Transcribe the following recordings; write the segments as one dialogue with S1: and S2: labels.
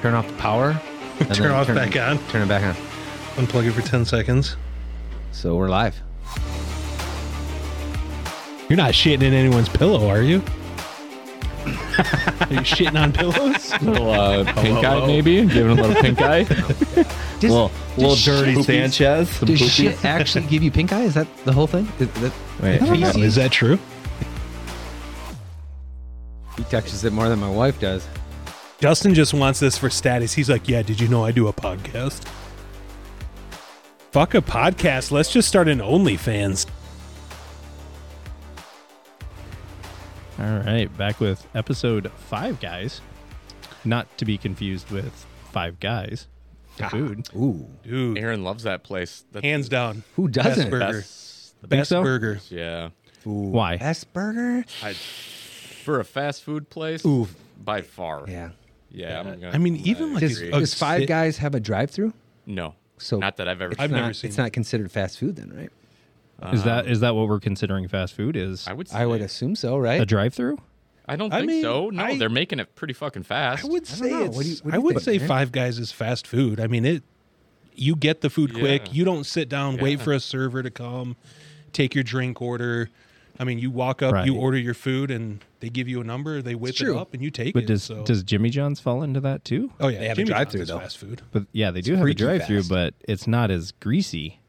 S1: turn off the power. and
S2: Turn
S1: then
S2: off back on.
S1: Turn it back on.
S2: Unplug it for 10 seconds.
S1: So we're live.
S2: You're not shitting in anyone's pillow, are you? are you shitting on pillows?
S3: little uh, pink
S2: hello.
S3: eye, maybe giving a little pink eye. little little
S1: does
S3: dirty
S1: shit-
S3: Sanchez. Some
S1: Does
S3: poopies.
S1: shit actually give you pink eye? Is that the whole thing? Is that,
S3: Wait,
S1: I don't know.
S2: Is that true?
S1: He touches it more than my wife does.
S2: Justin just wants this for status. He's like, yeah, did you know I do a podcast? Fuck a podcast. Let's just start an OnlyFans.
S4: All right, back with episode five, guys. Not to be confused with Five Guys. the Food.
S1: Ah. Ooh,
S2: Dude,
S5: Aaron loves that place. That's
S2: hands down.
S1: who
S2: Best
S1: doesn't?
S2: burger.
S5: the
S2: Best
S4: so?
S2: burger.
S5: Yeah.
S1: Ooh,
S4: Why?
S1: Best burger.
S5: I, for a fast food place,
S1: Ooh,
S5: by far.
S1: yeah.
S5: Yeah. I'm gonna,
S2: I mean, even like
S1: Does,
S2: Agree.
S1: does
S2: A
S1: Five
S2: sit-
S1: Guys have a drive-through?
S5: no.
S1: uh, So-
S5: not that I've ever.
S2: I've
S1: It's
S2: never
S1: not-
S2: seen
S1: It's
S2: it.
S1: not considered fast food, then, right?
S4: Is
S2: Um,
S4: that is that what we're considering fast food? Is
S5: I would. Say,
S1: I would assume so,
S4: a
S1: right?
S4: drive-through?
S5: I don't
S2: I
S5: think
S2: mean,
S5: so. No,
S2: I-
S5: they're making it pretty fucking fast.
S2: I would say
S1: know.
S2: it's.
S1: What do you- what do
S2: I
S1: you
S2: would
S1: think,
S2: say
S1: man?
S2: Five Guys is fast food. I mean, it. You get the food quick.
S5: Yeah.
S2: You don't sit down, wait for a server to come, take your drink order. I mean, you walk up, you
S4: Right.
S2: order your food, and they give you a number. They whip it
S1: true.
S2: up, and you take
S4: But
S2: it.
S4: does
S2: so.
S4: does Jimmy John's fall into that too?
S2: oh yeah,
S1: They have a
S2: Jimmy John's
S1: drive-thru,
S2: is
S1: though.
S2: Fast food.
S4: But yeah, they do have a
S1: freaky
S4: drive-through,
S1: fast.
S4: but it's not as greasy.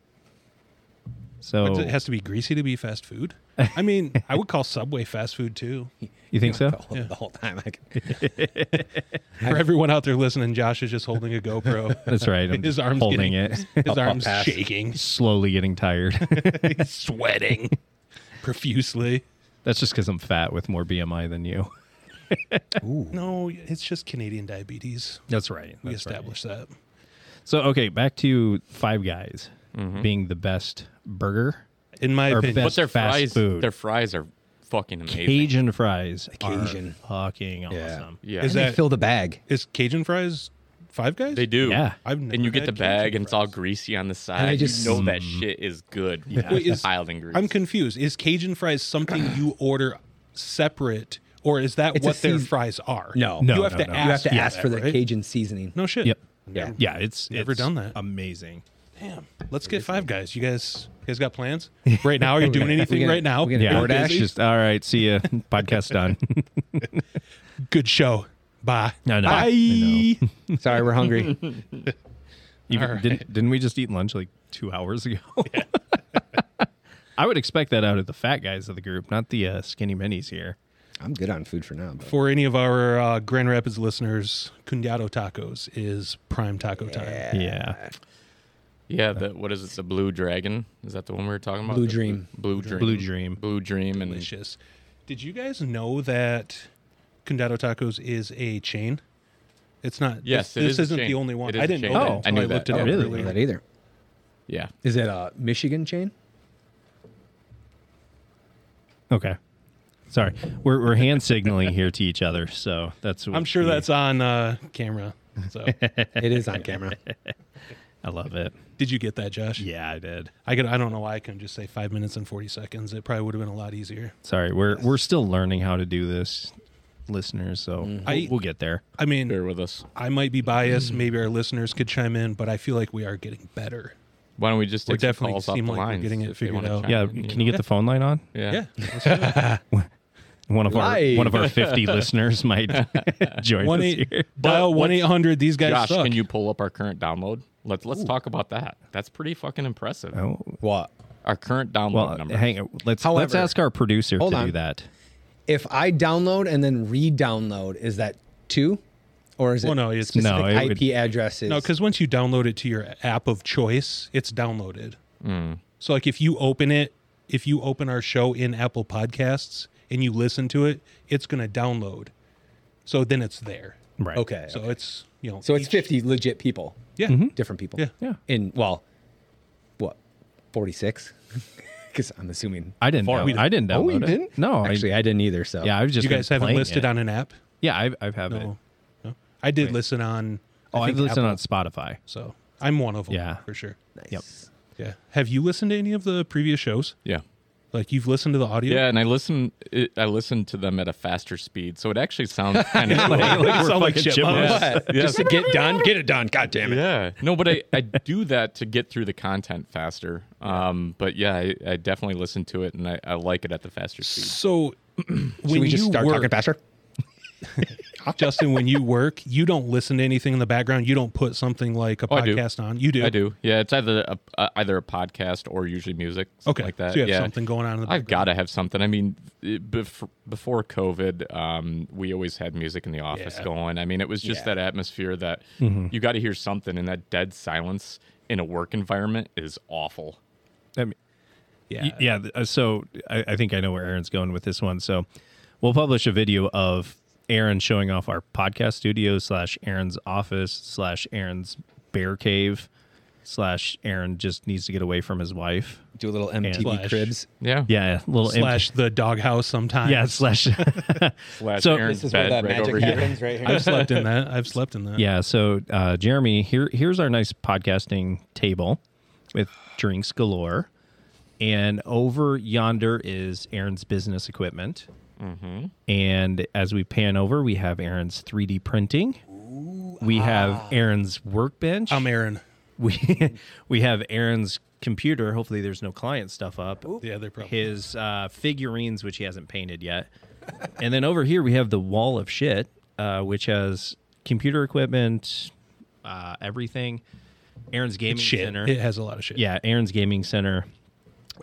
S4: So
S2: But It has to be greasy to be fast food. I mean, I would call Subway fast food too.
S4: you think so?
S1: The whole, the whole time. I could,
S2: For everyone out there listening, Josh is just holding a GoPro.
S4: That's right. I'm
S2: His
S4: just
S2: arms
S4: holding
S2: getting-
S4: it,
S2: His arms
S1: pass.
S2: shaking,
S4: slowly getting tired.
S2: sweating profusely.
S4: That's just because I'm fat with more BMI than you.
S2: No, it's just Canadian diabetes.
S4: That's right.
S2: We established that.
S4: So okay, back to Five Guys
S2: Mm-hmm.
S4: being the best burger.
S2: In my
S4: Or
S2: opinion,
S4: best-
S5: But their
S4: fast
S5: fries,
S4: food.
S5: their fries are fucking amazing.
S4: Cajun fries
S1: Cajun.
S4: are fucking awesome.
S5: Yeah.
S2: Is
S1: they
S2: that-
S1: fill the bag.
S2: is Cajun fries Five Guys?
S5: they do.
S4: Yeah.
S2: I've never
S5: and you get
S2: had
S5: the
S2: Cajun
S5: bag, and it's
S2: fries.
S5: all greasy on the side.
S1: I just-
S5: you know that shit is good. Yeah.
S2: Wait, is-
S5: piled in grease.
S2: I'm confused. Is Cajun fries something you order separate, or is that
S1: It's a
S2: what their
S1: seas-
S2: fries are?
S1: No.
S2: you
S4: No,
S2: have
S4: no,
S2: to
S4: no.
S2: ask.
S1: You have to
S2: for
S1: ask
S2: that,
S1: for the
S2: right?
S1: Cajun seasoning.
S2: No shit.
S4: Yep.
S1: Yeah.
S4: Yeah, it's
S2: Never
S4: it's
S2: done that.
S4: Amazing.
S2: Damn. Let's get Five Guys. You guys, you guys got plans right now? Are you doing anything
S1: gonna-
S2: right now?
S1: we're gonna
S4: Yeah,
S1: DoorDash?
S4: it's just all right. See ya. Podcast done.
S2: Good show. Bye.
S4: I know,
S2: Bye.
S4: I
S1: Sorry, we're hungry.
S4: Even, didn't, didn't we just eat lunch like two hours ago? I would expect that out of the fat guys of the group, not the uh, skinny minis here.
S1: I'm good on food for now. But
S2: For any of our uh, Grand Rapids listeners, Cundiado Tacos is prime taco time.
S4: Uh, Yeah,
S5: Yeah, the, what is it? The Blue Dragon? Is that the one we were talking about?
S1: Blue
S5: The
S1: Dream.
S5: Blue Dream.
S4: Blue Dream.
S5: Blue Dream. And
S2: Delicious. Did you guys know that Condado Tacos is a chain? It's not.
S5: Yes,
S2: this,
S5: it
S2: this
S5: is a
S2: isn't
S5: chain.
S2: the only one.
S5: It is
S2: I
S5: a
S2: didn't
S5: chain.
S2: know
S4: Oh,
S2: that.
S5: I
S2: until
S5: knew that.
S2: looked it
S5: Oh,
S2: up
S4: really?
S1: I don't know
S2: earlier.
S1: that either.
S5: yeah.
S1: Is it a Michigan chain?
S4: Okay. Sorry. We're, we're hand signaling here to each other. So that's.
S2: I'm sure
S4: we-
S2: that's on uh, camera. So,
S1: It is on camera.
S4: I love it.
S2: did you get that, Josh?
S4: Yeah, I did.
S2: I could. I don't know why I couldn't just say five minutes and forty seconds. It probably would have been a lot easier.
S4: Sorry. We're, we're still learning how to do this, listeners. So
S2: I-
S4: we'll, we'll get there.
S2: I mean,
S5: Bear with us.
S2: I might be
S5: Mm.
S2: biased. Maybe our listeners could chime in, but I feel like we are getting better.
S5: Why don't we just
S2: We're
S5: take some
S2: definitely
S5: calls off
S2: seem
S5: the
S2: like we're
S5: lines
S2: getting it
S5: if they wanna
S2: figured out.
S5: chime
S4: Yeah.
S5: in, you
S4: Can
S5: know?
S4: you get the phone line on?
S5: Yeah.
S2: Yeah.
S4: One of
S1: Live.
S4: our one of our 50 listeners might join
S2: One
S4: us
S2: eight
S4: here.
S2: dial one eight hundred. These guys
S5: Josh,
S2: suck.
S5: can you pull up our current download? Let's let's talk about that. That's pretty fucking impressive.
S4: Oh,
S1: What?
S5: Our current download
S4: well,
S5: number.
S4: hang on. Let's let's
S1: However-
S4: ask our producer to
S1: Hold on.
S4: do that.
S1: If I download and then re-download, is that two, or is it
S2: Well, no, it's-
S1: specific
S4: No, it
S1: IP
S4: would-
S1: addresses?
S2: No, because once you download it to your app of choice, it's downloaded.
S4: Mm.
S2: So, like, if you open it, if you open our show in Apple Podcasts and you listen to it, it's going to download. So then it's there.
S4: Right.
S1: okay,
S2: So it's you know.
S1: so it's Mm-hmm.
S2: each-
S1: fifty legit people,
S2: Yeah.
S1: different people.
S2: Yeah.
S4: Yeah.
S1: In well, what, forty six? Because I'm assuming.
S4: I didn't.
S2: Far-
S4: Down,
S2: we didn't-
S4: I didn't download
S1: oh, you
S4: it.
S1: didn't?
S4: No.
S1: actually, I, didn't either. So
S4: I, yeah, I've just
S2: You
S4: been
S2: guys haven't
S4: playing
S2: listed
S4: it.
S2: on an app.
S4: Yeah, I've I've have it.
S2: No. no. I did listen on.
S4: Oh,
S2: I
S4: I've
S2: think
S4: listened
S2: Apple,
S4: on Spotify.
S2: So I'm one of them.
S4: Yeah.
S2: For sure.
S1: nice.
S4: Yep.
S2: Yeah. Have you listened to any of the previous shows?
S5: yeah.
S2: Like you've listened to the audio.
S5: Yeah, and I listen. It, I listen to them at a faster speed, so it actually sounds kind of funny.
S2: Like, sound like
S4: fucking
S2: chipmunks.
S4: chipmunks.
S1: What? Just to get done? Get it done. God damn it.
S5: Yeah. No, but I, I do that to get through the content faster. Um, but yeah, I, I definitely listen to it and I, I like it at the faster speed.
S2: So when
S1: Should we just
S2: you
S1: start
S2: work,
S1: talking faster?
S2: Justin, when you work, you don't listen to anything in the background. You don't put something like a
S5: Oh, I do.
S2: podcast on. You do.
S5: I do. Yeah, it's either a, uh, either a podcast or usually music, something
S2: Okay.
S5: like that.
S2: So you have
S5: yeah.
S2: something going on in the
S5: I've
S2: background.
S5: got to have something. I mean, it, bef- before COVID, um, we always had music in the office
S2: Yeah.
S5: going. I mean, it was just
S1: Yeah.
S5: that atmosphere that
S4: Mm-hmm.
S5: you got to hear something, and that dead silence in a work environment is awful.
S4: I mean,
S2: Yeah.
S4: Y- Yeah. th- uh, So I, I think I know where Aaron's going with this one. So we'll publish a video of Aaron showing off our podcast studio slash Aaron's office slash Aaron's bear cave slash Aaron just needs to get away from his wife.
S1: Do a little MTV
S2: Slash.
S1: cribs.
S5: Yeah.
S4: Yeah. Little imp-
S2: Slash the doghouse sometimes.
S4: yeah. Slash.
S5: Slash
S4: So-
S5: Aaron's
S4: This
S5: bed right over here.
S1: right here.
S2: I've slept in that. I've slept in that.
S4: yeah. So uh, Jeremy, here here's our nice podcasting table with drinks galore. And over yonder is Aaron's business equipment. And as we pan over, we have Aaron's 3D printing. we have Aaron's workbench.
S2: I'm Aaron.
S4: we we have Aaron's computer. Hopefully, there's no client stuff up.
S2: Yeah, they're probably.
S4: His uh, figurines, which he hasn't painted yet. and then over here, we have the wall of shit, uh, which has computer equipment, uh, everything. Aaron's gaming
S2: Shit.
S4: center.
S2: It has a lot of shit.
S4: Yeah, Aaron's gaming center.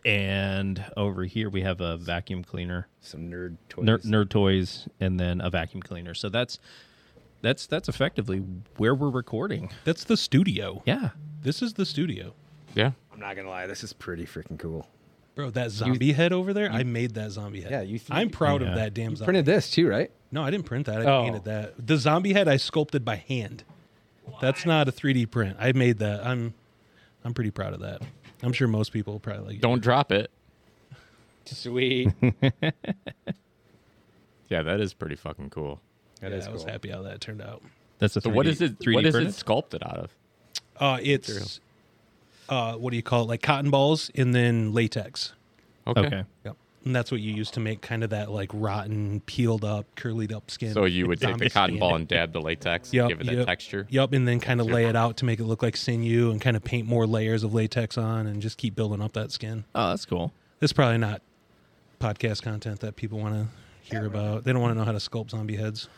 S4: And over here, we have a vacuum cleaner
S1: Some nerd toys.
S4: nerd, nerd toys and then a vacuum cleaner. So that's that's that's effectively where we're recording.
S2: That's the studio.
S4: Yeah.
S2: This is the studio.
S5: Yeah.
S1: I'm not gonna lie, this is pretty freaking cool.
S2: Bro, that zombie head over there, I made that zombie head.
S1: Yeah, you th-
S2: I'm proud
S4: Yeah.
S2: of that damn zombie.
S1: Printed this too, right?
S2: No, I didn't print that. I
S5: Oh.
S2: painted that. The zombie head I sculpted by hand. That's not a 3D print. I made that. I'm I'm pretty proud of that. I'm sure most people probably like it.
S5: Don't drop it.
S1: Sweet.
S5: Yeah, that is pretty fucking cool.
S1: That
S2: Yeah,
S1: is
S2: I was
S1: cool.
S2: happy how that turned out.
S4: That's a
S5: So what is it?
S4: 3D
S5: what is
S4: printed?
S5: it sculpted out of?
S2: Uh, it's uh, what do you call it? Like cotton balls and then latex.
S5: Okay.
S4: Okay.
S2: Yep. And that's what you use to make kind of that like rotten, peeled up, curled up skin.
S5: So you would take the
S2: Zombie
S5: cotton
S2: skin.
S5: ball and dab the latex and
S2: Yep,
S5: give it that
S2: yep,
S5: texture.
S2: Yep, and then kind of lay it out to make it look like sinew, and kind of paint more layers of latex on, and just keep building up that skin.
S4: Oh, that's cool.
S2: It's probably not podcast content that people want to hear about. They don't want to know how to sculpt zombie heads.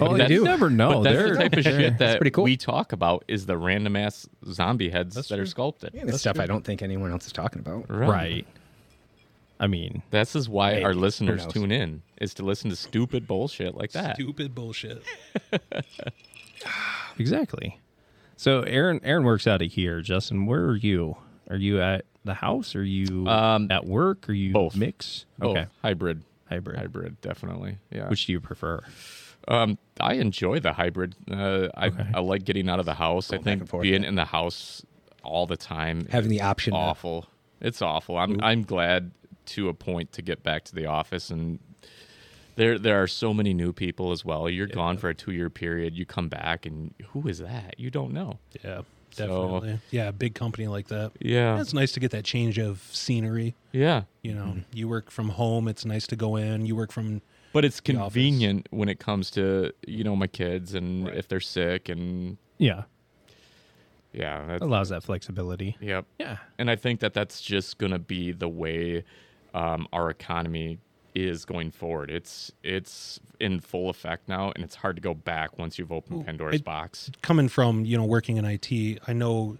S4: Oh, you
S5: that's-
S4: do never know.
S5: But that's
S4: They're-
S5: the type of shit that
S1: pretty cool.
S5: we talk about is the random ass zombie heads that are sculpted.
S1: Yeah, that's stuff I don't think anyone else is talking about.
S4: right. I mean,
S5: This is why our
S1: Maybe.
S5: listeners
S1: Who knows?
S5: tune in is to listen to stupid bullshit like that.
S2: Stupid bullshit.
S4: exactly. So Aaron, Aaron works out of here. Justin, where are you? Are you at the house? Are you
S5: Um,
S4: at work? Are you
S5: both.
S4: mix?
S5: Both.
S4: Okay,
S5: Oh, Hybrid.
S4: hybrid.
S5: Hybrid, definitely. Yeah.
S4: Which do you prefer?
S5: Um, I enjoy the hybrid. Uh, I, I like getting out of the house. I
S1: and
S5: think
S1: forth,
S5: being
S1: yeah.
S5: in the house all the time.
S1: Having the
S5: is
S1: option to-
S5: Awful. It's awful. I'm I'm glad to a point to get back to the office and there there are so many new people as well. You're gone for a two year period. You come back and who is that? You don't know.
S2: Yeah,
S5: So-
S2: definitely. yeah, a big company like that.
S5: Yeah.
S2: It's nice to get that change of scenery.
S5: Yeah.
S2: You
S5: Mm-hmm.
S2: know, you work from home. It's nice to go in. You work from
S5: But it's
S2: office.
S5: convenient when it comes to, you know, my kids and if they're sick and
S4: Yeah,
S5: yeah, that's,
S4: allows that flexibility.
S5: yep.
S4: Yeah,
S5: And I think that that's just going to be the way um, our economy is going forward. It's it's in full effect now, and it's hard to go back once you've opened Pandora's
S2: I-
S5: box.
S2: coming from you know working in IT, I know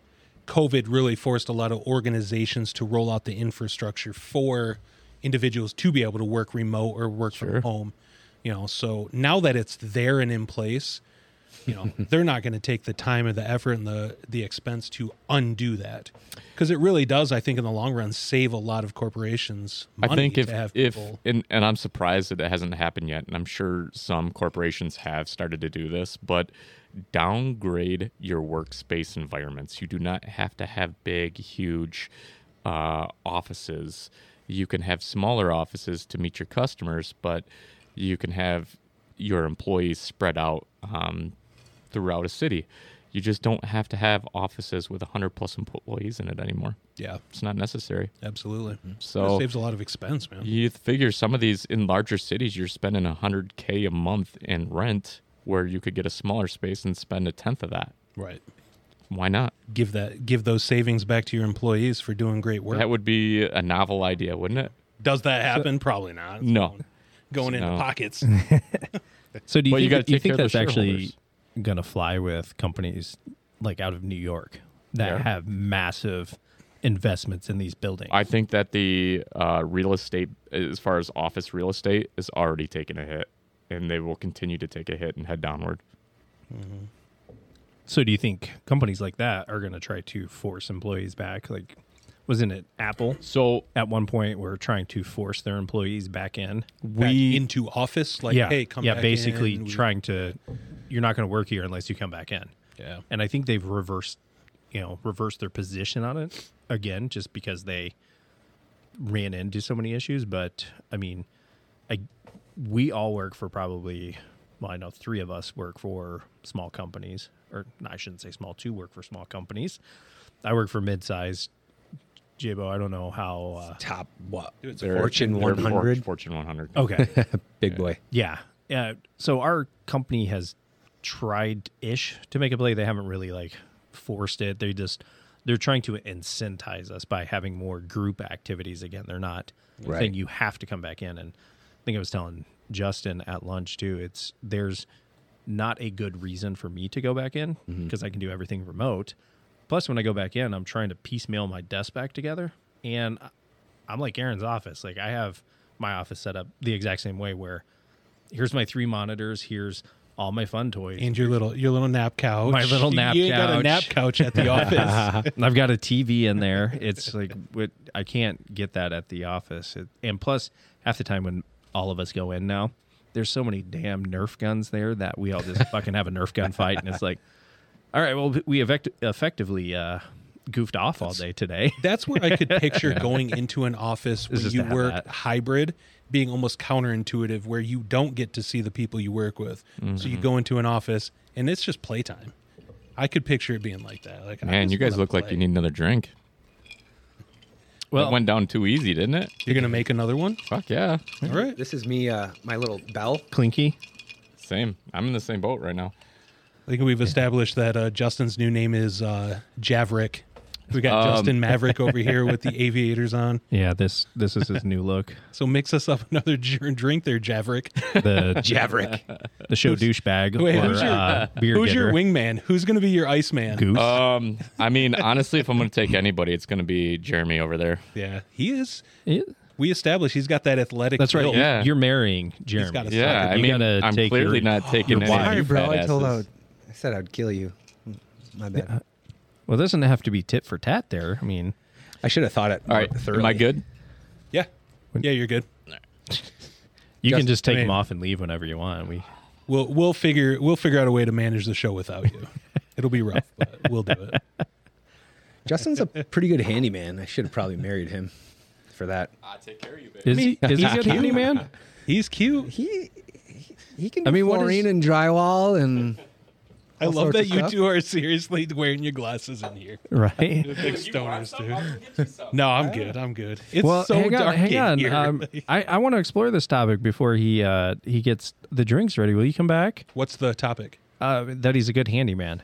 S2: COVID really forced a lot of organizations to roll out the infrastructure for individuals to be able to work remote or work from home. You know, so now that it's there and in place, you know they're not going to take the time and the effort and the the expense to undo that because it really does, I think, in the long run, save a lot of corporations. Money
S5: I think if
S2: to have
S5: if
S2: people.
S5: and, and I'm surprised that it hasn't happened yet, and I'm sure some corporations have started to do this, but downgrade your workspace environments. You do not have to have big, huge uh, offices. You can have smaller offices to meet your customers, but you can have your employees spread out um, throughout a city. You just don't have to have offices with 100 plus employees in it anymore.
S2: Yeah,
S5: It's not necessary.
S2: absolutely.
S4: Mm-hmm.
S5: So-
S2: it saves a lot of expense, man.
S5: You figure some of these in larger cities, you're spending 100K a month in rent where you could get a smaller space and spend a tenth of that.
S2: Right.
S5: Why not?
S2: Give that give those savings back to your employees for doing great work.
S5: That would be a novel idea, wouldn't it?
S2: Does that happen? Probably not. It's
S5: No.
S2: going- Going into
S5: No.
S2: pockets.
S4: So do you
S5: Well,
S4: think,
S5: you gotta
S4: do you think
S5: take care of
S4: that's
S5: the
S4: actually
S5: shareholders.
S4: going to fly with companies like out of New York that
S5: Yeah.
S4: have massive investments in these buildings?
S5: I think that the uh, real estate, as far as office real estate, is already taking a hit, and they will continue to take a hit and head downward.
S4: so do you think companies like that are going to try to force employees back? Like, wasn't it Apple
S5: So
S4: at one point were trying to force their employees back in?
S2: Back into office, like
S4: yeah,
S2: hey, come
S4: yeah,
S2: back
S4: basically
S2: in. We-
S4: trying to. You're not going to work here unless you come back in.
S2: Yeah.
S4: and I think they've reversed, you know, reversed their position on it again, just because they ran into so many issues. But I mean, I we all work for probably, well, I know three of us work for small companies, or no, I shouldn't say small. Two work for small companies. I work for mid-sized. Jabo, I don't know how.
S1: Top what?
S2: It's a
S5: they're-
S1: Fortune
S5: they're for-
S1: 100?
S5: Fortune 100.
S2: Oh,
S4: Uh, okay,
S1: Big boy.
S4: Yeah. Yeah. So our company has tried ish to make a play. They haven't really like forced it. They just they're trying to incentivize us by having more group activities again. They're not
S1: Right.
S4: saying you have to come back in and I think I was telling Justin at lunch too. It's there's not a good reason for me to go back in because I can do everything remote. Plus when I go back in, I'm trying to piecemeal my desk back together and I- I'm like Aaron's office. Like I have my office set up the exact same way where here's my three monitors, here's all my fun toys.
S2: And your little your little nap couch.
S4: My little nap
S2: You ain't got a
S4: couch.
S2: nap couch at the office.
S4: And I've got a TV in there. It's like what I can't get that at the office. It, and plus, half the time when all of us go in now, there's so many damn Nerf guns there that we all just fucking have a Nerf gun fight, and it's like, all right, well, we effect- effectively uh, goofed off all day today.
S2: That's where I could picture going into an office where
S4: just
S2: you
S4: to have
S2: work
S4: that.
S2: hybrid being almost counterintuitive, where you don't get to see the people you work with. So
S5: Mm-hmm.
S2: you go into an office and it's just playtime. I could picture it being like that. Like, I
S5: Man,
S2: just
S5: you guys
S2: wanna
S5: look like
S2: play.
S5: you need another drink. Well,
S4: Well-
S5: it went down too easy, didn't it?
S2: You're gonna make another one.
S5: Fuck yeah.
S2: All right.
S1: This is me, uh, my little bell.
S4: Clinky.
S5: Same. I'm in the same boat right now.
S2: I think we've established that uh, Justin's new name is uh, Javerick. We got
S5: Um,
S2: Justin Maverick over here with the aviators on.
S4: Yeah, this this is his new look.
S2: So mix us up another dr- drink there, Javerick.
S4: The
S1: Javerick.
S4: the show douchebag
S2: Wait,
S4: or
S2: who's your,
S4: uh, beer
S2: who's
S4: getter.
S2: your Uh, wingman? Who's going to be your Iceman?
S4: goose.
S5: Um, I mean, honestly, if I'm going to take anybody, it's going to be Jeremy over there.
S2: Yeah, he is.
S4: Yeah,
S2: We established he's got that athletic.
S4: that's right.
S2: build.
S4: You're,
S5: Yeah.
S4: you're marrying Jeremy.
S2: got a
S4: So
S5: Yeah, I
S4: you
S5: mean,
S4: gotta
S5: I'm
S4: take
S5: clearly
S4: your-
S5: not
S4: your
S5: taking any
S4: wife.
S5: of
S1: Sorry,
S5: you
S1: bro. I
S5: fat
S1: told
S5: asses.
S1: out. I said I'd kill you. My bad.
S4: uh, Well, it doesn't have to be tit for tat there. I mean,
S1: I should have thought it.
S5: All right,
S1: Thoroughly.
S5: am I good?
S2: Yeah, yeah, you're good.
S4: you
S1: Just-
S4: can just take
S2: I mean-
S4: them off and leave whenever you want. We
S2: We'll we'll figure we'll figure out a way to manage the show without you. It'll be rough, but we'll do it.
S1: Justin's a pretty good handyman. I should have probably married him for that.
S5: I Uh, take care of you, baby.
S4: is he is he good handyman?
S2: He's cute.
S1: He he- he can. I
S4: I mean,
S1: mean,
S4: what is-
S1: flooring and drywall and
S2: I
S1: All
S2: love
S1: sorts
S2: that
S1: of
S2: you
S1: stuff.
S2: two are seriously wearing your glasses in here.
S4: Right.
S2: Big stoners, dude. No, I'm good. I'm good. It's
S4: Well,
S2: so
S4: hang on,
S2: dark
S4: hang
S2: in
S4: on.
S2: here.
S4: Um, I I want to explore this topic before he uh he gets the drinks ready. Will you come back?
S2: What's the topic?
S4: Uh, that he's a good handyman.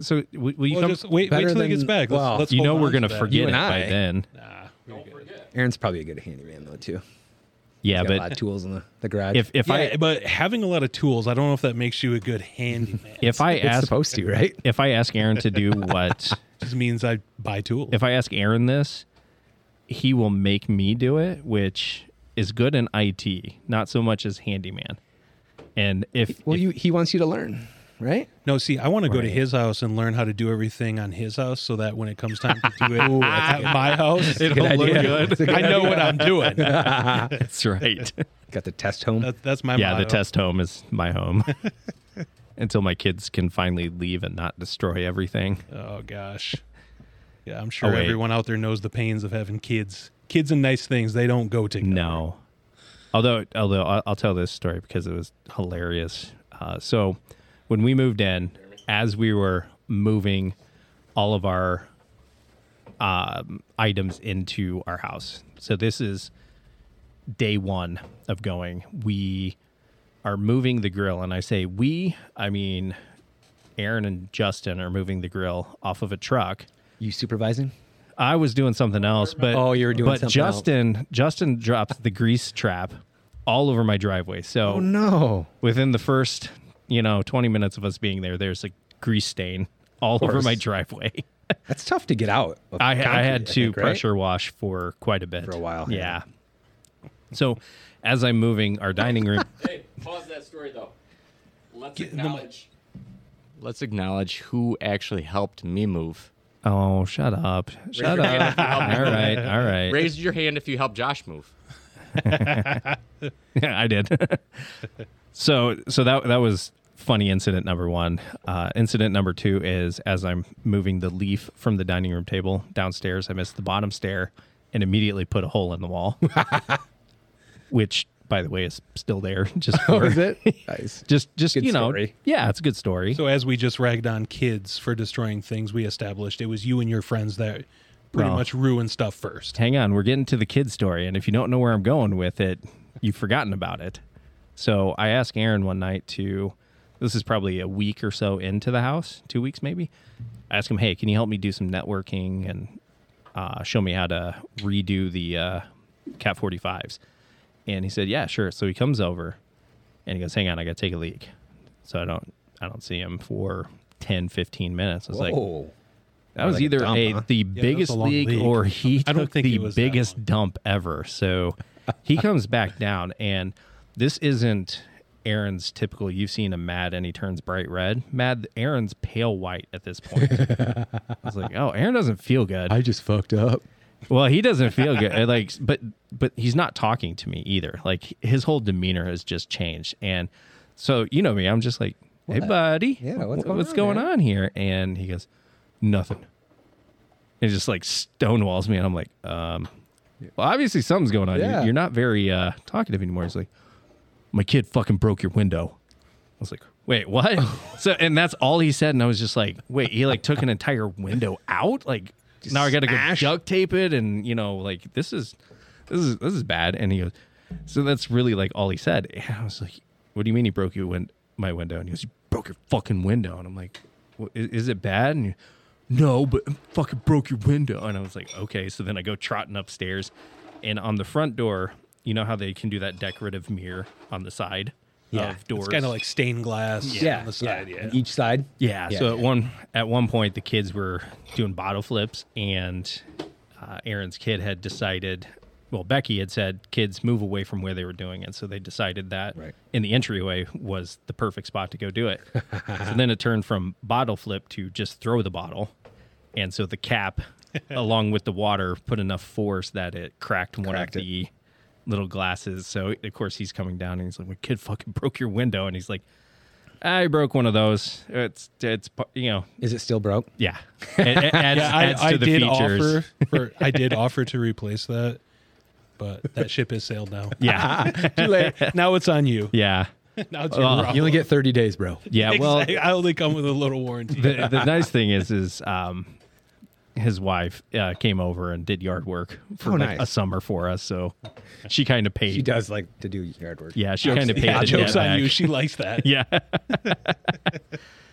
S4: So will, will you
S2: Well,
S4: come?
S2: just wait, wait
S1: better
S2: till he gets
S1: than-
S2: back. Let's,
S1: well,
S2: let's
S4: you
S2: hold
S4: know
S2: on
S4: we're gonna
S2: to that.
S4: forget
S1: You and
S4: it by
S1: I.
S4: then.
S2: Nah,
S1: Aaron's probably a good handyman though too.
S4: Yeah,
S1: Got a lot
S4: but
S1: of tools in the, the garage.
S4: if if
S2: yeah,
S4: I
S2: but having a lot of tools, I don't know if that makes you a good handyman.
S4: if I
S1: it's
S4: ask
S1: supposed to, right?
S4: if I ask Aaron to do what
S2: just means I buy tools.
S4: if I ask Aaron this, he will make me do it, which is good in IT, not so much as handyman. And if,
S1: Well,
S4: if-
S1: you he wants you to learn, right?
S2: No, see, I want to go to his house and learn how to do everything on his house, so that when it comes time to do it at my house, it'll
S1: good
S2: look
S1: idea.
S2: good. I know what I'm doing. That,
S4: that's right,
S1: Got the test home.
S2: that's my
S4: yeah, the
S2: motto.
S4: test home is my home until my kids can finally leave and not destroy everything.
S2: Oh gosh, yeah, I'm sure
S4: wait.
S2: everyone out there knows the pains of having kids. Kids and nice things they don't go together.
S4: No. Although, although I'll, I'll tell this story because it was hilarious. Uh, so, when we moved in, as we were moving all of our um, items into our house. So this is day one of going. We are moving the grill, and I say we, I mean Aaron and Justin are moving the grill off of a truck.
S1: You supervising?
S4: I was doing something else, but
S1: Oh, you were doing
S4: but
S1: something
S4: Justin, Justin dropped the grease trap all over my driveway. So
S1: Oh no.
S4: within the first, you know, 20 minutes of us being there, there's a grease stain all over
S1: course.
S4: my driveway.
S1: That's tough to get out. of
S4: I, I
S1: concrete,
S4: had to
S1: think, right?
S4: pressure wash for quite a bit.
S1: For a while,
S4: Yeah.
S1: yeah.
S4: So as I'm moving our dining room,
S5: Hey, pause that story though. Let's
S2: in the mic.
S5: acknowledge. Let's acknowledge who actually helped me move.
S4: oh, shut up. Shut
S5: your hand
S4: up.
S5: if you
S4: All
S5: helped me move.
S4: right. All right.
S5: Raise your hand if you helped Josh move.
S4: Yeah, I did. so so that that was funny incident number one. Uh, incident number two is as I'm moving the leaf from the dining room table downstairs, I missed the bottom stair and immediately put a hole in the wall, which by the way is still there. Just for,
S1: Oh, Is it? Nice.
S4: Just just
S1: Good
S4: you know
S1: story.
S4: yeah, it's a good story.
S2: So as we just ragged on kids for destroying things we established, it was you and your friends that pretty
S4: Well.
S2: much ruined stuff first.
S4: hang on, we're getting to the kid story, and if you don't know where I'm going with it, you've forgotten about it. So I asked Aaron one night to, this is probably a week or so into the house, two weeks maybe. I asked him, hey, can you help me do some networking and uh, show me how to redo the uh, Cat 45s? And he said, yeah, sure. So he comes over and he goes, hang on, I got to take a leak. So I don't, I don't see him for 10, 15 minutes. I was like,
S1: Whoa.
S4: that was
S1: like a
S4: either
S1: dump,
S4: a,
S1: huh?
S4: the
S2: was
S4: biggest
S2: a long
S4: leak
S2: leak.
S4: or he took
S2: I don't think
S4: the
S2: it was that
S4: biggest
S2: long.
S4: dump ever. So he comes back down, and this isn't Aaron's typical. You've seen him mad, and he turns bright red. Mad. Aaron's pale white at this point. I was like, oh, Aaron doesn't feel good.
S1: just fucked up.
S4: well, he doesn't feel good. And, Like, but but he's not talking to me either. Like his whole demeanor has just changed, and so you know me, I'm just like, hey, buddy,
S1: Yeah, what's going
S4: what's
S1: on,
S4: going
S1: man?"
S4: on here? And he goes, nothing. And just like stonewalls me, and I'm like, um, well, obviously something's going on. You're-
S1: Yeah.
S4: You're, not very uh, talkative anymore. He's like, my kid fucking broke your window. I was like, wait, what? so, and that's all he said, and I was just like, wait, he like took an entire window out, like. Now I gotta
S1: Smash.
S4: go duct tape it, and you know, like this is, this is this is bad. And he goes, so that's really like all he said. And I was like, what do you mean he broke your win- my window? And he goes, you broke your fucking window. And I'm like, "Wha- i- is it bad? And you, no, but I fucking broke your window. And I was like, okay. So then I go trotting upstairs, and on the front door, you know how they can do that decorative mirror on the side
S2: Yeah,
S4: of doors,
S2: it's kind of like stained glass.
S1: Yeah.
S2: on the side. Yeah,
S1: Each side.
S4: yeah,
S1: Yeah,
S4: so at
S1: yeah.
S4: one at one point the kids were doing bottle flips and uh, Aaron's kid had decided well Becky had said kids move away from where they were doing it so they decided that
S1: Right.
S4: in the entryway was the perfect spot to go do it. so then it turned from bottle flip to just throw the bottle. And so the cap along with the water put enough force that it cracked one
S1: Cracked
S4: of
S1: it.
S4: the little glasses. So of course he's coming down and he's like my kid fucking broke your window and he's like I broke one of those. It's it's you know
S1: Is it still broke?
S4: yeah. It, it adds,
S2: Yeah, I,
S4: adds to
S2: I
S4: the
S2: did
S4: features.
S2: offer. For, I did offer to replace that, but that ship has sailed now.
S4: Yeah,
S2: Too late. Now it's on you.
S4: yeah,
S2: Now it's your
S4: Well,
S2: problem.
S1: You only get 30 days, bro.
S4: yeah. Well,
S2: Exactly. I only come with a little warranty.
S4: the, the nice thing is, is um, his wife uh, came over and did yard work for
S1: Oh,
S4: like
S1: nice.
S4: a summer for us, so she kind of paid.
S1: She does like to do yard work.
S4: Yeah, she kind of paid
S2: yeah,
S4: the
S2: jokes
S4: debt
S2: on
S4: back.
S2: you. She likes that.
S4: yeah.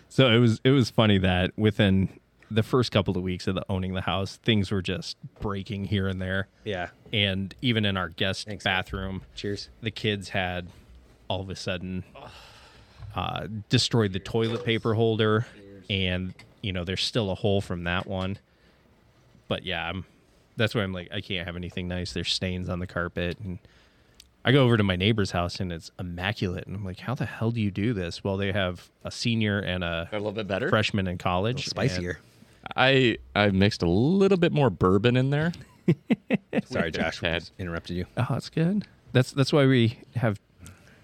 S4: so it was it was funny that within the first couple of weeks of the owning the house, things were just breaking here and there.
S1: Yeah.
S4: And even in our guest
S1: Thanks, man.
S4: bathroom,
S1: Cheers.
S4: the kids had all of a sudden uh, destroyed the toilet paper holder, and you know there's still a hole from that one. But yeah, I'm, that's why I'm like I can't have anything nice. There's stains on the carpet, and I go over to my neighbor's house and it's immaculate, and I'm like, how the hell do you do this? Well, they have a senior and
S5: A
S4: a
S5: little bit better.
S4: freshman in college.
S1: Spicier.
S5: I I mixed a little bit more bourbon in there.
S1: Sorry, Josh. we
S5: Tad.
S1: just Interrupted you.
S4: and- oh, that's good. That's that's why we have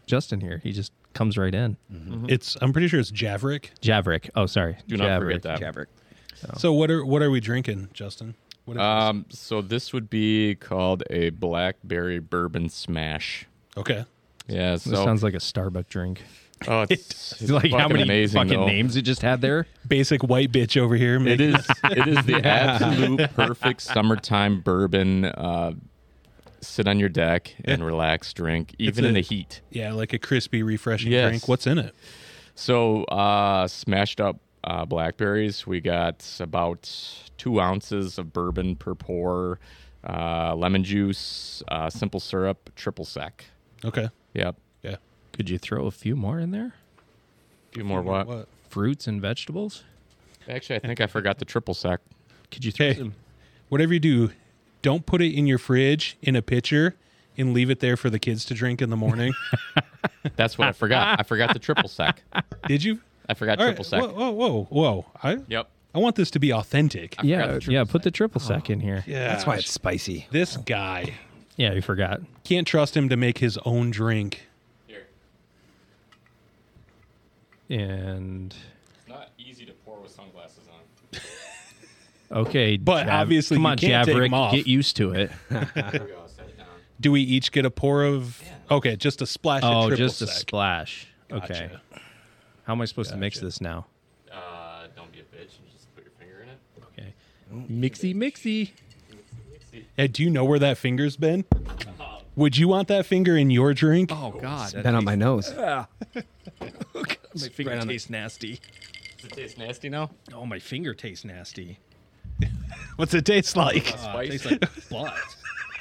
S4: Justin here. He just comes right in.
S2: It's. I'm pretty sure it's Javerick.
S4: Javerick. Oh, sorry.
S5: Mm. Do not
S4: Javerick.
S5: forget that.
S1: Javerick.
S2: So what are what are we drinking, Justin? What is
S5: Um, so this would be called a blackberry bourbon smash.
S2: this? okay.
S5: Yeah,
S4: This
S5: so
S4: sounds like a Starbucks drink.
S5: oh, it's, it's
S4: like how
S5: fucking
S4: many
S5: amazing,
S4: fucking
S5: though.
S4: names it just had there?
S2: Basic white bitch over here.
S5: It
S2: Making,
S5: is it is the absolute perfect summertime bourbon. Uh, sit on your deck and relax, drink, even in
S2: a-
S5: the heat.
S2: yeah, like a crispy, refreshing
S5: Yes.
S2: drink. What's in it?
S5: So, uh, smashed up uh, blackberries. We got about two ounces of bourbon per pour, uh, lemon juice, uh, simple syrup, triple sec.
S2: Okay.
S5: Yep.
S2: Yeah.
S4: Could you throw a few more in there?
S5: Few more what?
S2: What?
S4: Fruits and vegetables?
S5: Actually, I think I forgot the triple sec.
S4: Could you throw
S2: Hey,
S4: some?
S2: whatever you do, don't put it in your fridge in a pitcher and leave it there for the kids to drink in the morning.
S5: That's what I forgot. I forgot the triple sec.
S2: Did you?
S5: I forgot
S2: All right.
S5: triple sec.
S2: Whoa, whoa, whoa, whoa. I,
S5: Yep.
S2: I want this to be authentic.
S5: I forgot
S4: Yeah,
S5: the triple Oh,
S4: yeah. Put the triple sec in here.
S2: Yeah.
S1: That's why it's spicy.
S2: This guy
S4: Yeah, you forgot.
S2: can't trust him to make his own drink.
S5: Here.
S4: And
S5: It's not easy to pour with sunglasses on.
S4: okay,
S2: But obviously
S4: come
S2: you
S4: on,
S2: can't take 'em
S4: Javerick,
S2: off.
S4: get used to it.
S5: There we go. Set it down.
S2: Do we each get a pour of? Okay, just a splash. of
S4: oh,
S2: triple
S4: just a
S2: sec.
S4: splash. Okay.
S2: Gotcha.
S4: How am I supposed to mix this now?
S5: Uh, don't be a bitch and just put your finger in it.
S4: Okay. Mixy, mixy.
S2: Ed, do you know where that finger's been? Would you want that finger in your drink?
S4: Oh God,
S1: Been on my nose.
S4: my finger tastes nasty.
S5: Does it taste nasty now?
S4: Oh, my finger tastes nasty.
S2: What's it taste like?
S5: Spice.
S4: Uh, Tastes like blood.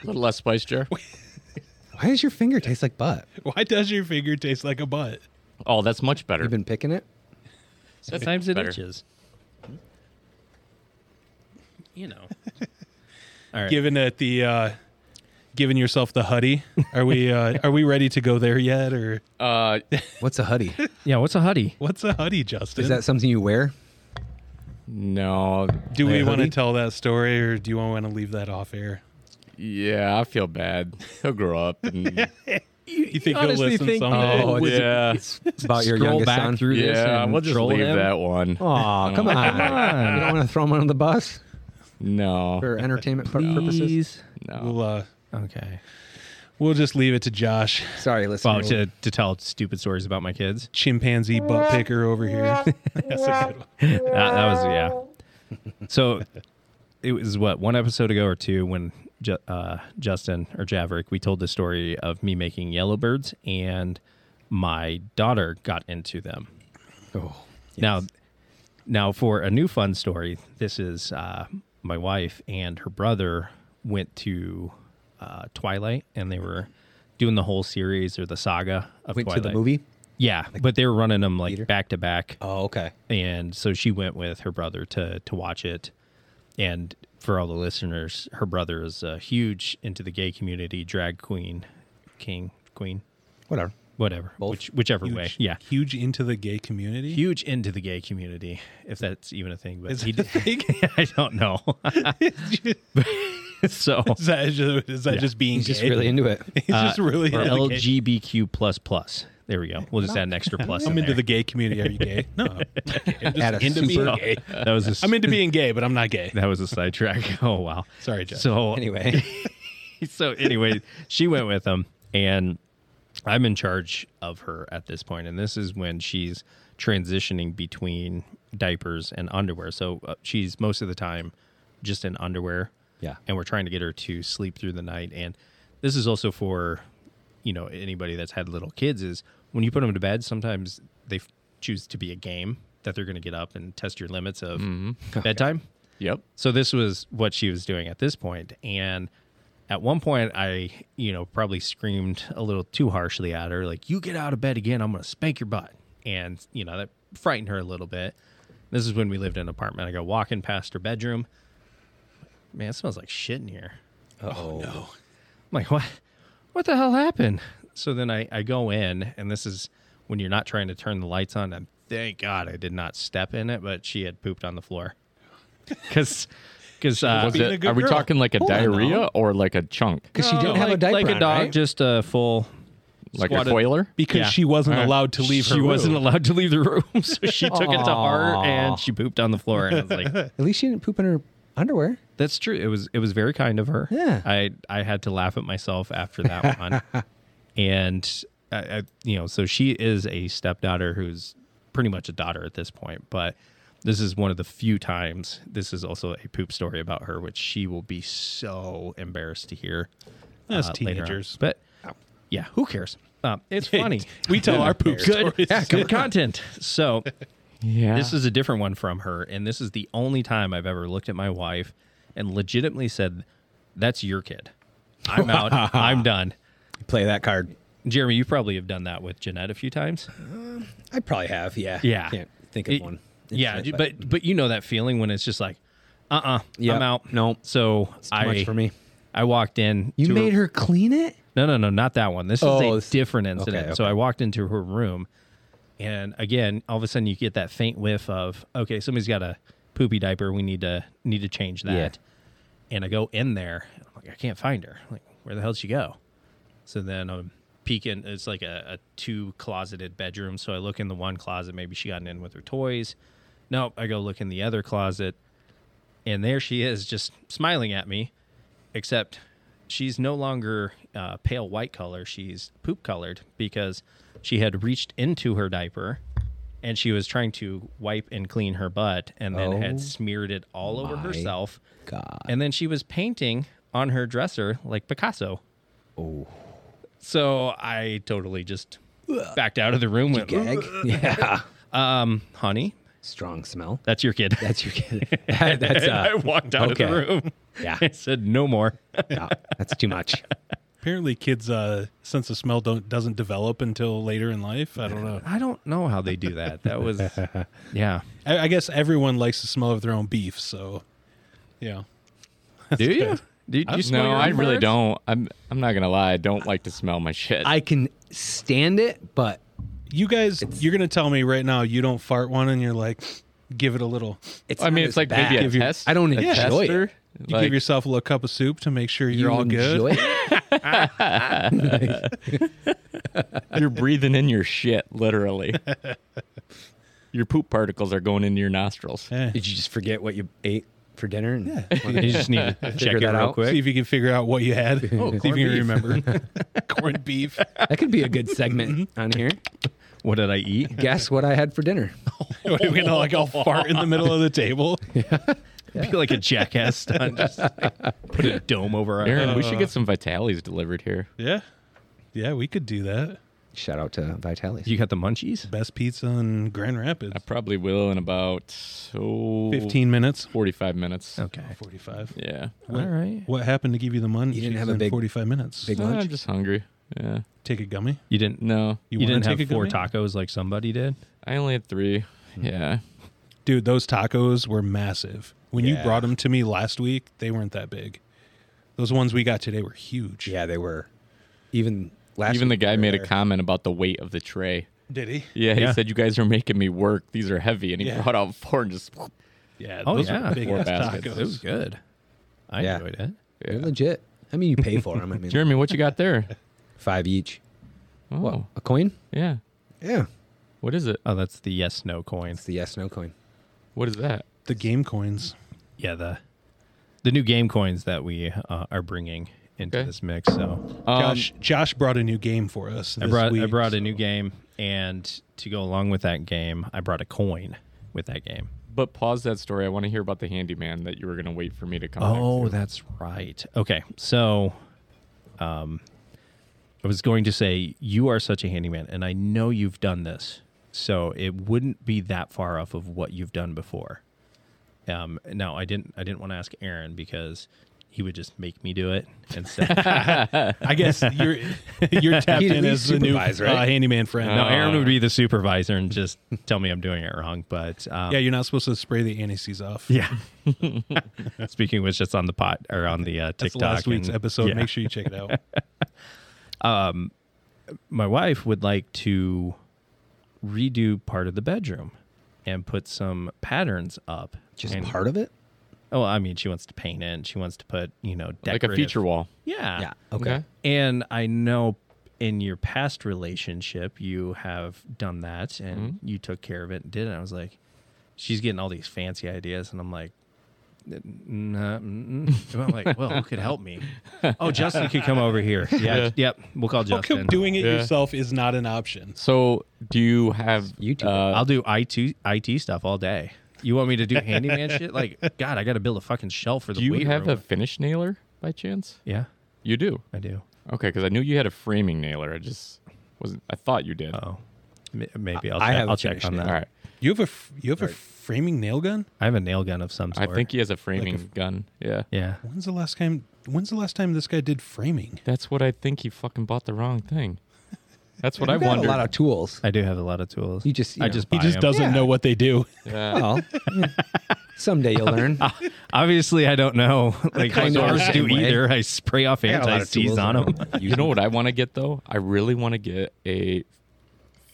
S5: a little less spice, Jer.
S1: Why does your finger taste like butt?
S2: Why does your finger taste like a butt?
S5: Oh, that's much better.
S1: You've been picking it?
S4: Sometimes it
S5: better.
S4: itches.
S2: Hmm?
S4: You know. All right.
S2: Given it the, uh, giving yourself the huddy. Are we uh, are we ready to go there yet, or
S5: Uh,
S1: What's a hoodie?
S4: yeah. What's a huddy?
S2: what's a huddy, Justin?
S1: Is that something you wear?
S5: no.
S2: do
S1: a
S2: we want to
S1: hoodie?
S2: tell that story, or do you want to leave that off air?
S5: Yeah, I feel bad. He'll grow up. And,
S2: You think he'll listen someday?
S1: Oh, it's-
S5: yeah.
S1: It's about your
S4: Scroll
S1: youngest
S4: back
S1: son.
S4: through this
S5: Yeah,
S4: and
S5: we'll just
S4: troll
S5: leave
S4: him?
S5: that one.
S1: Aw, come on. you don't want to throw him under the bus
S5: No.
S1: for entertainment pur- purposes?
S4: Please.
S5: No.
S2: We'll uh,
S4: Okay.
S2: we'll just leave it to Josh,
S1: Sorry,
S4: Well,
S1: listeners.
S4: to, to tell stupid stories about my kids.
S2: chimpanzee butt picker over here. That's a good one.
S4: That, that was yeah. So it was what one episode ago or two when Ju- uh, Justin or Javerick we told the story of me making yellowbirds and my daughter got into them.
S1: Oh,
S4: Now, now for a new fun story, this is uh, my wife and her brother went to uh, Twilight, and they were doing the whole series or the saga of
S1: went
S4: Twilight.
S1: to the movie?
S4: yeah, but they were running them like
S1: theater?
S4: back to back,
S1: Oh, okay.
S4: and so she went with her brother to to watch it. And for all the listeners, her brother is a huge into the gay community, drag queen, king, queen,
S1: Whatever.
S4: whatever,
S1: Both.
S4: which, whichever way, yeah
S2: Huge into the gay community.
S4: huge into the gay community, if that's even a thing. But
S2: Is
S4: he
S2: it a
S4: did, I don't know. uh, so
S2: Is that just, is that just being
S1: He's just
S2: gay?
S1: really into it.
S2: He's just really
S4: or
S2: into the gay-
S4: LGBTQ plus plus. There we go. We'll just add an extra plus.
S2: I'm
S4: in
S2: into the
S4: there.
S2: gay community. Are you gay? No. I'm just
S1: At a
S2: into
S1: super-
S2: being gay.
S4: That was a s-
S2: I'm into being gay, but I'm not gay.
S4: that was a sidetrack. Oh wow.
S2: Sorry, Jeff.
S4: So
S1: Anyway,
S4: so anyway, she went with him, and I'm in charge of her at this point, and this is when she's transitioning between diapers and underwear. So uh, she's most of the time just in underwear.
S1: Yeah.
S4: and we're trying to get her to sleep through the night, and this is also for you know anybody that's had little kids is when you put them to bed, sometimes they f- choose to be a game that they're going to get up and test your limits of bedtime.
S5: Yep.
S4: So this was what she was doing at this point, and at one point I, you know, probably screamed a little too harshly at her, like, "You get out of bed again, I'm gonna spank your butt," and you know that frightened her a little bit. This is when we lived in an apartment. I go walking past her bedroom. Man, it smells like shit in here.
S1: oh no.
S4: I'm like, what? What the hell happened? So then I, I go in, and this is when you're not trying to turn the lights on. And thank God I did not step in it, but she had pooped on the floor. Because, because uh,
S5: Was
S2: being a
S5: it,
S2: good
S5: are we
S2: girl.
S5: talking like a
S1: Hold on,
S5: diarrhea
S1: though.
S5: or like a chunk?
S1: Because she didn't have Oh, a
S4: like-
S1: diaper
S4: like a
S1: on,
S4: dog,
S1: right?
S4: just a full.
S5: Like
S4: Squatted.
S5: a coiler?
S2: Because
S4: Yeah.
S2: she wasn't
S5: All right.
S2: allowed to leave
S4: she
S2: her
S4: wasn't
S2: room.
S4: allowed to leave the room, so she took it to heart
S1: Aw.
S4: and she pooped on the floor. And I was like,
S1: At least she didn't poop in her underwear.
S4: "That's true. It was it was very kind of her."
S1: Yeah.
S4: I I had to laugh at myself after that one, and I, I, you know, so she is a stepdaughter who's pretty much a daughter at this point, but this is one of the few times this is also a poop story about her, which she will be so embarrassed to hear. uh,
S2: That's
S4: later on.
S2: teenagers.
S4: But yeah, who cares? Um, it's funny.
S2: We tell our poop
S4: good,
S2: stories.
S4: yeah, good content. So
S5: Yeah.
S4: this is a different one from her, and this is the only time I've ever looked at my wife and legitimately said, "That's your kid. I'm out. I'm done."
S1: Play that card.
S4: Jeremy, you probably have done that with Jeanette a few times.
S1: I probably have. Yeah.
S4: Yeah.
S1: Can't think of
S4: It-
S1: one.
S4: Yeah,
S1: Infinite,
S4: but but you know that feeling when it's just like, uh, uh-uh,
S1: Yep.
S4: I'm out.
S1: No.
S4: so
S1: too
S4: I
S1: much for me.
S4: I walked in.
S1: you
S4: to
S1: made her clean it.
S4: No, no, no, not that one. This
S1: Oh,
S4: is
S1: this-
S4: a different incident.
S1: okay,
S4: So
S1: okay.
S4: I walked into her room, and again, all of a sudden you get that faint whiff of okay, somebody's got a poopy diaper. We need to need to change that. And I go in there. and I'm like, I can't find her. I'm like, where the hell did she go? So then I'm peeking. It's like a, a two closeted bedroom. So I look in the one closet. Maybe she got in with her toys. Nope. I go look in the other closet, and there she is, just smiling at me. Except she's no longer uh, pale white color. She's poop colored because she had reached into her diaper and she was trying to wipe and clean her butt and then had smeared it all over
S1: Oh my
S4: herself.
S1: God.
S4: And then she was painting on her dresser like Picasso.
S1: Oh.
S4: So I totally just backed out of the room. Went,
S1: Gag. yeah.
S4: um, honey,
S1: Strong smell.
S4: that's your kid.
S1: That's your kid. That- that's
S4: and I
S1: uh,
S4: walked out of
S1: okay.
S4: the room.
S1: Yeah.
S4: I said no more.
S1: no, that's too much.
S2: Apparently, kids' uh, sense of smell don't doesn't develop until later in life. I don't know.
S4: I don't know how they do that. That was, yeah.
S2: I, I guess everyone likes the smell of their own beef. So, yeah.
S4: Do you? Did you smell
S5: no,
S4: your
S5: I
S4: own
S5: really
S4: farts?
S5: don't. I'm I'm not gonna lie. I don't like to smell my shit.
S1: I can stand it, but
S2: You guys, you're gonna tell me right now you don't fart one, and you're like, give it a little.
S1: it's.
S5: I
S1: not
S5: mean,
S1: as
S5: it's like
S1: bad.
S5: maybe a test.
S1: I don't
S5: a
S1: enjoy
S5: tester.
S1: it.
S2: You
S5: Like,
S2: give yourself a little cup of soup to make sure you're
S1: You
S2: all good.
S1: enjoy it? Nice.
S5: you're breathing in your shit, literally. your poop particles are going into your nostrils.
S2: Eh,
S1: Did you just forget what you ate for dinner? And
S4: You just need to check it
S1: that
S4: real
S1: out.
S4: quick.
S2: See if you can figure out what you had. Oh, See if
S4: corned
S2: you
S4: beef.
S2: can remember. corned beef.
S1: That could be a good segment on here.
S4: What did I eat?
S1: Guess what I had for dinner?
S2: We're gonna like all fart in the middle of the table.
S4: Be like a jackass stunt. Just like, put a dome over our
S5: Aaron,
S4: head.
S5: we should get some Vitalis delivered here.
S2: Yeah, yeah, we could do that.
S1: Shout out to Vitalis.
S4: You got the munchies?
S2: Best pizza in Grand Rapids.
S5: I probably will in about so
S2: 15 minutes.
S5: 45 minutes.
S4: Okay.
S2: 45.
S5: Yeah.
S4: All right.
S2: Oh. What happened to give you the money?
S1: You didn't have a
S2: in
S1: big-
S2: 45 minutes.
S1: big-
S5: Uh, I'm
S1: lunch?
S5: just hungry. Yeah.
S2: Take a gummy.
S4: You didn't.
S5: No.
S2: You
S4: You,
S2: wanna
S4: didn't
S2: take
S4: have
S2: a
S4: four
S2: gummy?
S4: tacos like somebody did.
S5: I only had three. Yeah.
S2: Dude, those tacos were massive. When you brought them to me last week, they weren't that big. Those ones we got today were huge.
S1: Yeah, they were. Even last.
S5: Even the
S1: week we
S5: guy
S1: were
S5: made
S1: there.
S5: a comment about the weight of the tray.
S2: Did he?
S5: Yeah, he
S4: Yeah.
S5: said you guys are making me work. These are heavy, and he
S2: Yeah.
S5: brought out four and just.
S2: Yeah.
S4: Oh,
S2: those
S4: yeah.
S2: were big
S5: Four
S2: ass
S5: baskets.
S2: tacos.
S4: It was good. I
S1: Yeah.
S4: enjoyed it.
S1: They're legit. I mean, you pay for them. I mean,
S5: Jeremy, what you got there?
S1: five each.
S5: Oh,
S1: A coin?
S5: yeah.
S1: Yeah.
S5: What is it?
S4: Oh, that's the yes no coin.
S1: It's the yes no coin.
S5: What is that?
S2: The game coins.
S4: Yeah, the the new game coins that we uh, are bringing into
S5: Okay.
S4: this mix. So
S5: Um,
S2: Josh Josh brought a new game for us.
S4: I
S2: this
S4: brought I
S2: week,
S4: brought a
S2: so-
S4: new game, and to go along with that game, I brought a coin with that game.
S5: but pause that story. I want to hear about the handyman that you were going to wait for me to come. back
S4: Oh,
S5: to.
S4: that's right. Okay, so, um, I was going to say you are such a handyman, and I know you've done this, so it wouldn't be that far off of what you've done before. Um, no, I didn't. I didn't want to ask Aaron because he would just make me do it instead.
S2: I guess you're you're tapped
S1: He's-
S2: in
S1: he's
S2: as the new
S1: supervised,
S2: uh,
S1: right?
S2: handyman friend.
S4: no, Aaron would be the supervisor and just tell me I'm doing it wrong. But um,
S2: Yeah, you're not supposed to spray the anisies off.
S4: yeah. Speaking was just on the pot or on the uh,
S2: That's
S4: TikTok
S2: last week's
S4: and-
S2: episode.
S4: yeah.
S2: Make sure you check it out.
S4: my wife would like to redo part of the bedroom and put some patterns up.
S1: Just
S4: and,
S1: part of it?
S4: Oh, I mean, she wants to paint it. She wants to put, you know,
S5: like a
S4: decorative-
S5: feature wall.
S4: Yeah.
S1: Yeah. Okay.
S4: And I know in your past relationship you have done that
S5: Mm-hmm.
S4: and you took care of it and did it. I was like, she's getting all these fancy ideas, and I'm like, nah, mm, mm." And I'm like, well, who could help me? Oh, Justin could come over here. Yeah, yep. We'll call
S2: How come
S4: Justin.
S2: doing it
S5: Yeah.
S2: yourself is not an option?
S5: So, do you have
S1: YouTube.
S5: Uh,
S4: I'll do IT IT stuff all day. You want me to do handyman shit? Like, God, I got to build a fucking shelf for the.
S5: do you
S4: weight
S5: have
S4: room.
S5: a finish nailer by chance?
S4: Yeah,
S5: You do.
S4: I do.
S5: Okay, because I knew you had a framing nailer. I just wasn't. I thought you did.
S4: Oh, M- maybe I'll.
S1: I
S4: check-
S1: have a
S4: I'll check
S1: finish
S4: on
S1: now.
S4: that.
S5: All right.
S2: You have a f- you have a framing nail gun.
S4: I have a nail gun of some
S5: I
S4: sort.
S5: think he has a framing gun. Yeah.
S4: Yeah.
S2: When's the last time? When's the last time this guy did framing?
S5: That's what I think. He fucking bought the wrong thing. That's what I
S1: I've got a
S5: wondered.
S1: lot of tools.
S4: I do have a lot of tools.
S1: You just, you
S4: I
S1: know,
S4: just buy
S2: He just
S4: 'em.
S2: doesn't
S1: Yeah.
S2: know what they do.
S5: yeah.
S1: Well, someday you'll learn.
S4: Obviously, I don't know. Like how
S1: Kind of
S4: ours
S1: the
S4: do
S1: same way.
S4: either. I spray off
S1: I got a lot of
S4: anti-seize
S1: tools
S4: on
S1: around.
S4: them.
S5: You know what I want to get though? I really want to get a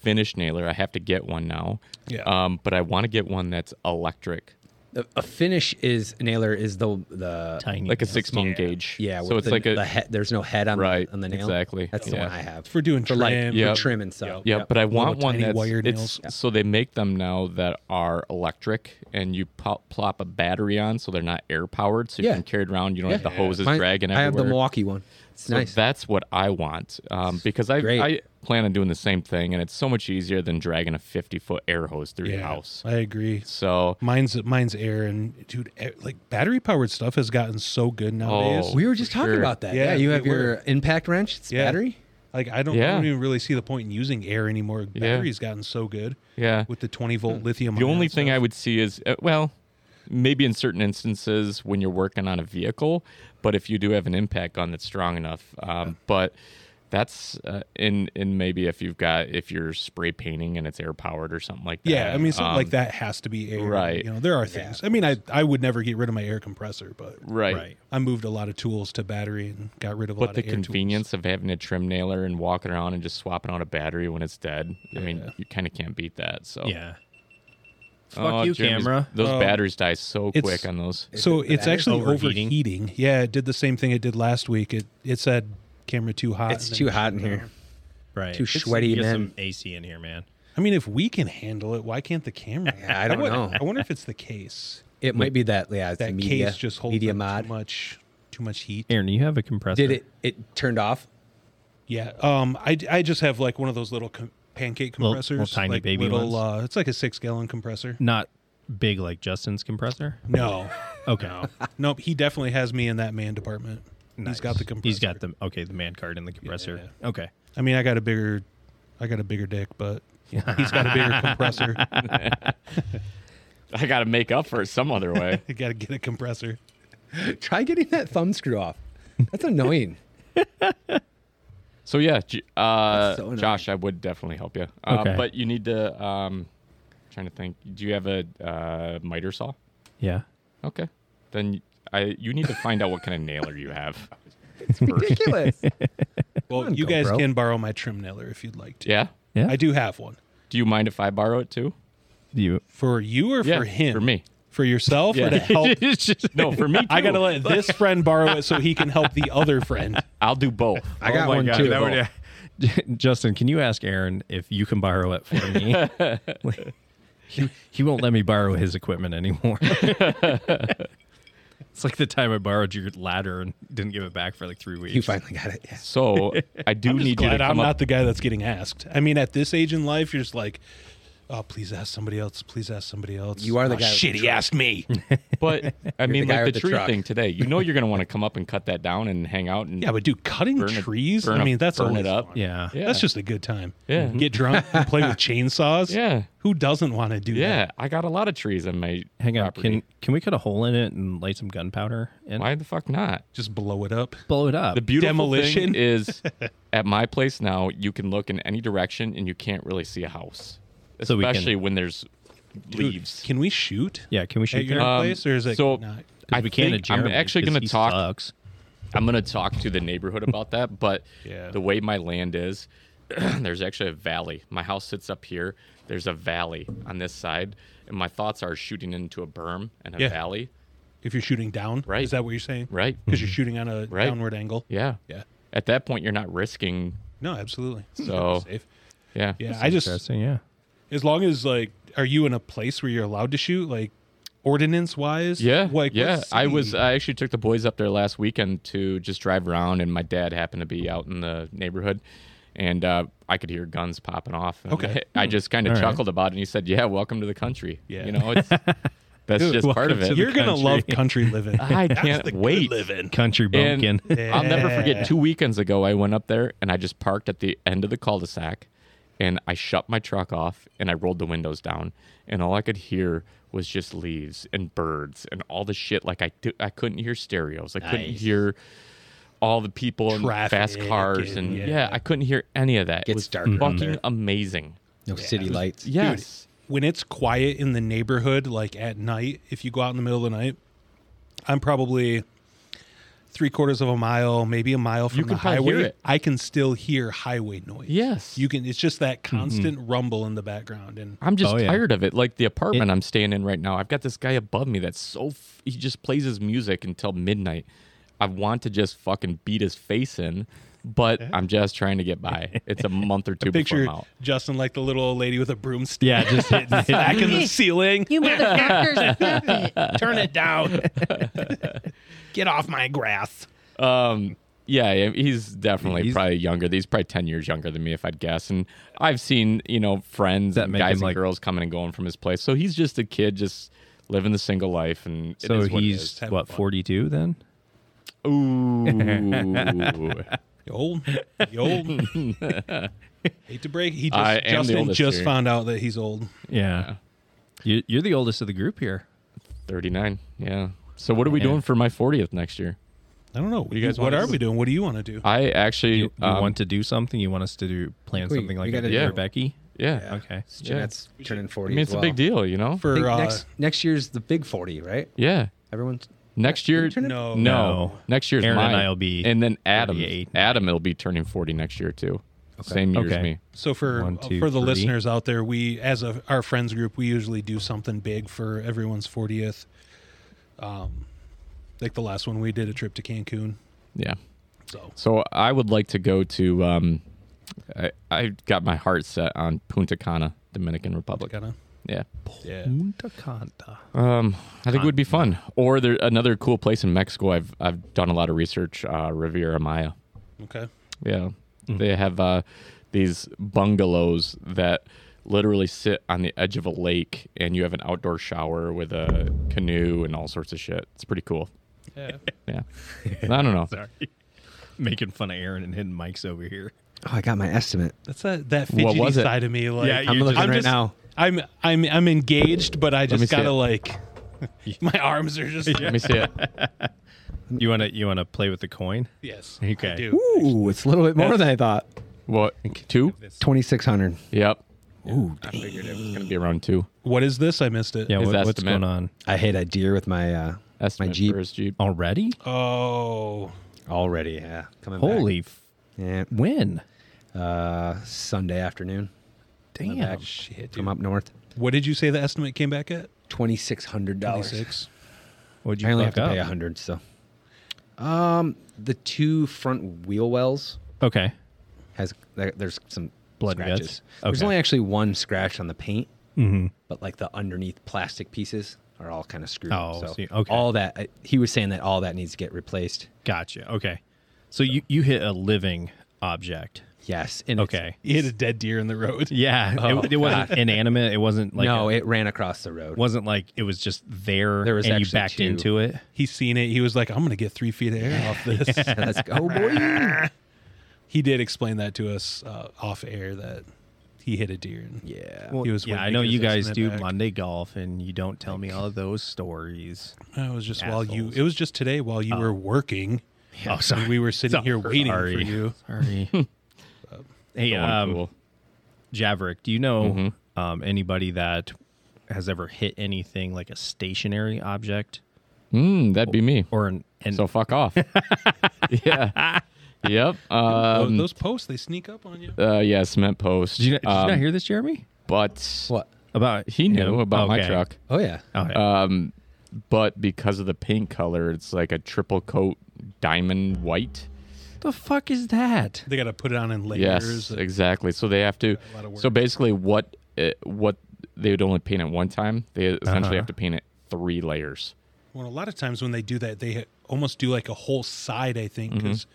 S5: finish nailer. I have to get one now.
S2: Yeah.
S5: Um, but I want to get one that's electric,
S1: A- a finish is nailer is the the
S4: Tiny.
S5: like a
S4: nails.
S5: 16 gauge.
S1: yeah.
S5: So
S1: with
S5: it's
S1: the,
S5: like a
S1: the head. There's no head on
S5: right.
S1: the, on the nail.
S5: Exactly.
S1: That's the
S5: yeah.
S1: one I have
S2: For doing
S1: for like
S2: trim.
S1: for
S5: Yep.
S1: trim and stuff.
S5: Yeah,
S2: Yep.
S5: but I want
S2: Little
S5: one
S2: tiny
S5: that's
S2: wire
S5: it's,
S2: nails.
S5: so they make them now that are electric, and you pop, plop a battery on, so they're not air powered, so you
S1: Yeah.
S5: can carry it around. You don't have the
S1: Yeah.
S5: hoses
S1: Mine-
S5: dragging
S1: I have the
S5: everywhere.
S1: Milwaukee one. It's
S5: So
S1: nice.
S5: That's what I want um, because I
S1: Great.
S5: I plan on doing the same thing, and it's so much easier than dragging a 50 foot air hose through your
S2: Yeah,
S5: house.
S2: I agree.
S5: So
S2: Mine's mine's air and dude, eh, like battery powered stuff has gotten so good nowadays.
S5: Oh.
S1: we were just
S5: for
S1: talking
S5: sure.
S1: about that.
S2: Yeah,
S1: Yeah, you
S2: we
S1: have your
S2: were.
S1: impact wrench. It's
S2: Yeah.
S1: battery.
S2: Like I don't, I
S5: Yeah.
S2: don't even really see the point in using air anymore. Battery's gotten so good
S5: yeah, Hmm.
S2: with the 20 volt lithium.
S5: the only thing I would see is uh, well, maybe in certain instances when you're working on a vehicle, but if you do have an impact gun that's strong enough, um, but that's uh, in in maybe if you've got if you're spray painting and it's air powered or something like that.
S2: yeah, I mean something
S5: um,
S2: like that has to be air.
S5: right.
S2: You know, there are things. I mean, I I would never get rid of my air compressor, but
S5: Right.
S4: Right.
S2: I moved a lot of tools to battery and got rid of a lot
S5: But the
S2: of air tools.
S5: convenience of having a trim nailer and walking around and just swapping out a battery when it's dead. I mean, you kind of can't beat that. So
S4: Yeah.
S5: Oh,
S4: Fuck you,
S5: Jeremy's-
S4: camera.
S5: Those
S2: Oh.
S5: batteries die so
S2: It's-
S5: quick on those.
S2: So
S1: Is it
S2: it's
S1: that?
S2: actually overheating.
S4: Overheating.
S2: Yeah, it did the same thing it did last week. It it said camera too hot.
S1: It's
S2: and then
S1: too
S2: it shut
S1: hot in
S2: down.
S1: here.
S4: Right.
S1: Too
S4: It's-
S1: sweaty,
S4: Get
S1: man.
S4: some AC in here, man.
S2: I mean, if we can handle it, why can't the camera?
S1: Yeah, I don't
S2: wonder-
S1: know.
S2: I wonder if it's the case.
S1: It might be that. Yeah, it's the
S2: That
S1: media
S2: case just holds
S1: media
S2: up
S1: mod.
S2: too much too much heat.
S4: Aaron, you have a compressor.
S1: Did it? It turned off.
S2: Yeah. Um. I, I just have like one of those little com- pancake
S4: Little-
S2: compressors,
S4: little tiny
S2: like
S4: baby
S2: little.
S4: ones?
S2: Uh, it's like a six gallon compressor.
S4: Not big like Justin's compressor.
S2: No.
S4: Okay.
S2: nope. He definitely has me in that man department. He's got the compressor.
S4: He's got the okay, the man card and the compressor. Okay.
S2: I mean, I got a bigger, I got a bigger dick, but he's got a bigger compressor.
S5: I got to make up for it some other way.
S2: I got to get a compressor.
S1: Try getting that thumb screw off. That's annoying.
S5: So yeah, J- uh,
S1: That's so annoying.
S5: Josh, I would definitely help you. Um,
S4: Okay.
S5: But you need to. Um, trying to think. Do you have a uh, miter saw?
S4: Yeah.
S5: Okay. Then I you need to find out what kind of nailer you have.
S1: Ridiculous.
S2: Well,
S1: Come on,
S2: you guys
S1: GoPro.
S2: can borrow my trim nailer if you'd like to.
S5: Yeah.
S4: Yeah.
S2: I do have one
S5: Do you mind if I borrow it too?
S4: you
S2: for you or
S5: Yeah,
S2: for him.
S5: for me.
S2: For yourself
S5: Yeah.
S2: or to help.
S4: It's just-
S5: No, for me. Too.
S2: I gotta let this friend borrow it so he can help the other friend.
S5: I'll do both. Oh
S1: I got
S4: my
S1: one
S4: God,
S1: too.
S4: that would- Justin, can you ask Aaron if you can borrow it for me? Like, he, he won't let me borrow his equipment anymore. it's like the time I borrowed your ladder and didn't give it back for like three weeks.
S1: you finally got it. Yeah.
S5: So I do
S2: I'm just
S5: need you to
S2: glad
S5: come
S2: I'm
S5: up.
S2: not the guy that's getting asked. I mean, at this age in life, you're just like, oh, please ask somebody else. Please ask somebody else.
S1: You are the
S2: "Oh,
S1: guy with
S2: Shit,
S1: the
S2: he asked me.
S5: But I mean,
S1: the guy
S5: like the,
S1: with the
S5: tree
S1: truck.
S5: thing today. You know, you're gonna want to come up and cut that down and hang out and
S2: yeah, but dude, cutting
S5: Burn it-
S2: trees.
S5: burn
S2: I
S5: it-
S2: mean, that's
S5: burn
S2: always
S5: it up.
S2: fun.
S4: Yeah.
S5: Yeah.
S2: That's just a good time.
S5: Yeah.
S2: Get drunk, and play with chainsaws.
S5: Yeah.
S2: Who doesn't want to do
S5: yeah.
S2: that?
S5: I got a lot of trees in my
S4: Hang on.
S5: property.
S4: Can can we cut a hole in it and light some gunpowder and
S5: Why the fuck not?
S2: Just blow it up.
S4: blow it up?
S5: The beautiful
S2: Demolition.
S5: thing is, at my place now, you can look in any direction and you can't really see a house,
S4: So we can-
S5: especially when there's
S2: Dude,
S5: leaves.
S2: Can we shoot?
S4: yeah. Can we shoot
S2: At your
S4: there?
S5: Um,
S2: place, or is it
S5: so
S2: not?
S4: 'Cause
S5: I
S4: we can't.
S5: think-
S4: at Jeremy
S5: I'm actually
S4: 'cause
S5: gonna
S4: he
S5: talk.
S4: sucks.
S5: I'm gonna talk to the neighborhood about that, but
S2: Yeah.
S5: the way my land is, there's actually a valley. My house sits up here. There's a valley on this side, and my thoughts are shooting into a berm and a
S2: Yeah.
S5: valley.
S2: If you're shooting down,
S5: Right.
S2: Is that what you're saying?
S5: Right.
S2: Because you're shooting on a
S5: Right.
S2: downward angle.
S5: Yeah.
S2: Yeah.
S5: At that point, you're not risking.
S2: No, absolutely.
S5: So-
S2: Safe.
S5: Yeah.
S2: yeah, I just
S4: Interesting. Yeah.
S2: as long as like, are you in a place where you're allowed to shoot? Like, ordinance wise.
S5: Yeah,
S2: like
S5: yeah.
S2: let's
S5: I was. uh,
S2: see.
S5: I actually took the boys up there last weekend to just drive around, and my dad happened to be out in the neighborhood, and uh, I could hear guns popping off. and
S2: Okay.
S5: I, I just kind
S2: Hmm.
S4: All
S5: of
S4: right.
S5: chuckled about it, and he said, "Yeah, welcome to the country."
S2: Yeah.
S5: you know, it's, that's just part of
S4: welcome to
S5: it.
S4: the
S2: You're gonna love country living.
S5: I can't wait.
S4: Country
S5: And
S4: bumpkin.
S5: I'll never forget two weekends ago, I went up there and I just parked at the end of the cul de sac and I shut my truck off and I rolled the windows down. And all I could hear was just leaves and birds and all the shit. Like I, di- I couldn't hear stereos, I couldn't
S6: Nice.
S5: hear all the people and fast
S2: Traffic
S5: cars.
S2: and-
S5: And
S2: yeah.
S5: yeah. I couldn't hear any of that. it
S6: Gets
S5: was
S6: darker up
S5: fucking
S6: there.
S5: amazing.
S6: No city lights.
S5: Yes.
S2: when it's quiet in the neighborhood, like at night, if you go out in the middle of the night, I'm probably three quarters of a mile, maybe a mile from
S5: You
S2: the
S5: can probably hear
S2: highway.
S5: it.
S2: I can still hear highway noise.
S5: Yes.
S2: You can it's just that
S5: Mm-hmm.
S2: constant rumble in the background and
S5: I'm just
S4: Oh, yeah.
S5: tired of it. Like the apartment I'm staying in right now, I've got this guy above me that's so f- he just plays his music until midnight. I want to just fucking beat his face in, but I'm just trying to get by. It's a month or two before
S2: picture
S5: I'm out.
S2: Justin like the little old lady with a broomstick
S4: yeah, just hit,
S2: back in the ceiling.
S7: You motherfuckers, stop it.
S2: Turn it down. Get off my grass.
S5: Um, yeah, yeah, he's definitely
S4: He's-
S5: probably younger. He's probably ten years younger than me, if I'd guess. And I've seen you know friends,
S4: That
S5: and
S4: make
S5: guys
S4: him,
S5: and
S4: like-
S5: girls coming and going from his place. So he's just a kid, just living the single life. And it
S4: so
S5: is what it
S4: he's
S5: is.
S2: Have
S4: what
S2: fun.
S4: 42 then?
S5: ooh.
S2: You old, you old. Hate to break. He
S5: I
S2: just,
S5: am the
S2: Justin
S5: oldest
S2: just
S5: here.
S2: found out that he's old.
S4: Yeah. You, you're the oldest of the group here.
S5: 39. Yeah. So what are we doing for my 40th next year?
S2: I don't know. What,
S5: do Uh, you guys
S2: what
S5: want
S2: are
S5: us-
S2: we doing? What do you want to do?
S5: I actually
S4: You, you
S5: um,
S4: want to do something? You want us to do plan
S1: we-
S4: something
S1: we
S4: like that
S1: gotta
S4: for
S5: do-
S4: Becky?
S5: yeah.
S4: Okay.
S5: Yeah.
S1: Jeanette's turning
S5: I
S1: forty.
S5: mean,
S1: as
S5: it's a
S1: well.
S5: big deal, you know?
S1: I
S2: For
S1: think
S2: uh,
S1: next next year's the big forty, right?
S5: yeah.
S1: Everyone's
S5: Next year
S1: turning-
S2: no,
S5: No. Next year's
S4: Oh, Aaron and
S5: mine.
S4: I'll be
S5: And then Adam
S4: 38.
S5: Adam will be turning 40 next year too. Same year
S4: Okay.
S5: as me.
S2: So for
S4: One, two,
S2: for the
S4: three.
S2: listeners out there, we as a our friends group, we usually do something big for everyone's 40th. Um, like the last one, we did a trip to Cancun.
S5: Yeah.
S2: So
S5: So I would like to go to um I, I got my heart set on Punta Cana, Dominican Republic.
S2: gotta
S5: Yeah.
S2: yeah.
S4: Punta Canta.
S5: Um, I think it would be fun. Or there another cool place in Mexico. I've I've done a lot of research. Uh, Riviera Maya.
S2: Okay.
S5: Yeah.
S4: Mm.
S5: They have uh, these bungalows that literally sit on the edge of a lake, and you have an outdoor shower with a canoe and all sorts of shit. It's pretty cool. Yeah. I don't know.
S4: Sorry. Making fun of Aaron and hidden mics over here.
S1: Oh, I got my estimate.
S2: That's that that
S5: What
S2: fidgety
S5: was it?
S2: side of me. Like
S4: Yeah,
S1: I'm
S4: You're
S1: looking
S4: just-
S2: I'm
S1: right
S2: just-
S1: now.
S2: I'm I'm I'm engaged, but I
S5: me
S2: just
S5: see
S2: gotta
S5: it.
S2: like my arms are just
S5: Let me see it.
S4: You want to you want to play with the coin?
S2: yes.
S4: Okay.
S2: I do.
S1: Ooh, it's a little bit more than I thought.
S5: What? Two?
S1: Twenty six hundred.
S5: Yep. Ooh, I figured it was going to be around two.
S2: What is this? I missed it.
S4: Yeah,
S5: His
S4: what, what's
S5: estimate.
S4: going on
S1: I hit a deer with my uh
S5: Estimate
S1: my Jeep
S5: for his Jeep.
S4: already?
S2: Oh,
S1: already. Yeah, coming back.
S4: Holy f-
S1: Yeah,
S4: when?
S1: uh, Sunday afternoon.
S4: Damn.
S2: shit, dude.
S1: Come up north.
S2: What did you say the estimate came back at?
S1: Twenty six hundred dollars.
S2: 26.
S4: What'd you
S1: I only have
S4: fuck
S1: to pay a
S4: up?
S1: hundred. So, um, the two front wheel wells
S4: Okay.
S1: has there, there's some
S4: Blood and
S1: scratches.
S4: guts?
S1: There's
S4: Okay.
S1: only actually one scratch on the paint,
S4: Mm-hmm.
S1: but like the underneath plastic pieces are all kind of screwed.
S4: Oh,
S1: so
S4: see, okay.
S1: all that I, he was saying that all that needs to get replaced.
S4: Gotcha. Okay. So you you hit a living object.
S1: Yes. And it's-
S4: Okay.
S2: You hit a dead deer in the road.
S4: Yeah. it, it wasn't inanimate. It wasn't like
S1: no,
S4: a-
S1: it ran across the road.
S4: wasn't like it was just there.
S1: There was
S4: and you
S1: actually
S4: backed
S1: two.
S4: into it.
S2: He seen it. He was like, I'm going to get three feet of air off this.
S1: Let's go, boy.
S2: He did explain that to us uh, off air that he hit a deer. And
S1: yeah.
S2: he was
S4: yeah,
S2: waiting
S4: I know
S2: because
S4: you
S2: it's in
S4: guys
S2: the
S4: do
S2: back.
S4: Monday golf, and you don't tell me all of those stories.
S2: It was just while you,
S4: Assholes.
S2: it was just today while you were working.
S4: Oh, sorry.
S2: And we were sitting here waiting for
S4: Sorry.
S2: you.
S4: Sorry. hey,
S5: Going
S4: um,
S5: cool. Mm-hmm.
S4: Javerick, do you know um, anybody that has ever hit anything like a stationary object
S5: Mm, that'd be me.
S4: or an? an
S5: So fuck off. yeah. Yep.
S2: Oh,
S5: Um,
S2: those posts, they sneak up on you.
S5: uh, yeah, cement post.
S4: did you, did you
S5: Um,
S4: not hear this, Jeremy?
S5: But
S1: What?
S4: About
S5: he knew
S4: him?
S5: about my
S4: Okay.
S5: truck.
S1: Oh yeah.
S4: Okay.
S5: Um, but because of the paint color, it's like a triple coat diamond white.
S4: the fuck is that?
S2: They got to put it on in layers.
S5: Yes, exactly. So eh, they have to.
S2: lot of work.
S5: So basically, what it, what they would only paint it one time. They essentially have to paint it three layers.
S2: Well, a lot of times when they do that, they ha- almost do like a whole side, I think,
S5: Mm-hmm.
S2: because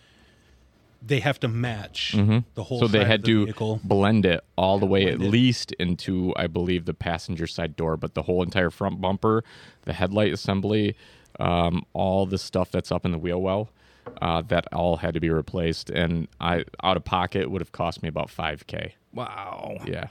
S2: they have to match the whole
S5: so they
S2: side
S5: had
S2: of the
S5: to
S2: vehicle.
S5: blend it all the way at least into i believe the passenger side door but the whole entire front bumper the headlight assembly um, all the stuff that's up in the wheel well uh, that all had to be replaced and i out of pocket would have cost me about 5k
S4: Wow.
S5: yeah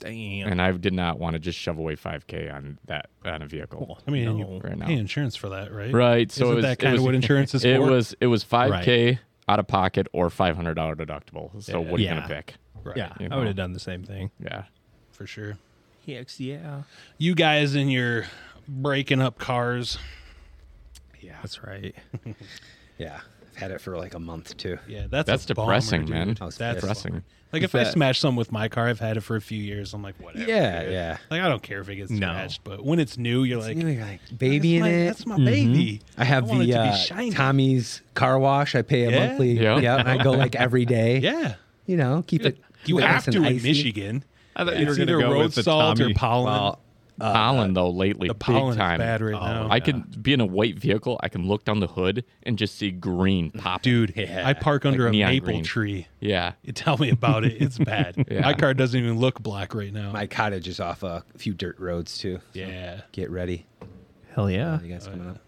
S4: Damn.
S5: and i did not want to just shove away 5k on that on a vehicle
S2: I mean, and you
S5: right now
S2: pay insurance for that, right?
S5: right so
S2: Isn't
S5: it was,
S2: that
S5: it
S2: kind
S5: was,
S2: of what insurance is
S5: it
S2: for?
S5: was it was 5k out of pocket or $500 deductible so what are you
S4: Yeah.
S5: gonna pick
S2: right,
S4: Yeah,
S5: you
S4: I would
S5: know.
S4: have done the same thing.
S5: yeah
S2: for sure.
S4: Hex, yeah.
S2: You guys in your breaking up cars,
S4: That's right.
S1: Yeah. I've had it for like a month too.
S2: yeah, that's
S5: That's
S2: a bummer,
S5: depressing,
S2: dude.
S5: man.
S1: I was
S2: That's
S1: pissed.
S5: depressing.
S2: Like if I smash something with my car, I've had it for a few years. I'm like, whatever.
S1: Yeah,
S2: dude.
S1: yeah.
S2: Like I don't care if it gets
S4: No.
S2: scratched, but when it's new, you're like,
S1: You know, you're like baby
S2: that's
S1: in
S2: my,
S1: it.
S2: That's my baby.
S5: Mm-hmm.
S1: I have
S2: want it
S1: the
S2: to be
S1: uh,
S2: shiny.
S1: Tommy's car wash. I pay a
S2: Yeah?
S1: monthly.
S5: Yeah.
S1: Yeah. and I go like every day.
S2: Yeah,
S1: You know, keep it.
S2: you
S1: keep it
S2: have
S1: nice and
S2: to in
S1: icy.
S2: Michigan.
S4: I thought
S2: It's either road salt or pollen.
S1: Well,
S5: pollen though lately,
S2: uh, the
S5: big
S2: pollen
S5: time.
S2: is bad
S1: Oh
S2: right now.
S5: I can be in a white vehicle. I can look down the hood and just see green pop.
S2: dude, I park under a
S5: neon
S2: maple
S5: green.
S2: tree.
S5: Yeah,
S2: You tell me about it. It's bad.
S5: Yeah.
S2: My car doesn't even look black right now.
S1: my cottage is off a few dirt roads too. so
S2: yeah.
S1: Get ready.
S4: Hell yeah.
S1: You guys coming up?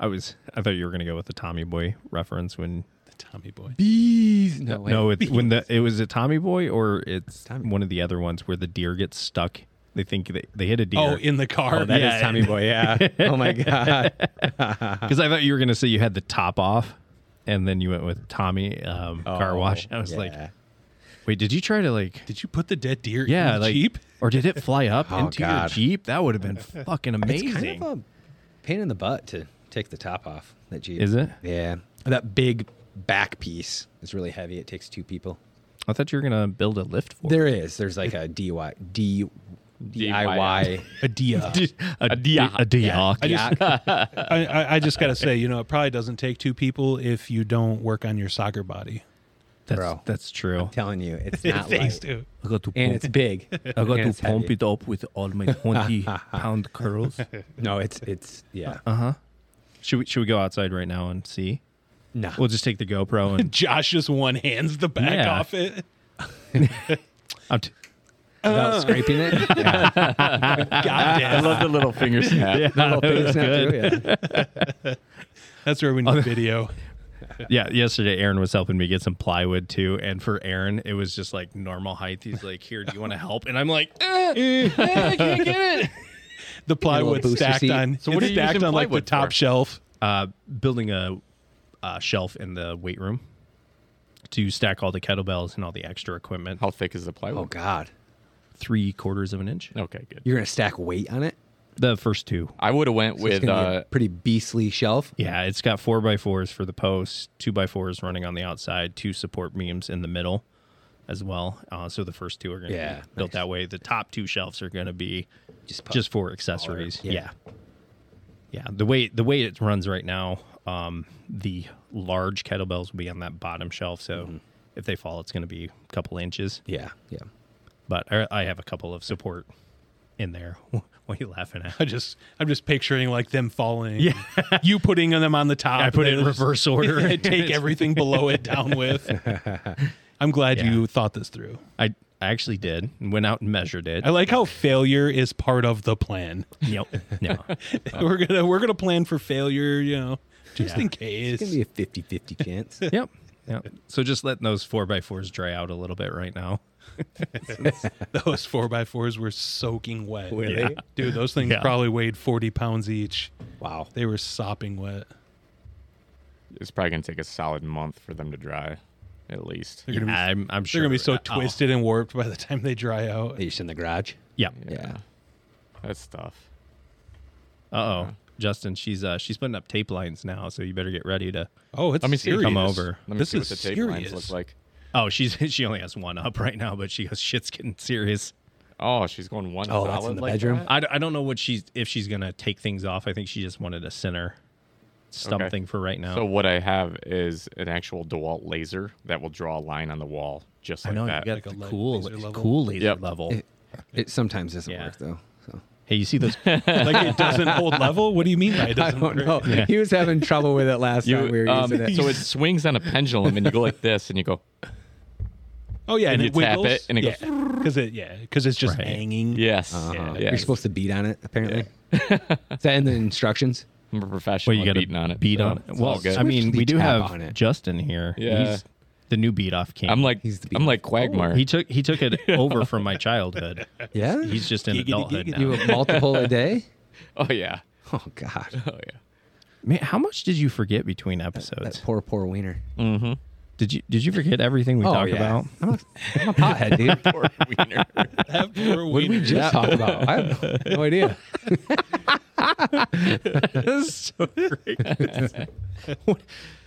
S4: I was. I thought you were gonna go with the Tommy Boy reference when.
S2: The Tommy boy.
S1: Bees. No, wait.
S4: No, it's when the it was a Tommy Boy or it's
S1: Tommy-
S4: one of the other ones where the deer gets stuck. They think they, they hit a deer.
S2: Oh, in the car.
S4: Oh, that is
S2: yeah.
S4: Tommy Boy.
S1: Yeah. oh my god.
S4: Because I thought you were gonna say you had the top off, and then you went with Tommy um, car wash. I was like,
S1: Oh, Yeah.
S4: wait, did you try to like?
S2: Did you put the dead deer in
S4: Yeah,
S2: the
S4: like,
S2: Jeep?
S4: or did it fly up
S1: Oh,
S4: into your
S1: God.
S4: Jeep? That would have been fucking amazing.
S1: It's kind of a pain in the butt to take the top off that Jeep.
S4: Is it?
S1: Yeah. That big back piece is really heavy. It takes two people.
S4: I thought you were gonna build a lift for
S1: There is. There's like a DIY, D, DIY.
S2: A Dia.
S4: it. a,
S5: Diak.
S4: a Diak.
S2: I just, I, I, I just got to say, you know, it probably doesn't take two people if you don't work on your soccer body.
S4: That's
S1: Bro.
S4: that's true.
S1: telling you, it's
S2: It
S1: not
S2: takes
S1: light.
S2: two.
S4: I got to
S1: And it's big.
S4: I
S1: And
S4: got to
S1: it's heavy.
S4: pump it up with all my 20 pound curls.
S1: No, it's it's yeah.
S4: Should we should we go outside right now and see?
S1: No.
S4: We'll just take the GoPro and
S2: Josh just one hands the back
S4: Yeah.
S2: off it.
S4: I'm t-
S1: Without scraping it. Yeah.
S2: God
S5: I
S2: damn.
S5: love the little finger snap.
S1: Little things now too, yeah.
S2: That's where we need video.
S4: yeah, yesterday Aaron was helping me get some plywood too, and for Aaron it was just like normal height. He's like, "Here, do you want to help?" And I'm like, "Eh, eh, I can't get it."
S2: The plywood
S1: booster
S2: stacked
S1: seat.
S2: on.
S5: So what
S2: it's
S5: are you
S2: stacked
S5: using
S2: on like the
S5: plywood
S2: top
S5: for?
S2: shelf?
S4: Uh, building a, a shelf in the weight room to stack all the kettlebells and all the extra equipment.
S5: How thick is the plywood?
S1: Oh God.
S4: Three quarters of an inch.
S5: Okay, good.
S1: You're gonna stack weight on it.
S4: The first two.
S5: I would have went
S1: It's
S5: with
S1: gonna be
S5: uh,
S1: a pretty beastly shelf.
S4: Yeah, it's got four by fours for the post, two by fours running on the outside, two support beams in the middle as well. Uh, so the first two are going to
S1: Yeah,
S4: be built that way. The top two shelves are going to be
S1: Just pop-
S4: just for accessories.
S1: Yeah.
S4: Yeah. yeah. The way the way it runs right now, um, the large kettlebells will be on that bottom shelf. So
S1: Mm-hmm.
S4: if they fall, it's going to be a couple inches.
S1: Yeah. Yeah.
S4: But I, I have a couple of support in there. what are you laughing at?
S2: I just, I'm just picturing like them falling. Yeah. You putting them on the top.
S4: I put it in
S2: and just-
S4: reverse order.
S2: and take everything below it down with. I'm glad
S4: Yeah.
S2: you thought this through.
S4: I I actually did and went out and measured it.
S2: I like how failure is part of the plan.
S4: Yep. No.
S2: we're gonna we're gonna plan for failure, you know, just in case.
S1: It's gonna be a 50-50 chance.
S4: yep. Yep. So just letting those four by fours dry out a little bit right now.
S2: those four by fours were soaking wet.
S1: Were they? Yeah.
S2: Dude, those things
S4: Yeah.
S2: probably weighed forty pounds each.
S1: Wow.
S2: They were sopping wet.
S5: it's probably gonna take a solid month for them to dry, at least.
S2: They're gonna be
S4: I'm I'm sure
S2: they're gonna be so
S4: oh,
S2: twisted and warped by the time they dry out.
S1: They just in the garage.
S4: Yeah.
S5: Yeah, that's tough.
S4: Uh oh. Justin, she's uh she's putting up tape lines now, so you better get ready to
S2: Oh, it's
S5: Let me see.
S2: serious.
S4: Come over.
S5: Let me
S2: This
S5: see what
S2: is
S5: the tape lines
S2: serious.
S5: look like.
S4: Oh, she's she only has one up right now, but she goes, shit's getting serious.
S5: Oh, she's going one.
S1: Oh,
S5: solid
S1: that's in the
S5: like
S1: bedroom?
S5: that?
S4: I, d- I don't know what she's if she's gonna take things off. I think she just wanted a center something for right now.
S5: So what I have is an actual DeWalt laser that will draw a line on the wall, just
S4: I
S5: like
S4: know
S5: that.
S4: you got
S2: Like a
S4: the
S2: le-
S4: cool
S2: laser level.
S4: cool laser
S5: Yep.
S4: level.
S1: It sometimes doesn't
S4: Yeah.
S1: work though. So
S4: Hey, you see those?
S2: Like it doesn't hold level. What do you mean by it
S1: I
S2: doesn't?
S1: don't
S2: grade?
S1: know. He was having trouble with it last
S5: You,
S1: time we were
S5: um,
S1: using it.
S5: so it swings on a pendulum, and you go like this, and you go,
S2: Oh yeah, and,
S5: you
S2: it
S5: tap
S2: wiggles.
S5: it, and it goes-
S2: because it yeah because it's just
S4: Right.
S2: hanging.
S5: yes,
S2: Yeah.
S5: yes.
S1: Uh-huh. You're supposed to beat on it, apparently. Is that in the instructions?
S5: I'm a professional.
S4: Well, you
S5: at
S4: got to
S5: beating on it.
S4: Beat
S5: so
S4: on it.
S5: it's all
S4: Well,
S5: good.
S4: I mean,
S1: Swiftly
S4: we do
S1: tap
S4: have
S1: on it.
S4: Justin here.
S5: Yeah.
S4: He's the new beat off king.
S5: I'm like
S1: He's the beat.
S5: I'm like Quagmire.
S4: Oh, he took he took it over from my childhood.
S1: Yeah.
S4: He's just in
S2: Giggity,
S4: adulthood
S2: giggity.
S1: you
S4: now.
S1: have multiple a day?
S5: oh yeah,
S1: Oh, God.
S5: oh yeah.
S4: Man, how much did you forget between
S1: That
S4: episodes?
S1: poor, poor wiener.
S4: Did you did you forget everything we talked
S1: Oh,
S4: about?
S1: I'm a, I'm a pothead, dude.
S5: Poor wiener.
S2: That poor
S1: What did we
S2: wiener.
S1: just talk about? I have no idea.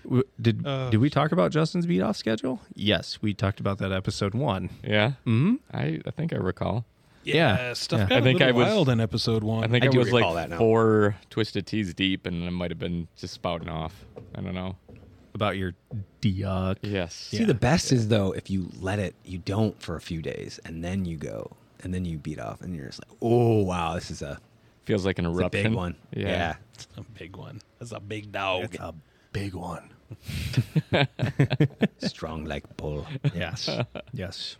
S4: W- Did
S1: Uh,
S4: did we talk about Justin's beat off schedule? Yes, we talked about that episode one.
S5: yeah. Mm-hmm. I I think I recall.
S4: Yeah.
S2: Yeah, stuff.
S4: Yeah.
S2: Got
S5: I think
S2: a
S5: I
S2: little
S5: was-
S2: wild in episode one.
S5: I think
S1: I
S5: I,
S1: do
S5: was
S1: recall that
S5: like
S1: now.
S5: four twisted teas deep, and I might have been just spouting off. I don't know.
S4: About your Diog.
S5: Yes.
S1: See, the best is though if you let it, you don't for a few days, and then you go, and then you beat off, and you're just like, oh wow, this is a,
S5: Feels like an
S1: it's a
S5: eruption.
S1: big one.
S5: Yeah.
S2: a big one. That's a big dog.
S1: a big one. Strong like bull.
S4: Yes. yes.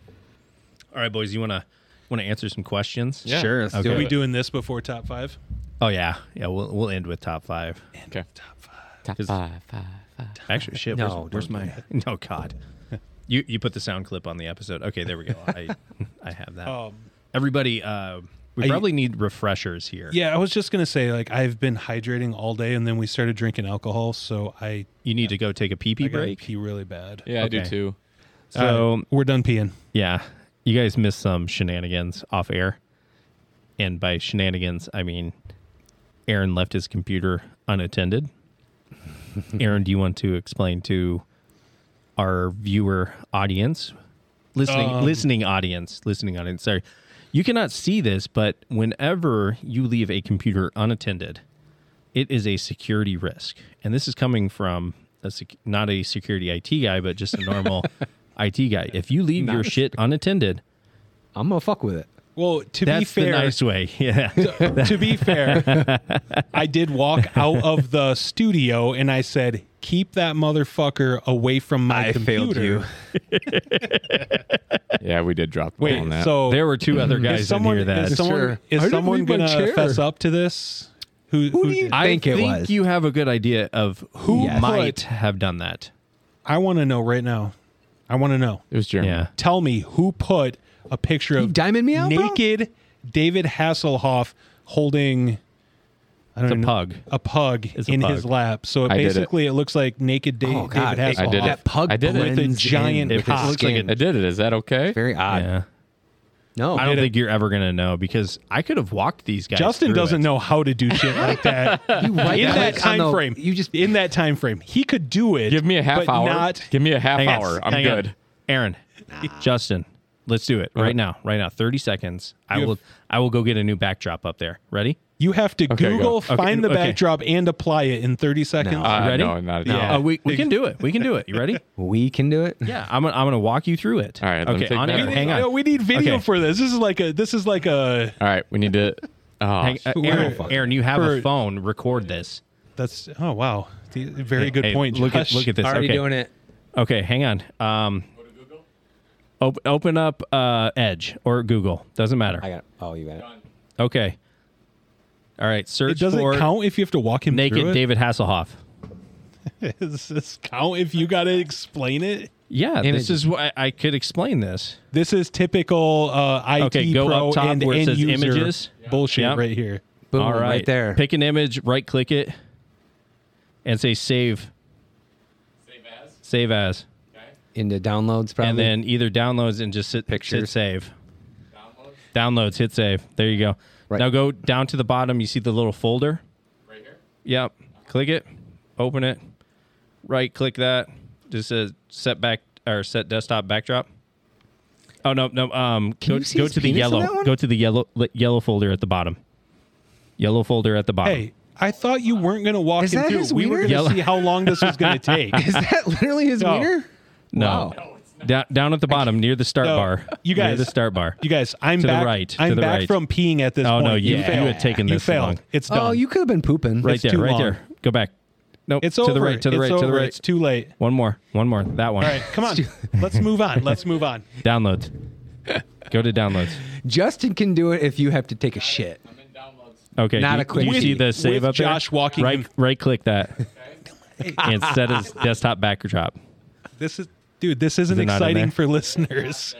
S4: All right, boys. You wanna wanna answer some questions?
S5: Yeah.
S1: Sure, let's
S2: Are
S1: do
S2: we
S1: it.
S2: doing this before top five?
S4: Oh yeah. Yeah. We'll we'll end with top five.
S5: Okay.
S2: Top five.
S5: Top five, five, five.
S4: Actually, shit.
S1: No,
S4: where's, where's
S1: don't
S4: my? No, God. You you put the sound clip on the episode. Okay, there we go. I I have that.
S2: Um,
S4: Everybody, uh, we probably need refreshers here.
S2: yeah, I was just gonna say like I've been hydrating all day, and then we started drinking alcohol, so I
S4: You need to go take a pee pee
S2: I gotta
S4: break.
S2: pee really bad.
S5: Yeah, I do
S4: Okay.
S5: too.
S4: So
S1: Um,
S2: We're done peeing.
S4: yeah, you guys missed some shenanigans off air, and by shenanigans I mean Aaron left his computer unattended. Aaron, do you want to explain to our viewer audience, listening
S2: Um,
S4: listening audience, listening audience? Sorry, you cannot see this, but whenever you leave a computer unattended, it is a security risk, and this is coming from a sec- not a security IT guy, but just a normal IT guy. If you leave your shit unattended,
S1: I'm gonna fuck with it.
S2: Well, to be
S4: that's the
S2: fair,
S4: nice way. Yeah.
S2: to be fair, I did walk out of the studio and I said, "Keep that motherfucker away from my computer."
S5: Yeah, we did drop the ball
S2: Wait,
S5: on that.
S2: so
S4: there were two other guys
S2: is someone,
S4: in here that
S2: is someone,
S1: Sure. I
S2: is
S1: didn't
S2: someone
S1: leave my
S2: gonna
S1: chair.
S2: fess up to this? Who, who,
S1: do you-
S2: did-
S1: I think it
S4: think
S1: was.
S4: you have a good idea of who
S1: Yes.
S4: might
S2: Put-
S4: have done that.
S2: I want to know right now. I want to know.
S5: it was Jeremy.
S4: Yeah.
S2: Tell me who put a picture
S1: You
S2: of
S1: diming me out, bro?
S2: naked David Hasselhoff holding I don't
S4: It's a
S2: know,
S4: pug.
S2: a pug
S4: It's a
S2: in
S4: pug.
S2: his lap. So it
S5: I did it.
S2: basically it. looks like naked Da-
S1: Oh god,
S2: David
S1: it-
S2: Hasselhoff.
S5: I did
S1: that
S5: it.
S1: pug
S5: I did it.
S1: blends
S2: With a giant
S1: in
S2: It
S1: his
S4: looks like
S1: skin.
S5: I did it. Is that okay?
S1: very odd.
S4: Yeah.
S1: No,
S4: I don't
S2: did it.
S4: think you're ever gonna know because I could have walked these guys.
S2: Justin
S4: through
S2: doesn't
S4: it.
S2: know how to do shit like that.
S1: you right
S2: in that
S1: click on the-
S2: time frame,
S1: You just
S2: in that time frame, he could do it.
S5: Give me a half
S2: but
S5: hour.
S2: Not
S5: Give me a half
S4: Hang on,
S5: hour. I'm
S4: hang on.
S5: good.
S4: Aaron, Justin, let's do it right now. Right now, thirty seconds. I
S2: You have-
S4: will. I will go get a new backdrop up there. Ready?
S2: you have to
S5: go.
S2: Google,
S5: Okay,
S2: find the
S4: okay.
S2: backdrop, and apply it in 30 seconds.
S5: Uh,
S4: ready?
S5: No, not
S2: Yeah.
S5: yeah.
S4: Uh, we, we can do it. We can do it. You ready?
S1: we can do it.
S4: Yeah. I'm gonna, I'm gonna walk you through it.
S5: All right, let me
S4: Okay.
S5: take
S4: On
S5: that
S4: air.
S5: one.
S4: Hang
S2: No,
S4: on.
S2: we need video
S4: Okay.
S2: for this. This is like a. This is like a.
S5: All right, we need to. Oh,
S4: Hang, uh, Aaron, Aaron, you have
S2: For-
S4: a phone. Record this.
S2: That's. Oh wow. The- Very good
S4: Hey,
S2: point.
S4: Look at
S2: Josh.
S4: look at this.
S1: Already
S4: okay.
S1: doing it.
S4: Okay. Hang on. Um. Op- open up uh, Edge or Google. Doesn't matter.
S1: I got. Oh, you got it.
S4: Okay. All right. Search
S2: It doesn't
S4: for
S2: count if you have to walk him
S4: naked
S2: through it.
S4: David Hasselhoff.
S2: Does this count if you got to explain it?
S4: Yeah,
S1: Images.
S4: this is why I could explain this.
S2: This is typical uh, IT
S4: Okay, go
S2: pro
S4: up top
S2: and
S4: where it
S2: end
S4: says
S2: user
S4: images.
S2: bullshit
S4: Yep.
S2: right here.
S1: Boom,
S4: All right.
S1: right there.
S4: Pick an image, right click it, and say save. Save as.
S1: into downloads, probably.
S4: And then either downloads and just hit, hit
S1: Pictures.
S4: save. Downloads, hit save. There you go.
S1: Right.
S4: Now go down to the bottom. You see the little folder? Right here? Yep. Click it, open it, right click that. Just says set back or set desktop backdrop. Oh no, no. Um,
S1: Can
S4: go,
S1: you see
S4: go
S1: his
S4: to the
S1: penis in
S4: yellow.
S1: that one?
S4: Go to the yellow li- yellow folder at the bottom. Yellow folder at the bottom.
S2: Hey, I thought you weren't going to walk
S1: Is
S2: him
S1: that
S2: through.
S1: his
S2: We were
S1: wiener?
S2: going
S4: Yellow-
S2: to see how long this was going to take.
S1: is that literally his
S2: No.
S1: wiener?
S4: no,
S1: Wow.
S4: down, down at the bottom near the start
S2: No,
S4: bar.
S2: you
S4: near
S2: guys-
S4: the start bar.
S2: You guys, I'm
S4: To the
S2: back.
S4: right, to
S2: I'm
S4: the
S2: back
S4: right.
S2: from peeing at this
S4: Oh,
S2: point.
S4: no, you-
S2: you,
S4: you
S2: failed.
S4: had taken
S2: You
S4: this
S2: failed.
S4: long.
S2: It's done.
S1: Oh, you could have been pooping.
S4: right
S2: it's
S4: there,
S2: too
S4: right
S2: long.
S4: there. Go back. Nope.
S2: it's
S4: to
S2: over.
S4: the right, to the
S2: It's
S4: right, to the
S2: over.
S4: right.
S2: It's too late.
S4: One more. One more. That one.
S2: All right, come on. Let's move on. Let's move on.
S4: Downloads. Go to downloads.
S1: Justin can do it if you have to take a shit.
S4: Okay.
S1: Not
S4: do,
S1: a quick
S4: do you see
S1: with-
S4: the save
S2: with
S4: up there?
S2: Josh walking
S4: Right,
S2: him-
S4: right click that. and set as desktop backdrop.
S2: This is, dude. This isn't
S4: it not in
S2: exciting
S4: there?
S2: for listeners.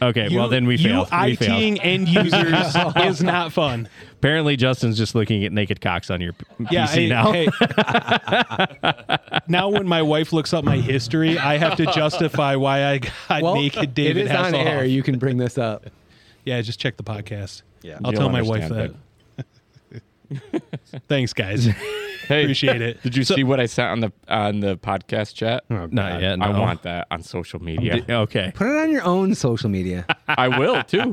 S4: Okay. well,
S2: You-
S4: then we
S2: you
S4: failed. we failed. Oh.
S2: ITing end users is not fun.
S4: Apparently, Justin's just looking at naked cocks on your p-
S2: Yeah.
S4: PC
S2: hey,
S4: now.
S2: hey. now, when my wife looks up my history, I have to justify why I got naked
S1: it
S2: David
S1: is on
S2: Hasselhoff.
S1: air. You can bring this up.
S2: Yeah, just check the podcast.
S1: Yeah.
S2: I'll
S5: You'll
S2: tell my wife that.
S5: understand
S2: Thanks, guys.
S5: Hey,
S2: Appreciate it.
S5: Did you see what I sent on the on the podcast chat?
S4: Not yet.
S5: I
S4: no. oh.
S5: want that on social media.
S4: Okay.
S1: Put it on your own social media.
S5: I will too.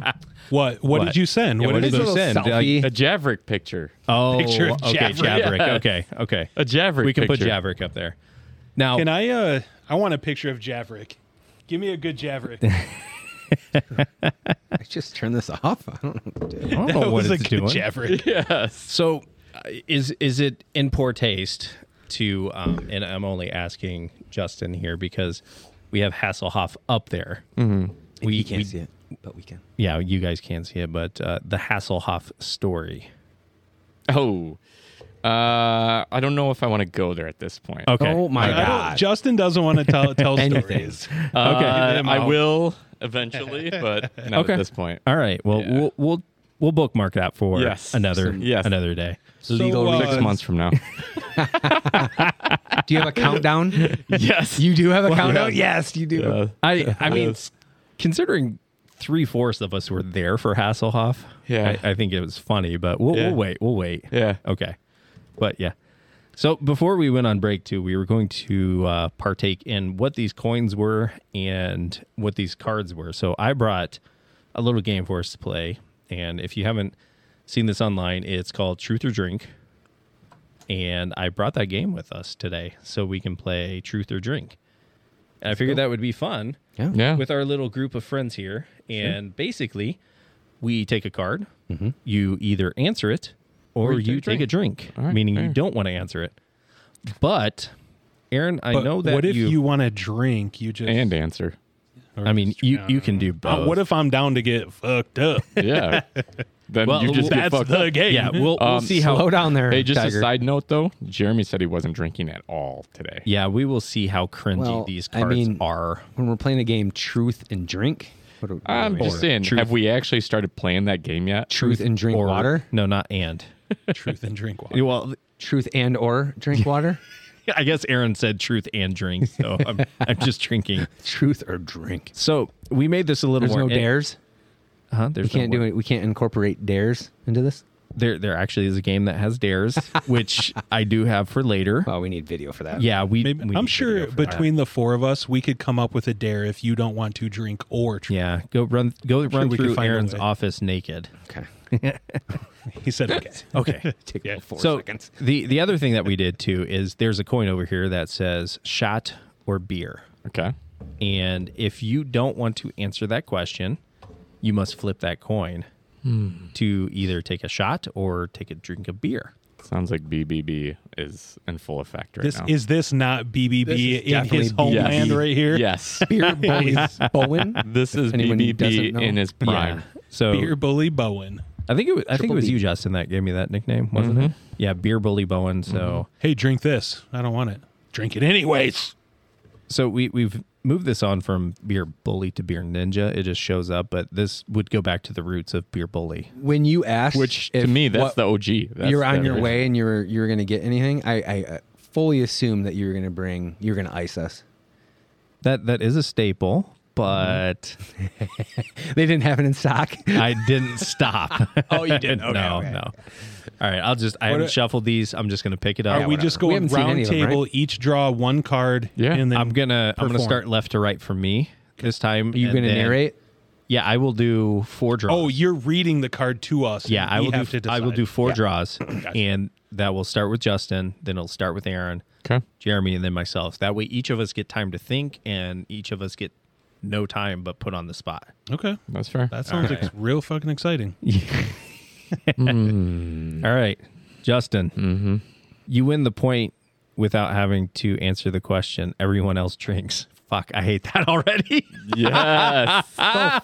S2: What? What,
S4: What?
S2: did you send?
S4: Yeah,
S2: what
S4: what
S2: is
S4: did
S2: it?
S4: you
S1: Little
S4: send?
S1: selfie.
S5: A Javrik picture.
S4: Oh,
S2: Picture of
S4: okay,
S2: Javerick.
S4: Javerick. Okay, okay.
S5: A Javerick
S4: We can put
S5: picture.
S4: Javerick up there. Now,
S2: Can I? Uh, I want a picture of Javerick. Give me a good Javerick.
S1: I just turn this off. I don't know what to do.
S4: I don't know what
S2: was a
S4: it's
S2: good
S4: doing.
S2: Javerick.
S4: So, uh, is is it in poor taste to? Um, and I'm only asking Justin here because we have Hasselhoff up there.
S5: Mm-hmm.
S4: We,
S1: You can't
S4: we-
S1: see it, but we can.
S4: Yeah, you guys can't see it, but uh, the Hasselhoff story.
S5: Oh, uh, I don't know if I want to go there at this point.
S4: Okay.
S1: Oh my
S2: I don't-
S1: god!
S2: Justin doesn't want to tell tell
S1: Anything.
S2: stories.
S5: Uh,
S4: Okay.
S5: I will eventually, but not
S4: Okay. Uh,
S5: at this point.
S4: All right. Well,
S5: Yeah.
S4: we'll we'll we'll bookmark that for
S5: Yes.
S4: another
S5: Yes.
S4: another day.
S1: Legal
S2: uh,
S5: Six months from now.
S1: Do you have a countdown?
S5: yes.
S1: You do have a countdown. Yes, you do.
S5: Uh,
S4: I I mean,
S5: Yes.
S4: considering three fourths of us were there for Hasselhoff,
S5: Yeah.
S4: I, I think it was funny. But we'll,
S5: Yeah.
S4: we'll wait. We'll wait.
S5: yeah.
S4: Okay. But yeah. So before we went on break too, we were going to uh, partake in what these coins were and what these cards were. So I brought a little game for us to play, and if you haven't seen this online, it's called Truth or Drink. And I brought that game with us today, so we can play Truth or Drink. And I figured that would be fun
S5: Yeah.
S4: with our little group of friends here. And basically, we take a card. You either answer it Mm-hmm. or, you take, a drink,
S5: right,
S4: meaning you don't want to answer it. But, Aaron, I
S2: But
S4: know that
S2: what if
S4: you,
S2: you, want to drink? You just
S5: and answer.
S4: I mean, you, you can do
S2: Uh,
S4: both.
S2: what if I'm down to get fucked up?
S5: Yeah. then
S4: Well,
S5: you just get
S2: That's
S5: fucked.
S2: the
S5: up.
S2: game.
S4: Yeah, we'll, we'll
S5: Um,
S4: see how.
S1: Slow down there.
S5: Hey, just
S1: Tiger.
S5: a side note though. Jeremy said he wasn't drinking at all today.
S4: Yeah, we will see how cringy
S1: Well,
S4: these
S1: I
S4: cards
S1: mean-
S4: are.
S1: When we're playing a game, truth and drink. What are-
S5: I'm
S1: what are we
S5: just
S1: doing?
S5: saying. Have we actually started playing that game yet?
S1: Truth and drink
S4: or,
S1: water.
S4: No, not and.
S2: Truth and drink water.
S4: Well,
S1: Truth and or drink water.
S4: I guess Aaron said truth and drink, so I'm, I'm just drinking.
S1: truth or drink.
S4: So we made this a little
S1: There's
S4: more
S1: no
S4: in-
S1: dares.
S4: Huh? There's
S1: We can't
S4: no
S1: do it. We can't incorporate dares into this.
S4: there there actually is a game that has dares, which I do have for later.
S1: Well, we need video for that.
S4: Yeah, we.
S2: Maybe-
S4: we
S2: I'm
S4: need to
S2: sure
S4: go for that.
S2: between the four of us, we could come up with a dare if you don't want to drink or drink.
S4: Yeah, go run go run
S2: we could
S4: through
S2: find a
S4: Aaron's
S2: way.
S4: office naked.
S1: Okay.
S2: He said, okay.
S4: Okay.
S1: Take
S2: Yeah.
S1: four
S4: so
S1: seconds.
S4: the the other thing that we did too is there's a coin over here that says shot or beer,
S5: Okay.
S4: and if you don't want to answer that question, you must flip that coin
S2: Hmm.
S4: to either take a shot or take a drink of beer.
S5: Sounds like BBB is in full effect right
S2: This
S5: now.
S2: is this not BBB
S1: This is
S2: in his
S1: definitely
S2: homeland
S5: BBB.
S2: right here?
S5: yes.
S1: Beer bully Bowen.
S5: This is
S1: anyone
S5: BBB
S1: doesn't know.
S5: in his prime.
S4: So
S2: Beer bully Bowen.
S4: I think it was, I think it
S1: Triple
S4: was
S1: B.
S4: you, Justin, that gave me that nickname, wasn't it?
S2: Mm-hmm.
S4: Yeah, beer bully Bowen. So.
S2: Hey, drink this. I don't want it. Drink it anyways.
S4: So we we've moved this on from beer bully to beer ninja. It just shows up, but this would go back to the roots of beer bully.
S1: When you asked,
S5: Which to
S1: if
S5: me, that's
S1: what-
S5: the OG. That's
S1: you're
S5: the
S1: on your
S5: original.
S1: way and you were you were gonna get anything. I, I uh, fully assumed that you were gonna bring you were gonna ice us.
S4: That that is a staple, but
S1: They didn't have it in stock.
S2: Mm-hmm.
S4: I didn't stop.
S1: Oh, you didn't? Okay,
S4: no,
S1: okay.
S4: no. All right, I'll just I haven't
S2: a-
S4: shuffled these. I'm just gonna pick it up.
S2: Are we
S1: Oh, whatever.
S2: just
S1: We
S2: going
S1: haven't seen
S2: round
S1: any of them,
S2: table,
S1: right?
S2: each draw one card?
S5: Yeah.
S2: And then
S4: I'm gonna I'm gonna
S2: perform?
S4: start left to right from me this time.
S1: you
S4: and
S1: gonna
S4: then-
S1: narrate?
S4: Yeah, I will do four draws.
S2: Oh, you're reading the card to us.
S4: Yeah,
S2: and
S4: I
S2: we
S4: will
S2: have
S4: do.
S2: to
S4: I will
S2: decide.
S4: do four draws, and that will start with Justin. Then it'll start with Aaron,
S5: Okay.
S4: Jeremy, and then myself. That way, each of us get time to think, and each of us get no time but put on the spot.
S2: Okay.
S5: That's fair.
S2: That sounds ex- real fucking exciting.
S4: All right, Justin, you win the point without having to answer the question. Everyone else drinks. Fuck, I hate that already.
S5: yes.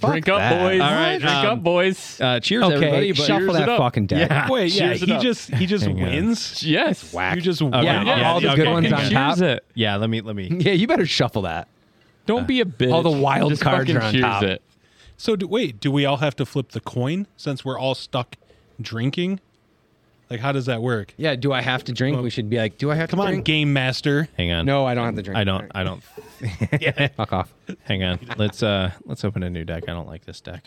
S5: Drink up,
S1: that.
S5: boys.
S1: All
S4: right,
S5: Drink
S4: um,
S5: up, boys.
S4: Uh, cheers,
S1: Okay,
S4: everybody. But
S1: shuffle
S5: Cheers it
S1: that
S5: up.
S1: fucking deck.
S2: Wait, yeah,
S5: cheers it
S2: he
S5: up.
S2: just he just
S4: Hang on.
S2: wins.
S5: yes.
S1: Whack.
S5: You just
S1: Okay.
S5: win.
S1: Yeah, all the
S5: yeah,
S1: good
S5: okay.
S1: ones on
S5: cheers
S1: top.
S5: it.
S4: yeah, let me let me.
S1: Yeah, you better shuffle that.
S5: Don't be a bitch.
S1: all the wild
S5: Just
S1: cards
S5: fucking
S1: are on
S5: cheers
S1: top.
S5: It.
S2: So do, wait, do we all have to flip the coin since we're all stuck drinking? Like, how does that work?
S1: Yeah, do I have to drink? We should be like, do I have
S2: Come
S1: to
S2: on,
S1: drink?
S2: game master.
S4: Hang on.
S1: No, I don't have to drink.
S4: I don't. I don't.
S1: Fuck off.
S4: Hang on. Let's uh let's open a new deck. I don't like this deck.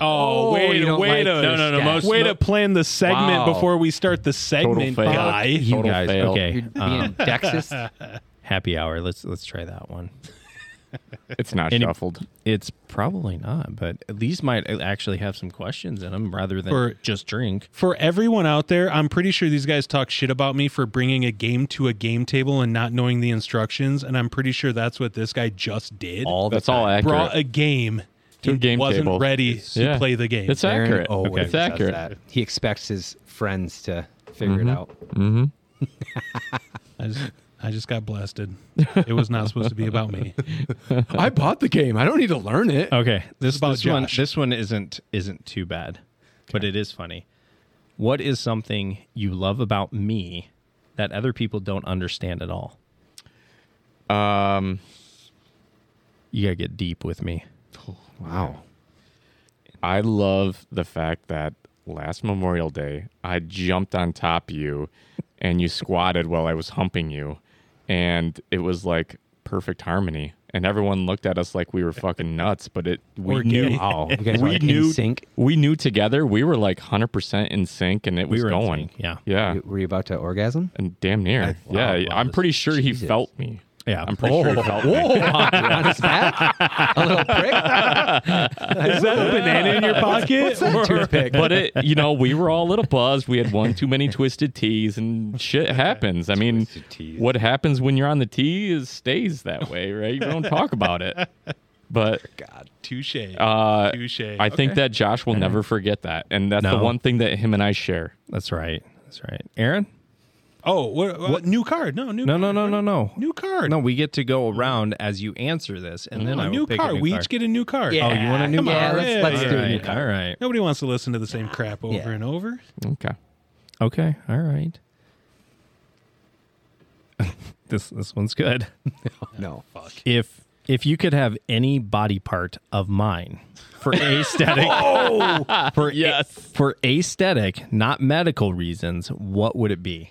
S2: Oh, wait,
S1: you
S2: wait,
S1: don't like this
S2: a,
S1: No, no, no, guy. most-
S2: way to plan the segment
S1: Wow.
S2: before we start the segment,
S5: fail.
S2: guy.
S4: You
S5: Total
S4: guys,
S5: fail.
S4: okay.
S1: You're being Dexist.
S4: Happy hour. Let's let's try that one.
S5: It's not
S4: Any-
S5: shuffled.
S4: It's probably not, but at least might actually have some questions in them rather than
S2: For-
S4: just drink.
S2: For everyone out there, I'm pretty sure these guys talk shit about me for bringing a game to a game table and not knowing the instructions, and I'm pretty sure that's what this guy just did.
S1: All the
S5: That's all accurate.
S2: brought a game
S5: To a
S2: and
S5: game
S2: wasn't
S5: table.
S2: ready to
S5: Yeah.
S2: play the game.
S5: It's
S1: Aaron
S5: accurate.
S1: always
S5: It's
S1: does
S5: accurate.
S1: that. He expects his friends to figure it out.
S2: I just, I just got blasted. It was not supposed to be about me.
S1: I bought the game. I don't need to learn it.
S4: Okay, this
S2: about
S4: this one
S2: Josh.
S4: this one isn't isn't too bad, but it is funny. What is something you love about me that other people don't understand at all?
S5: Um,
S4: You gotta get deep with me.
S1: Wow.
S5: I love the fact that last Memorial Day, I jumped on top of you and you squatted while I was humping you. And it was like perfect harmony. And everyone looked at us like we were fucking nuts, but it we
S2: Or gay.
S5: knew
S1: Wow. Oh, You guys are
S5: we
S1: like
S5: knew
S1: in sync.
S5: we knew together we were like hundred percent in sync and it was
S4: were in
S5: going.
S4: sync, yeah.
S5: Yeah.
S1: You- Were you about to orgasm?
S5: and damn near.
S4: wow,
S5: yeah.
S4: wow,
S5: I'm
S4: this-
S5: pretty sure
S1: Jesus.
S5: he felt me.
S4: Yeah. Oh.
S5: I'm pretty sure he felt me.
S1: Honest back? A little prick?
S2: Is that a banana in your pocket?
S1: Toothpick.
S5: but it, you know, we were all a little buzzed. We had one too many twisted teas, and shit happens. I mean, what happens when you're on the tee is stays that way, right? You don't talk about it. But
S2: Touche.
S5: uh,
S2: Touche.
S5: I think that Josh will
S1: Mm-hmm.
S5: never forget that, and that's
S4: No.
S5: the one thing that him and I share.
S4: That's right. That's right. Aaron?
S2: oh, what, what, New card? No, new.
S4: No, no,
S2: card.
S4: no, no, no.
S2: New card.
S4: No, we get to go around as you answer this, and then
S2: No,
S4: I will
S2: new
S4: pick
S2: card.
S4: A new
S2: we
S4: card.
S2: each get a new card.
S1: Yeah.
S2: Oh, you want a new
S1: Come
S2: card?
S1: on, let's- let's
S2: Yeah.
S1: do it.
S4: All
S1: new
S4: right,
S1: card.
S4: all right.
S2: Nobody wants to listen to the same crap over
S1: Yeah.
S2: and over.
S5: Okay.
S4: Okay, all right. this this one's good.
S1: No.
S4: If if you could have any body part of mine for aesthetic
S2: Oh,
S4: for yes. for aesthetic, not medical reasons, what would it be?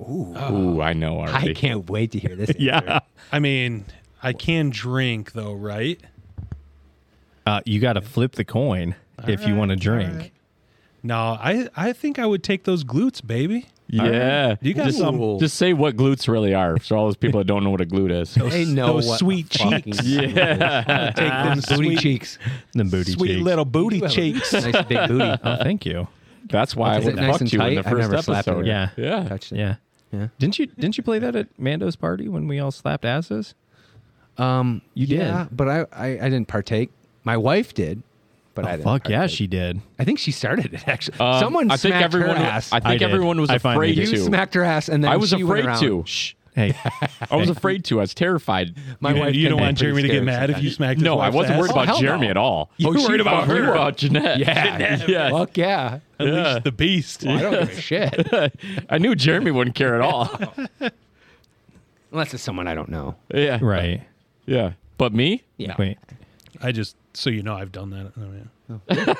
S5: Ooh, I know already.
S1: I can't wait to hear this.
S4: Yeah.
S2: I mean, I can drink though, right?
S4: Uh, you got to flip the coin if you want to drink.
S2: No, I I think I would take those glutes, baby.
S5: Yeah.
S2: You got
S5: just,
S2: some-
S5: just say what glutes really are for all those people that don't know what a glute is.
S1: They know
S2: those
S1: what
S2: sweet
S1: a fucking
S2: cheeks.
S1: glute is.
S2: Take them
S1: Booty
S2: sweet,
S1: cheeks.
S4: The booty
S2: sweet
S4: cheeks.
S2: little booty
S1: You have a
S2: cheeks.
S1: Nice big booty.
S4: Oh, thank you.
S5: That's why
S1: Is
S5: I
S1: it nice
S5: fucked
S1: and
S5: you in
S1: tight?
S5: the
S1: I've
S5: first
S1: never slapped
S5: episode.
S1: it.
S4: Yeah.
S5: Yeah.
S1: Touched it.
S4: Yeah.
S1: Yeah.
S4: Didn't you didn't you play that at Mando's party when we all slapped asses?
S1: Um, you
S4: did.
S1: Yeah, but I, I, I didn't partake. My wife did, but I didn't.
S4: Fuck yeah,
S1: partake.
S4: she did.
S1: I think she started it actually.
S5: Um,
S1: Someone
S5: I think
S1: smacked
S5: everyone.
S1: her ass.
S5: I think
S4: I did.
S5: everyone was
S4: I finally
S5: afraid
S4: did.
S5: to.
S1: you smacked her ass, and then
S5: I was
S1: she went
S5: afraid
S1: around.
S5: to.
S4: Shh. Hey,
S5: I was afraid to. I was terrified.
S1: My
S2: You,
S1: wife.
S2: you don't
S1: got
S2: want
S1: pretty
S2: Jeremy to get
S1: scared
S2: mad if you
S1: sometimes.
S2: smacked. his
S5: No, I
S2: wife's
S5: wasn't
S2: ass?
S5: worried
S1: Oh,
S5: about
S1: hell no.
S5: Jeremy at all.
S1: You were
S5: she
S1: worried about
S5: fucked- we
S1: her.
S5: were about Jeanette.
S1: Yeah.
S5: yeah.
S1: Fuck yeah.
S2: Unleash the beast.
S1: I don't give a shit
S5: I knew Jeremy wouldn't care at all.
S1: unless it's someone I don't know.
S5: yeah.
S4: right.
S5: Yeah. But me?
S1: Yeah.
S4: Wait.
S2: I just so you know, I've done that. I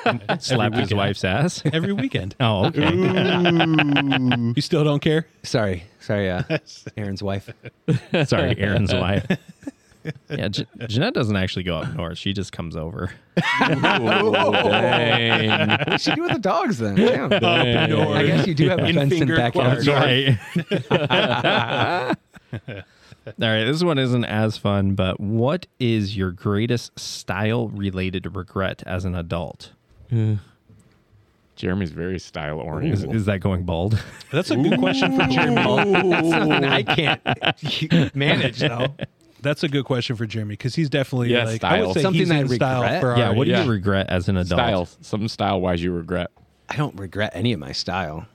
S2: mean,
S4: Slapped his wife's ass.
S2: every weekend.
S4: Oh, okay.
S2: you still don't care?
S1: Sorry, sorry. Uh, Aaron's wife.
S4: Sorry, Aaron's wife. Yeah, Je- Jeanette doesn't actually go up north. She just comes over.
S5: Dang.
S1: What she do with the dogs then? Damn. I guess you do have a
S2: In
S1: fence in
S2: finger
S1: backyard.
S2: quotes. Sorry.
S4: All right, this one isn't as fun, but what is your greatest style related regret as an adult?
S5: Jeremy's very style
S4: Is,
S5: oriented.
S4: is that going bald?
S2: That's a good question for Jeremy.
S1: That's something I can't manage though.
S2: that's a good question for Jeremy because he's definitely
S5: Yeah,
S2: like I
S5: style.
S2: would say
S1: Something
S2: he's
S1: I
S2: in style
S1: regret.
S2: for
S4: yeah,
S2: our
S4: what do
S5: yeah.
S4: you regret as an adult?
S5: Style, some style wise you regret.
S1: I don't regret any of my style.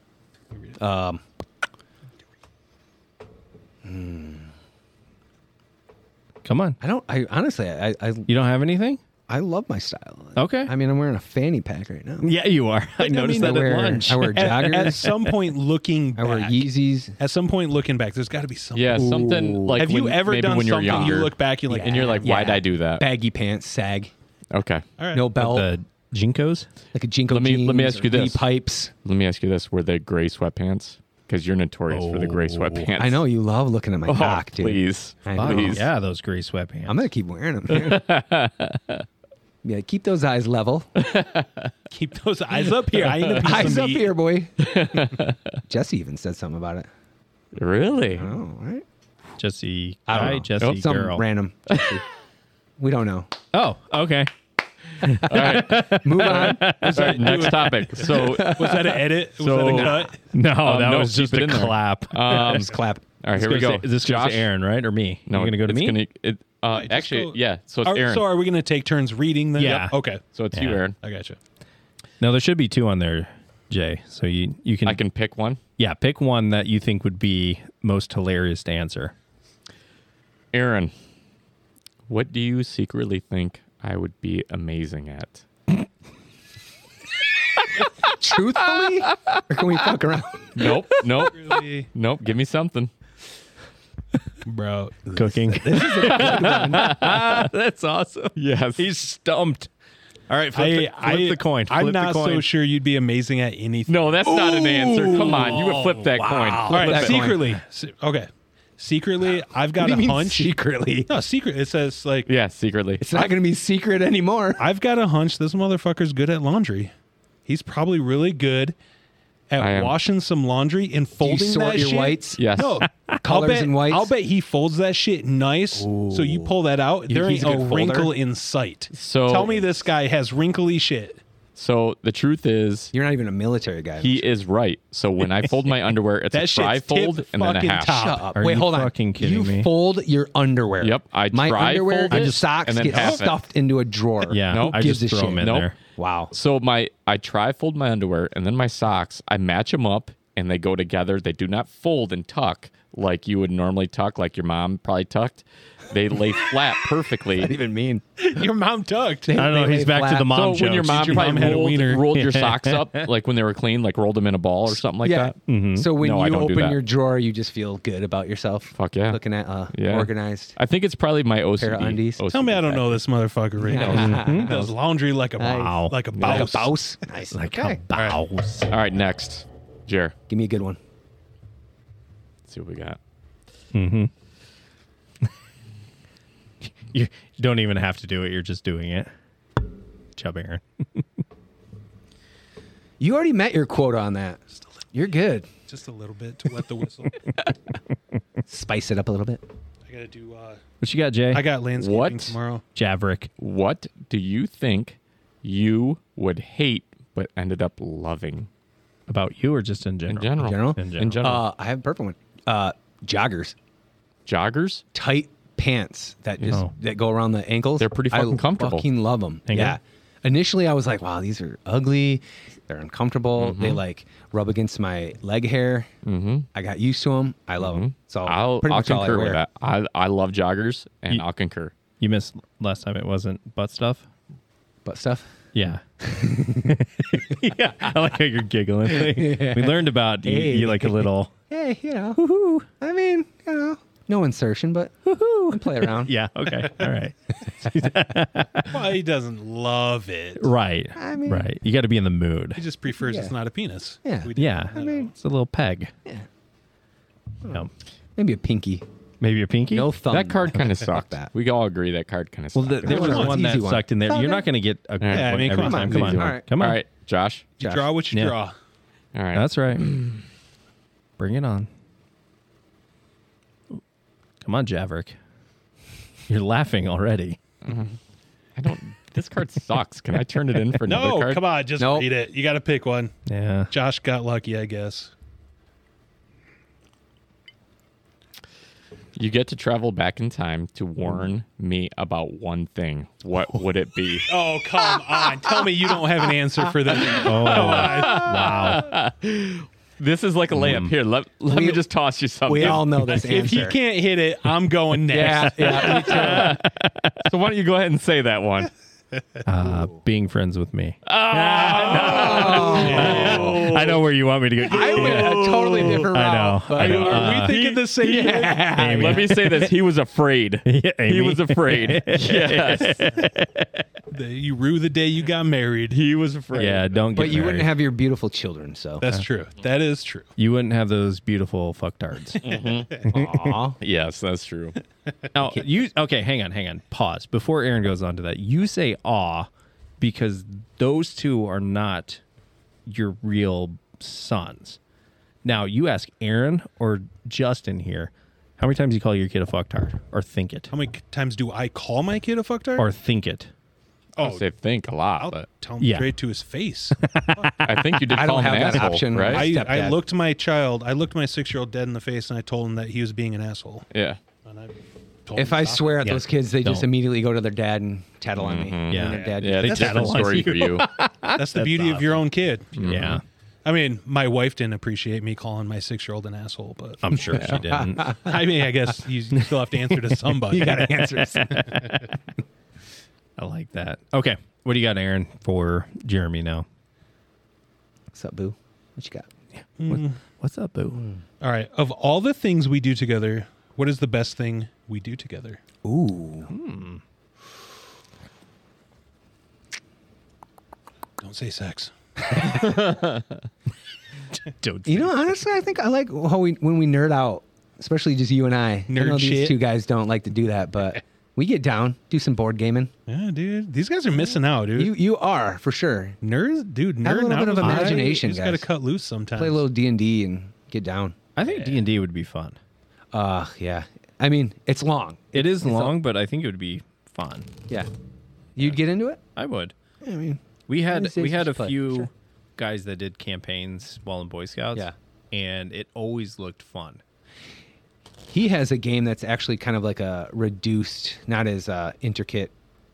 S4: Come on.
S1: I don't. I honestly, I I,
S4: You don't have anything?
S1: I love my style.
S4: Okay.
S1: I mean, I'm wearing a fanny pack right now.
S4: Yeah, you are. I
S1: I
S4: noticed that
S1: wear,
S4: at lunch.
S1: I wear
S2: At,
S1: joggers.
S2: at some point, looking
S1: I wear
S2: back,
S1: Yeezys.
S2: at some point looking back, there's got to be something.
S5: Yeah, something
S1: Ooh.
S5: like
S2: Have you
S5: when-
S2: ever
S5: maybe
S2: done
S5: when you're
S2: something
S5: younger,
S2: you look back, you like,
S5: and you're like,
S1: Yeah.
S5: why'd I do that?
S1: Baggy pants, sag,
S5: Okay,
S2: all right.
S1: no belt,
S4: The Jinkos?
S1: like a jinko
S5: Let me- let me
S1: jeans
S5: ask you
S1: or knee
S5: this.
S1: pipes.
S5: let me ask you this: Were they gray sweatpants? Because you're notorious for the gray sweatpants.
S1: I know you love looking at my
S5: Oh,
S1: cock, dude.
S5: please,
S1: I know.
S5: please.
S4: Oh, Yeah, those gray sweatpants.
S1: I'm gonna keep wearing them. yeah, keep those eyes level.
S2: keep those eyes up here. I need a piece
S1: eyes
S2: of
S1: up
S2: meat.
S1: here, boy. Jesse even said something about it.
S5: Really?
S1: Oh, all right.
S4: Jesse
S1: I don't
S4: guy,
S1: know.
S4: Jesse
S5: Nope.
S1: Some
S4: girl.
S1: random. Jesse. we don't know.
S4: oh, okay.
S5: All right.
S1: Move on.
S5: All right, next topic. So,
S2: Was that an edit? Was that
S5: So-
S2: a cut?
S4: Oh, No, that
S5: no,
S4: was
S5: keep
S4: just
S5: it
S4: a
S5: in there.
S4: clap.
S5: um,
S1: Just clap.
S5: all right,
S4: It's
S5: here we
S4: gonna
S5: go.
S4: say- is this going
S5: Josh?
S4: to Aaron, right? Or me?
S5: No,
S4: You're going to go to
S5: it's
S4: me?
S5: Gonna, it, uh,
S2: just
S5: actually,
S2: go-
S5: yeah. So it's
S2: Are,
S5: Aaron.
S2: So are we going to take turns reading them?
S4: Yeah.
S2: Yep. Okay.
S5: So it's you,
S4: Yeah.
S5: Aaron.
S2: I got you.
S4: No, there should be two on there, Jay. So you, you can,
S5: I can pick one.
S4: yeah, pick one that you think would be most hilarious to answer.
S5: Aaron, what do you secretly think I would be amazing at?
S1: Truthfully, or can we fuck around?
S5: Nope, nope,
S2: Really,
S5: nope. Give me something.
S2: bro.
S4: Cooking. That's awesome.
S5: Yes.
S4: He's stumped. All right, flip, the, flip the coin. Flip
S2: I'm
S4: the
S2: not
S4: coin.
S2: so sure you'd be amazing at anything.
S5: No, that's not an answer. Come on, you would flip that
S2: All
S5: coin.
S2: right.
S1: that coin.
S2: Secretly. Se- Okay. Secretly, I've got
S1: do you
S2: a
S1: mean
S2: hunch.
S1: secretly?
S2: No, secret. It says like
S5: Yeah, secretly.
S1: It's not gonna be secret anymore.
S2: I've got a hunch this motherfucker's good at laundry. He's probably really good
S5: I
S2: at
S5: am.
S2: washing some laundry and
S1: Do you
S2: folding
S1: sort
S2: that
S1: your
S2: shit.
S1: whites?
S5: Yes.
S2: No, I'll
S1: Colors
S2: bet,
S1: and whites?
S2: I'll bet he folds that shit nice. So you pull that out, there
S1: he's
S2: ain't
S1: a
S2: a,
S1: good folder?
S2: wrinkle in sight.
S5: So-
S2: tell me this guy has wrinkly shit.
S5: So the truth is,
S1: You're not even a military guy.
S5: he is right. So when I fold my underwear, it's
S2: That
S5: a
S2: shit's
S5: try fold
S2: tip
S5: and then a
S2: fucking
S5: half.
S2: top.
S1: Shut up.
S4: Are
S1: Wait,
S4: you
S1: hold on.
S4: fucking kidding
S1: you
S4: me?
S1: fold your underwear.
S5: Yep, I
S1: My
S5: dry
S1: underwear
S5: fold it
S1: and socks
S5: and then
S1: get
S5: half it.
S1: stuffed into a drawer.
S4: Yeah,
S5: Nope.
S1: Who
S4: I
S1: gives
S4: just
S1: a shit?
S4: throw them in
S5: Nope.
S4: there.
S1: Wow.
S5: So my I try fold my underwear and then my socks. I match them up and they go together. They do not fold and tuck like you would normally tuck, like your mom probably tucked. They lay flat
S1: What do
S5: perfectly.
S1: you even mean?
S2: Your mom tucked.
S4: I don't know.
S1: They
S4: He's
S1: lay
S4: back to
S1: flat.
S4: the mom
S5: So
S4: jokes.
S5: when your mom
S2: Your
S5: probably
S2: mom had a
S5: rolled,
S2: wiener.
S5: rolled your socks up, like when they were clean, like rolled them in a ball or something like
S1: yeah.
S5: that.
S2: Mm-hmm.
S1: So when
S5: No, I
S1: you
S5: don't do
S1: open
S5: that.
S1: your drawer, you just feel good about yourself.
S5: Fuck yeah.
S1: Looking at uh,
S5: Yeah.
S1: organized.
S5: I think it's probably my OCD.
S1: Pair of undies.
S5: OCD
S2: Tell me I don't
S5: factor.
S2: know this motherfucker right now. He does laundry like a
S4: Nice.
S2: like a
S1: Mm-hmm. Like a
S2: boss.
S1: bouse. Nice. Like okay.
S4: Bows.
S5: All right, next, Jer.
S1: Give me a good one.
S5: Let's see what we got.
S4: You don't even have to do it. You're just doing it. Chub Aaron.
S1: You already met your quota on that. You're good.
S2: Just a little bit to wet the whistle.
S1: Spice it up a little bit.
S2: I gotta do. Uh,
S4: What you got, Jay?
S2: I got landscaping
S5: What?
S2: tomorrow.
S4: Javerick.
S5: What do you think you would hate but ended up loving
S4: About you or just in
S5: in
S4: general?
S5: general?
S1: general?
S4: In general.
S5: Oh, In general.
S1: Uh, I have a purple one. Uh, joggers,
S5: Uh, Joggers.
S1: tight pants that just
S4: Oh.
S1: that go around the ankles.
S5: They're pretty fucking
S1: I
S5: comfortable.
S1: Fucking love them.
S4: Hang
S1: yeah.
S4: on.
S1: Initially, I was like, "Wow, these are ugly. They're uncomfortable. They like rub against my leg hair." Mm-hmm. I got used to them. I love them. So
S5: I'll,
S1: Oh, pretty
S5: I'll
S1: much all I
S5: concur with
S1: wear.
S5: that. I, I love joggers and
S4: You-
S5: I'll concur.
S4: You missed last time. It wasn't butt stuff.
S1: But stuff.
S4: Yeah. yeah. I like how you're giggling. We learned about you,
S1: Hey.
S4: you like a little.
S1: Hey, eh, you know, woo-hoo. I mean, you know, no insertion, but woo-hoo. play around.
S4: Yeah. Okay. All right.
S2: Well, he doesn't love it.
S4: Right.
S1: I mean-
S4: right. You got to be in the mood.
S2: He just prefers it's
S1: Yeah.
S2: not a penis.
S1: Yeah.
S2: We did-
S4: yeah. it's a little peg.
S1: Yeah.
S4: No.
S1: Maybe a pinky.
S4: Maybe your pinky.
S1: No thumb.
S5: That card kind of sucked.
S1: that.
S5: We all agree that card kind of
S4: Well,
S5: sucked.
S4: th- there was
S1: Come on,
S4: one
S1: it's
S4: that
S1: easy one.
S4: sucked in there.
S1: It's
S4: You're
S1: all
S4: not going to get a
S5: Yeah,
S4: yeah,
S2: I mean,
S4: every
S2: come on,
S4: time.
S2: it's
S4: Come
S2: easy
S4: on.
S1: one. All right.
S4: Come
S5: all
S4: on.
S5: right, Josh.
S2: You
S1: Josh.
S2: draw what you
S4: Yeah.
S2: draw.
S5: All right.
S4: That's right. Bring it on. Come on, Javerick. You're laughing already.
S5: I don't. This card sucks. Can I turn it in for another
S2: No,
S5: card?
S2: come on, just
S1: Nope.
S2: read it. You got to pick one.
S4: Yeah.
S2: Josh got lucky, I guess.
S5: You get to travel back in time to warn me about one thing. What would it be?
S2: Oh, come on. Tell me you don't have an answer for that.
S4: Oh, wow.
S5: This is like a layup. Here, let, let me just toss you something.
S1: We all know this
S2: If
S1: answer.
S2: you can't hit it, I'm going next.
S1: yeah, me too.
S5: So why don't you go ahead and say that one?
S4: Uh, being friends with me.
S5: Ah, Oh.
S4: I know where you want me to go.
S1: I went a totally different route.
S4: I know,
S1: but-
S4: I know.
S2: Are we
S4: Uh,
S2: thinking the same thing?
S4: Amy.
S5: Let me say this. He was afraid.
S4: Yeah,
S5: He
S4: Amy.
S5: was afraid. yes.
S2: The- You rue the day you got married.
S5: He was afraid.
S4: Yeah, don't get
S1: but you wouldn't
S4: married.
S1: have your beautiful children, so.
S2: That's true. That is true.
S4: You wouldn't have those beautiful fucktards.
S1: Aw.
S5: Yes, that's true.
S4: Now you okay, hang on, hang on. Pause. Before Aaron goes on to that, you say aw because those two are not your real sons. Now you ask Aaron or Justin here, how many times you call your kid a fucktard? Or think it.
S2: How many times do I call my kid a fucktard?
S4: Or think it. Oh.
S5: I say think a lot,
S2: I'll
S5: but
S2: tell him
S4: Yeah.
S2: straight to his face.
S5: I think you did
S1: I
S5: call
S1: don't have
S5: him an
S1: that
S5: asshole,
S1: option.
S5: right?
S2: I, I
S1: Stepdad.
S2: looked my child, I looked my six year old dead in the face and I told him that he was being an asshole.
S5: yeah.
S2: And I told
S1: If
S2: him
S1: I
S2: stop.
S1: swear at
S4: Yeah.
S1: those kids, they just
S4: Don't.
S1: immediately go to their dad and tattle on me. And
S4: Yeah.
S1: their dad-
S5: Yeah, it's a
S4: That's
S5: different
S4: how it was.
S5: story for you.
S2: That's the beauty of your own kid.
S4: Yeah.
S2: I mean, my wife didn't appreciate me calling my six year old an asshole, but
S1: Um,
S4: I'm sure she didn't.
S2: I mean, I guess you still have to answer to somebody.
S1: You got to answer.
S4: I like that. Okay. What do you got, Aaron, for Jeremy now?
S1: What's up, boo? What you got? Mm.
S4: What's up, boo?
S2: All right. Of all the things we do together, what is the best thing we do together?
S1: Ooh.
S2: Don't say sex.
S4: Don't
S1: You know, honestly, I think I like how we, when we nerd out, especially just you and I. I
S2: Nerd
S1: know
S2: shit.
S1: these two guys don't like to do that, but we get down, do some board gaming.
S2: Yeah, dude. These guys are missing out, dude.
S1: You you are for sure.
S2: nerds, dude. Nerd
S1: Have a little bit of imagination,
S2: You just got to
S1: guys.
S2: cut loose sometimes.
S1: Play a little D and D and get down.
S4: I think D and D would be fun.
S1: Uh yeah. I mean, it's long.
S4: It is long, but I think it would be fun.
S1: Yeah. You'd get into it?
S4: I would.
S1: I mean,
S4: We had
S1: These days
S4: we had
S1: just
S4: a
S1: play,
S4: few
S1: sure.
S4: guys that did campaigns while in Boy Scouts.
S1: Yeah.
S4: And it always looked fun.
S1: he has a game that's actually kind of like a reduced, not as uh, intricate,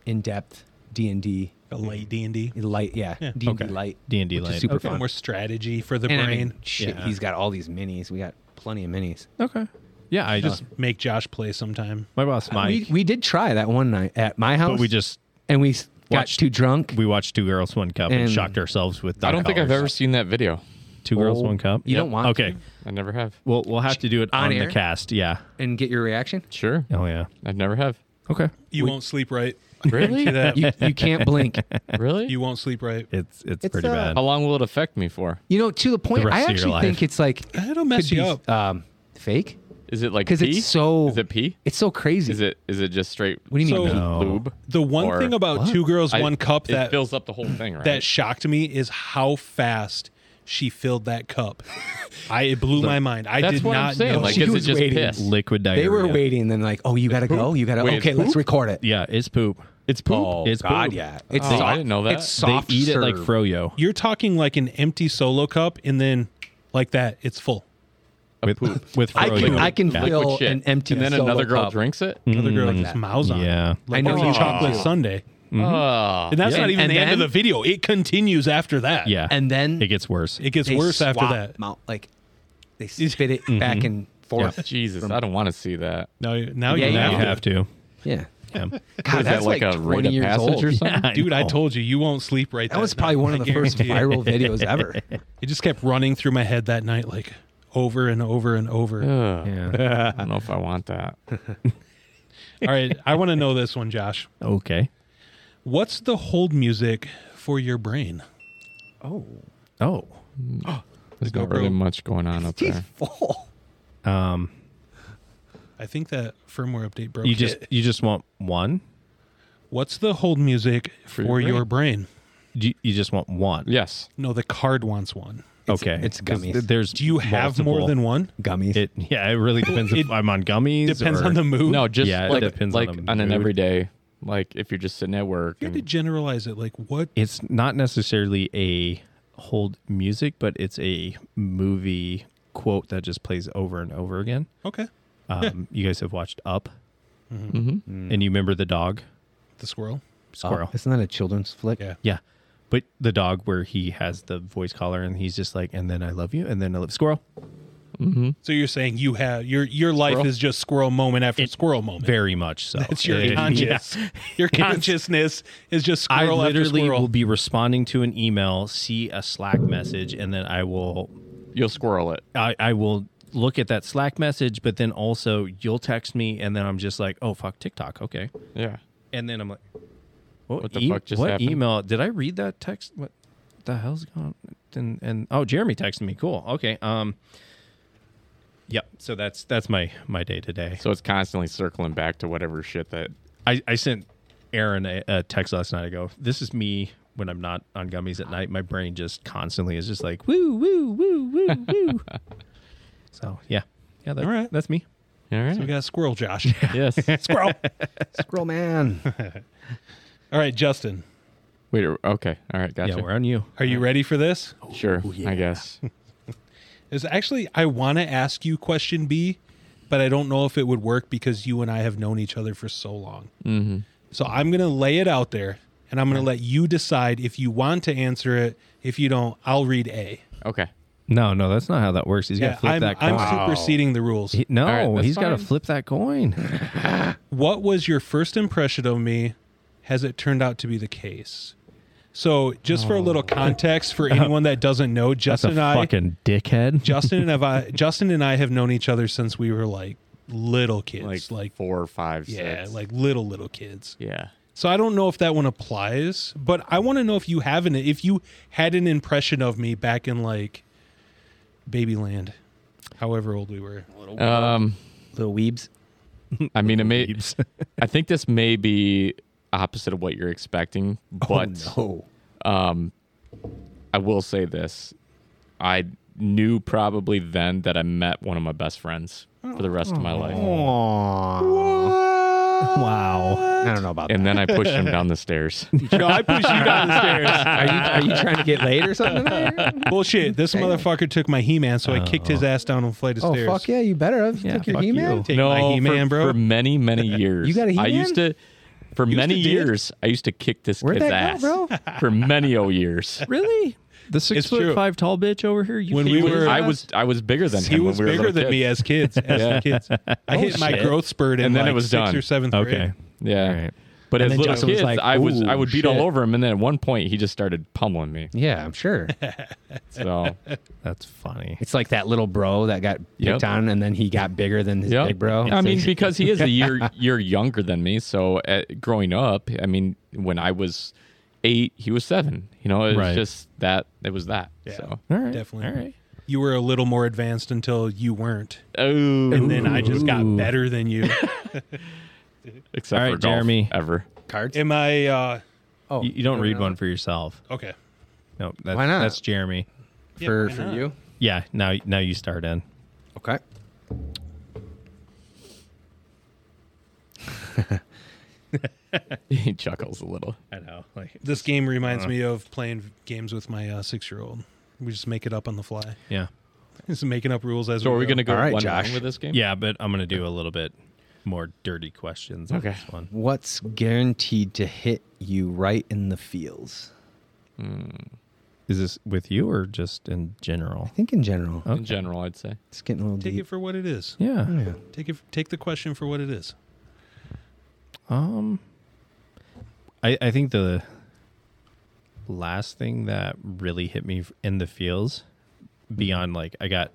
S1: in depth D and D
S2: a light D and D.
S1: light. Yeah, D and D
S4: okay.
S1: light.
S4: D&D
S1: which is
S4: light,
S1: super
S4: okay.
S1: fun.
S2: More strategy for the
S1: And I
S2: brain.
S1: mean, shit,
S4: Yeah.
S1: he's got all these minis. We got plenty of minis.
S4: Okay. Yeah, I just
S2: just make Josh play sometime.
S4: my boss Mike.
S1: Uh, We we did try that one night at my house,
S4: but we just
S1: and we s- got
S4: watched-
S1: too drunk.
S4: we watched Two Girls One Cup and,
S1: And-
S4: shocked ourselves with.
S5: I don't think I've
S4: $9.
S5: ever seen that video.
S4: Two Girls
S1: Oh,
S4: One Cup.
S1: you don't want
S4: Okay.
S1: to.
S5: I never have.
S4: We'll we'll have to do it
S1: On
S4: on,
S1: air?
S4: the cast. Yeah.
S1: and get your reaction.
S5: Sure.
S4: Oh yeah.
S5: I never have.
S4: Okay.
S2: You won't sleep right.
S5: Really?
S2: See that?
S1: You, you can't blink.
S5: really?
S2: You won't sleep right.
S4: It's it's,
S1: It's,
S4: pretty
S1: uh,
S4: bad.
S5: How long will it affect me for?
S1: You know, to the point.
S4: rest
S1: I
S4: of your
S1: actually
S4: life.
S1: think it's like
S2: It'll mess
S1: could
S2: you
S1: be,
S2: up.
S1: Um, fake
S5: Is it like
S1: because
S5: pee?
S1: it's so
S5: Is it pee?
S1: It's so crazy.
S5: Is it is it just straight?
S1: What do you
S2: So-
S1: mean?
S2: No.
S5: Lube.
S2: The one
S5: Or-
S2: thing about two girls,
S5: I-
S2: one cup
S5: it
S2: that
S5: fills up the whole thing, right?
S2: that shocked me is how fast she filled that cup. I it blew my mind. I
S5: That's
S2: did
S5: what
S2: not
S5: I'm saying.
S2: know.
S5: Like,
S1: She
S5: is it
S1: was
S5: just
S1: waiting.
S5: piss?
S4: Liquid diarrhea.
S1: They were waiting, then like, oh, you gotta go, you gotta.
S5: Wait,
S1: okay,
S5: it's
S1: let's
S5: poop?
S1: record it.
S4: Yeah, it's poop. Oh,
S5: it's poop.
S4: It's
S1: Oh, God,
S4: poop.
S1: yeah. It's
S5: Oh, I didn't know that.
S1: It's soft.
S4: they eat it like
S1: serve.
S4: froyo.
S2: You're talking like an empty solo cup, and then like that, it's full.
S4: with poop. with
S1: I
S4: froyo.
S1: can, I can
S5: Liquid
S1: fill
S5: shit.
S1: an empty
S5: And then
S1: solo
S5: another girl
S1: cup.
S5: drinks it.
S2: Another girl just mouths on. it.
S4: Yeah.
S2: like,
S1: I know
S2: oh,
S1: you
S2: chocolate
S1: do.
S2: Sunday,
S5: Ah.
S2: and that's
S1: Yeah.
S2: not even
S1: And
S2: the end of
S1: then-
S2: the video. It continues after that.
S4: Yeah.
S1: And then
S4: it gets worse.
S2: it gets
S1: they
S2: worse after
S1: swap
S2: that.
S1: 'em Out. Like they spit it back and forth.
S5: Jesus, I don't want to see that.
S2: Now, now
S1: Yeah,
S2: you,
S1: you
S4: now
S2: have
S4: you
S2: to.
S4: have to.
S1: Yeah.
S4: Yeah.
S1: God,
S5: Is that
S1: that's
S5: like
S1: like,
S5: a rite
S1: 20
S5: of
S1: years
S5: passage
S1: old.
S5: or something?
S2: Dude, I
S4: know.
S2: told you, you won't sleep right.
S1: That was probably one of the first
S2: guarantee it.
S1: viral videos ever.
S2: It just kept running through my head that night, like over and over and over.
S5: Ugh,
S4: Yeah.
S5: I don't know if I want that.
S2: All right, I want to know this one, Josh.
S4: okay.
S2: What's the hold music for your brain?
S4: Oh.
S5: There's not really much going on up
S1: He's
S5: there.
S1: full.
S4: Um
S2: I think that firmware update broke.
S4: you just
S2: it.
S4: you just want one?
S2: What's the hold music for,
S5: your brain.
S2: your brain?
S4: You, you just want one.
S5: Yes.
S2: No, the card wants one.
S4: okay.
S1: it's
S4: 'Cause
S1: gummies.
S4: th- There's
S2: Do you have more
S4: multiple.
S2: than one?
S1: Gummies.
S4: it yeah, it really depends if
S2: It
S4: I'm on gummies.
S2: Depends
S4: or-
S2: on the mood.
S5: No, just
S4: Yeah, it
S5: like,
S4: depends on
S5: like on,
S4: the
S5: an
S4: mood.
S5: everyday, like if you're just sitting at work.
S2: You had to
S5: And,
S2: generalize it. Like what?
S4: it's not necessarily a hold music, but it's a movie quote that just plays over and over again.
S2: Okay.
S4: Um, you guys have watched Up,
S2: Mm-hmm.
S4: and you remember the dog
S2: The squirrel.
S4: squirrel.
S1: Isn't that a children's flick?
S2: Yeah.
S4: Yeah. But the dog where he has the voice collar and he's just like, and then I love you, and then I love squirrel.
S2: So you're saying you have your your life is just squirrel moment after squirrel moment.
S4: Very much so.
S2: It's your
S4: It-
S2: conscious. Your consciousness is just
S4: I
S2: squirrel after
S4: literally
S2: squirrel.
S4: will be responding to an email, see a Slack message, and then I will
S5: You'll squirrel it.
S4: I, I will look at that Slack message, but then also you'll text me, and then I'm just like, oh fuck, TikTok, okay.
S5: Yeah.
S4: And then I'm like, what, e-,
S5: What the fuck just
S4: what
S5: happened?
S4: email? Did I read that text? What the hell's going? on? And and oh, Jeremy texted me. Cool. Okay. Um. Yep. So that's that's my my day today.
S5: So it's constantly circling back to whatever shit that.
S4: I I sent Aaron a, a text last night. I go, this is me when I'm not on gummies at night. My brain just constantly is just like woo woo woo woo woo. so yeah, yeah. That,
S2: All right.
S4: That's me.
S5: All right.
S2: So we got squirrel Josh.
S5: yes.
S2: squirrel.
S1: Squirrel man.
S2: All right, Justin.
S5: Wait. Okay. All right. Gotcha.
S4: Yeah, we're on you.
S2: Are you ready for this?
S5: sure. I guess.
S2: Is actually I want to ask you question B, but I don't know if it would work because you and I have known each other for so long. Mm-hmm. So I'm gonna lay it out there, and I'm gonna let you decide if you want to answer it. If you don't, I'll read A.
S5: Okay.
S4: No, no, that's not how that works. He's got to flip
S2: I'm,
S4: that coin.
S2: I'm superseding the rules.
S4: He- no,
S5: All right, that's
S4: he's got to
S5: fine.
S4: flip that coin.
S2: what was your first impression of me? Has it turned out to be the case? So, just for a little context for anyone that doesn't know,
S4: Oh. That's a
S2: Justin and I,
S4: fucking dickhead.
S2: Justin and have I, Justin and I have known each other since we were like little kids,
S5: Like,
S2: like,
S5: four or five.
S2: yeah,
S5: six.
S2: like little little kids.
S5: Yeah.
S2: So I don't know if that one applies, but I want to know if you have an if you had an impression of me back in like Babyland, however old we were.
S5: Um.
S1: Little weebs.
S5: I mean, it may. I think this may be opposite of what you're expecting, but
S1: Oh.
S5: I will say this: I knew probably then that I met one of my best friends for the rest of my life,
S4: wow.
S1: I don't know about
S5: and then I pushed him down the stairs.
S2: No, I pushed you down the stairs.
S1: that. Are you, are you trying to get laid or something?
S2: Bullshit! This motherfucker took my He-Man, so I kicked his ass down a flight of
S1: oh,
S2: stairs.
S1: fuck yeah. You better have. You took your
S4: fuck
S1: He-Man.
S4: you.
S2: Take my He-Man,
S5: for,
S2: bro.
S5: for many many years.
S1: You got a
S5: I
S1: He-Man?
S5: used to. For many
S2: did?
S5: years, I used to kick this
S1: Where'd
S5: kid's
S1: that
S5: ass
S1: go, bro?
S5: for many oh years.
S4: Really? The six
S2: It's
S4: foot
S2: true.
S4: five tall bitch over here. You
S2: When
S4: kicked
S2: we
S4: his
S2: were-
S5: I
S4: ass?
S5: was I was bigger than
S2: He
S5: him.
S2: was
S5: when we were
S2: bigger
S5: little
S2: than me as
S5: kids.
S2: kids. As the kids, I hit my growth spurt in
S5: And then it
S2: like
S5: was
S2: sixth
S5: done.
S2: or seventh
S4: okay.
S2: grade.
S5: Yeah.
S4: All right.
S5: But
S1: And
S5: as
S1: then
S5: little
S1: Justin was
S5: kids,
S1: like,
S5: I was
S1: "Ooh,
S5: I would beat all
S1: shit."
S5: over him, and then at one point he just started pummeling me.
S1: Yeah, I'm sure.
S5: So
S4: That's funny.
S1: It's like that little bro that got picked
S5: Yep.
S1: on and then he got bigger than his
S5: yeah,
S1: big bro.
S5: I mean, because he is a year year younger than me. So uh growing up, I mean, when I was eight, he was seven. You know, it's
S4: Right.
S5: just that it was that. So
S4: All right.
S2: Definitely.
S4: All right.
S2: You were a little more advanced until you weren't,
S5: oh,
S2: and then I just got
S4: Ooh.
S2: better than you.
S5: except
S4: All
S5: for
S4: right,
S5: golf,
S4: Jeremy.
S5: ever.
S1: cards.
S2: Am I? uh
S1: oh,
S4: You, you don't read
S1: no.
S4: one for yourself.
S2: Okay.
S4: No, that's,
S1: Why not?
S4: That's Jeremy.
S1: for
S2: why
S1: for
S2: not?
S1: you.
S4: Yeah. Now, now you start in.
S1: Okay.
S5: he chuckles a little.
S4: I know. Like,
S2: This game
S5: Uh-huh.
S2: reminds me of playing games with my uh, six-year-old. We just make it up on the fly.
S4: yeah.
S2: Just making up rules as
S5: So
S2: we
S5: are we
S2: go.
S5: gonna go
S1: All right,
S5: one
S1: Josh.
S5: round with this game?
S4: Yeah, but I'm gonna do a little bit more dirty questions. On
S5: Okay.
S4: This one.
S1: What's guaranteed to hit you right in the feels?
S4: Is this with you or just in general?
S1: I think in general.
S5: In general, I'd say.
S1: It's getting a little
S2: take it
S1: deep. Oh,
S2: for what it is?
S4: Yeah.
S1: yeah.
S2: Take it. Take the question for what it is.
S4: Um, I I think the last thing that really hit me in the feels, beyond like I got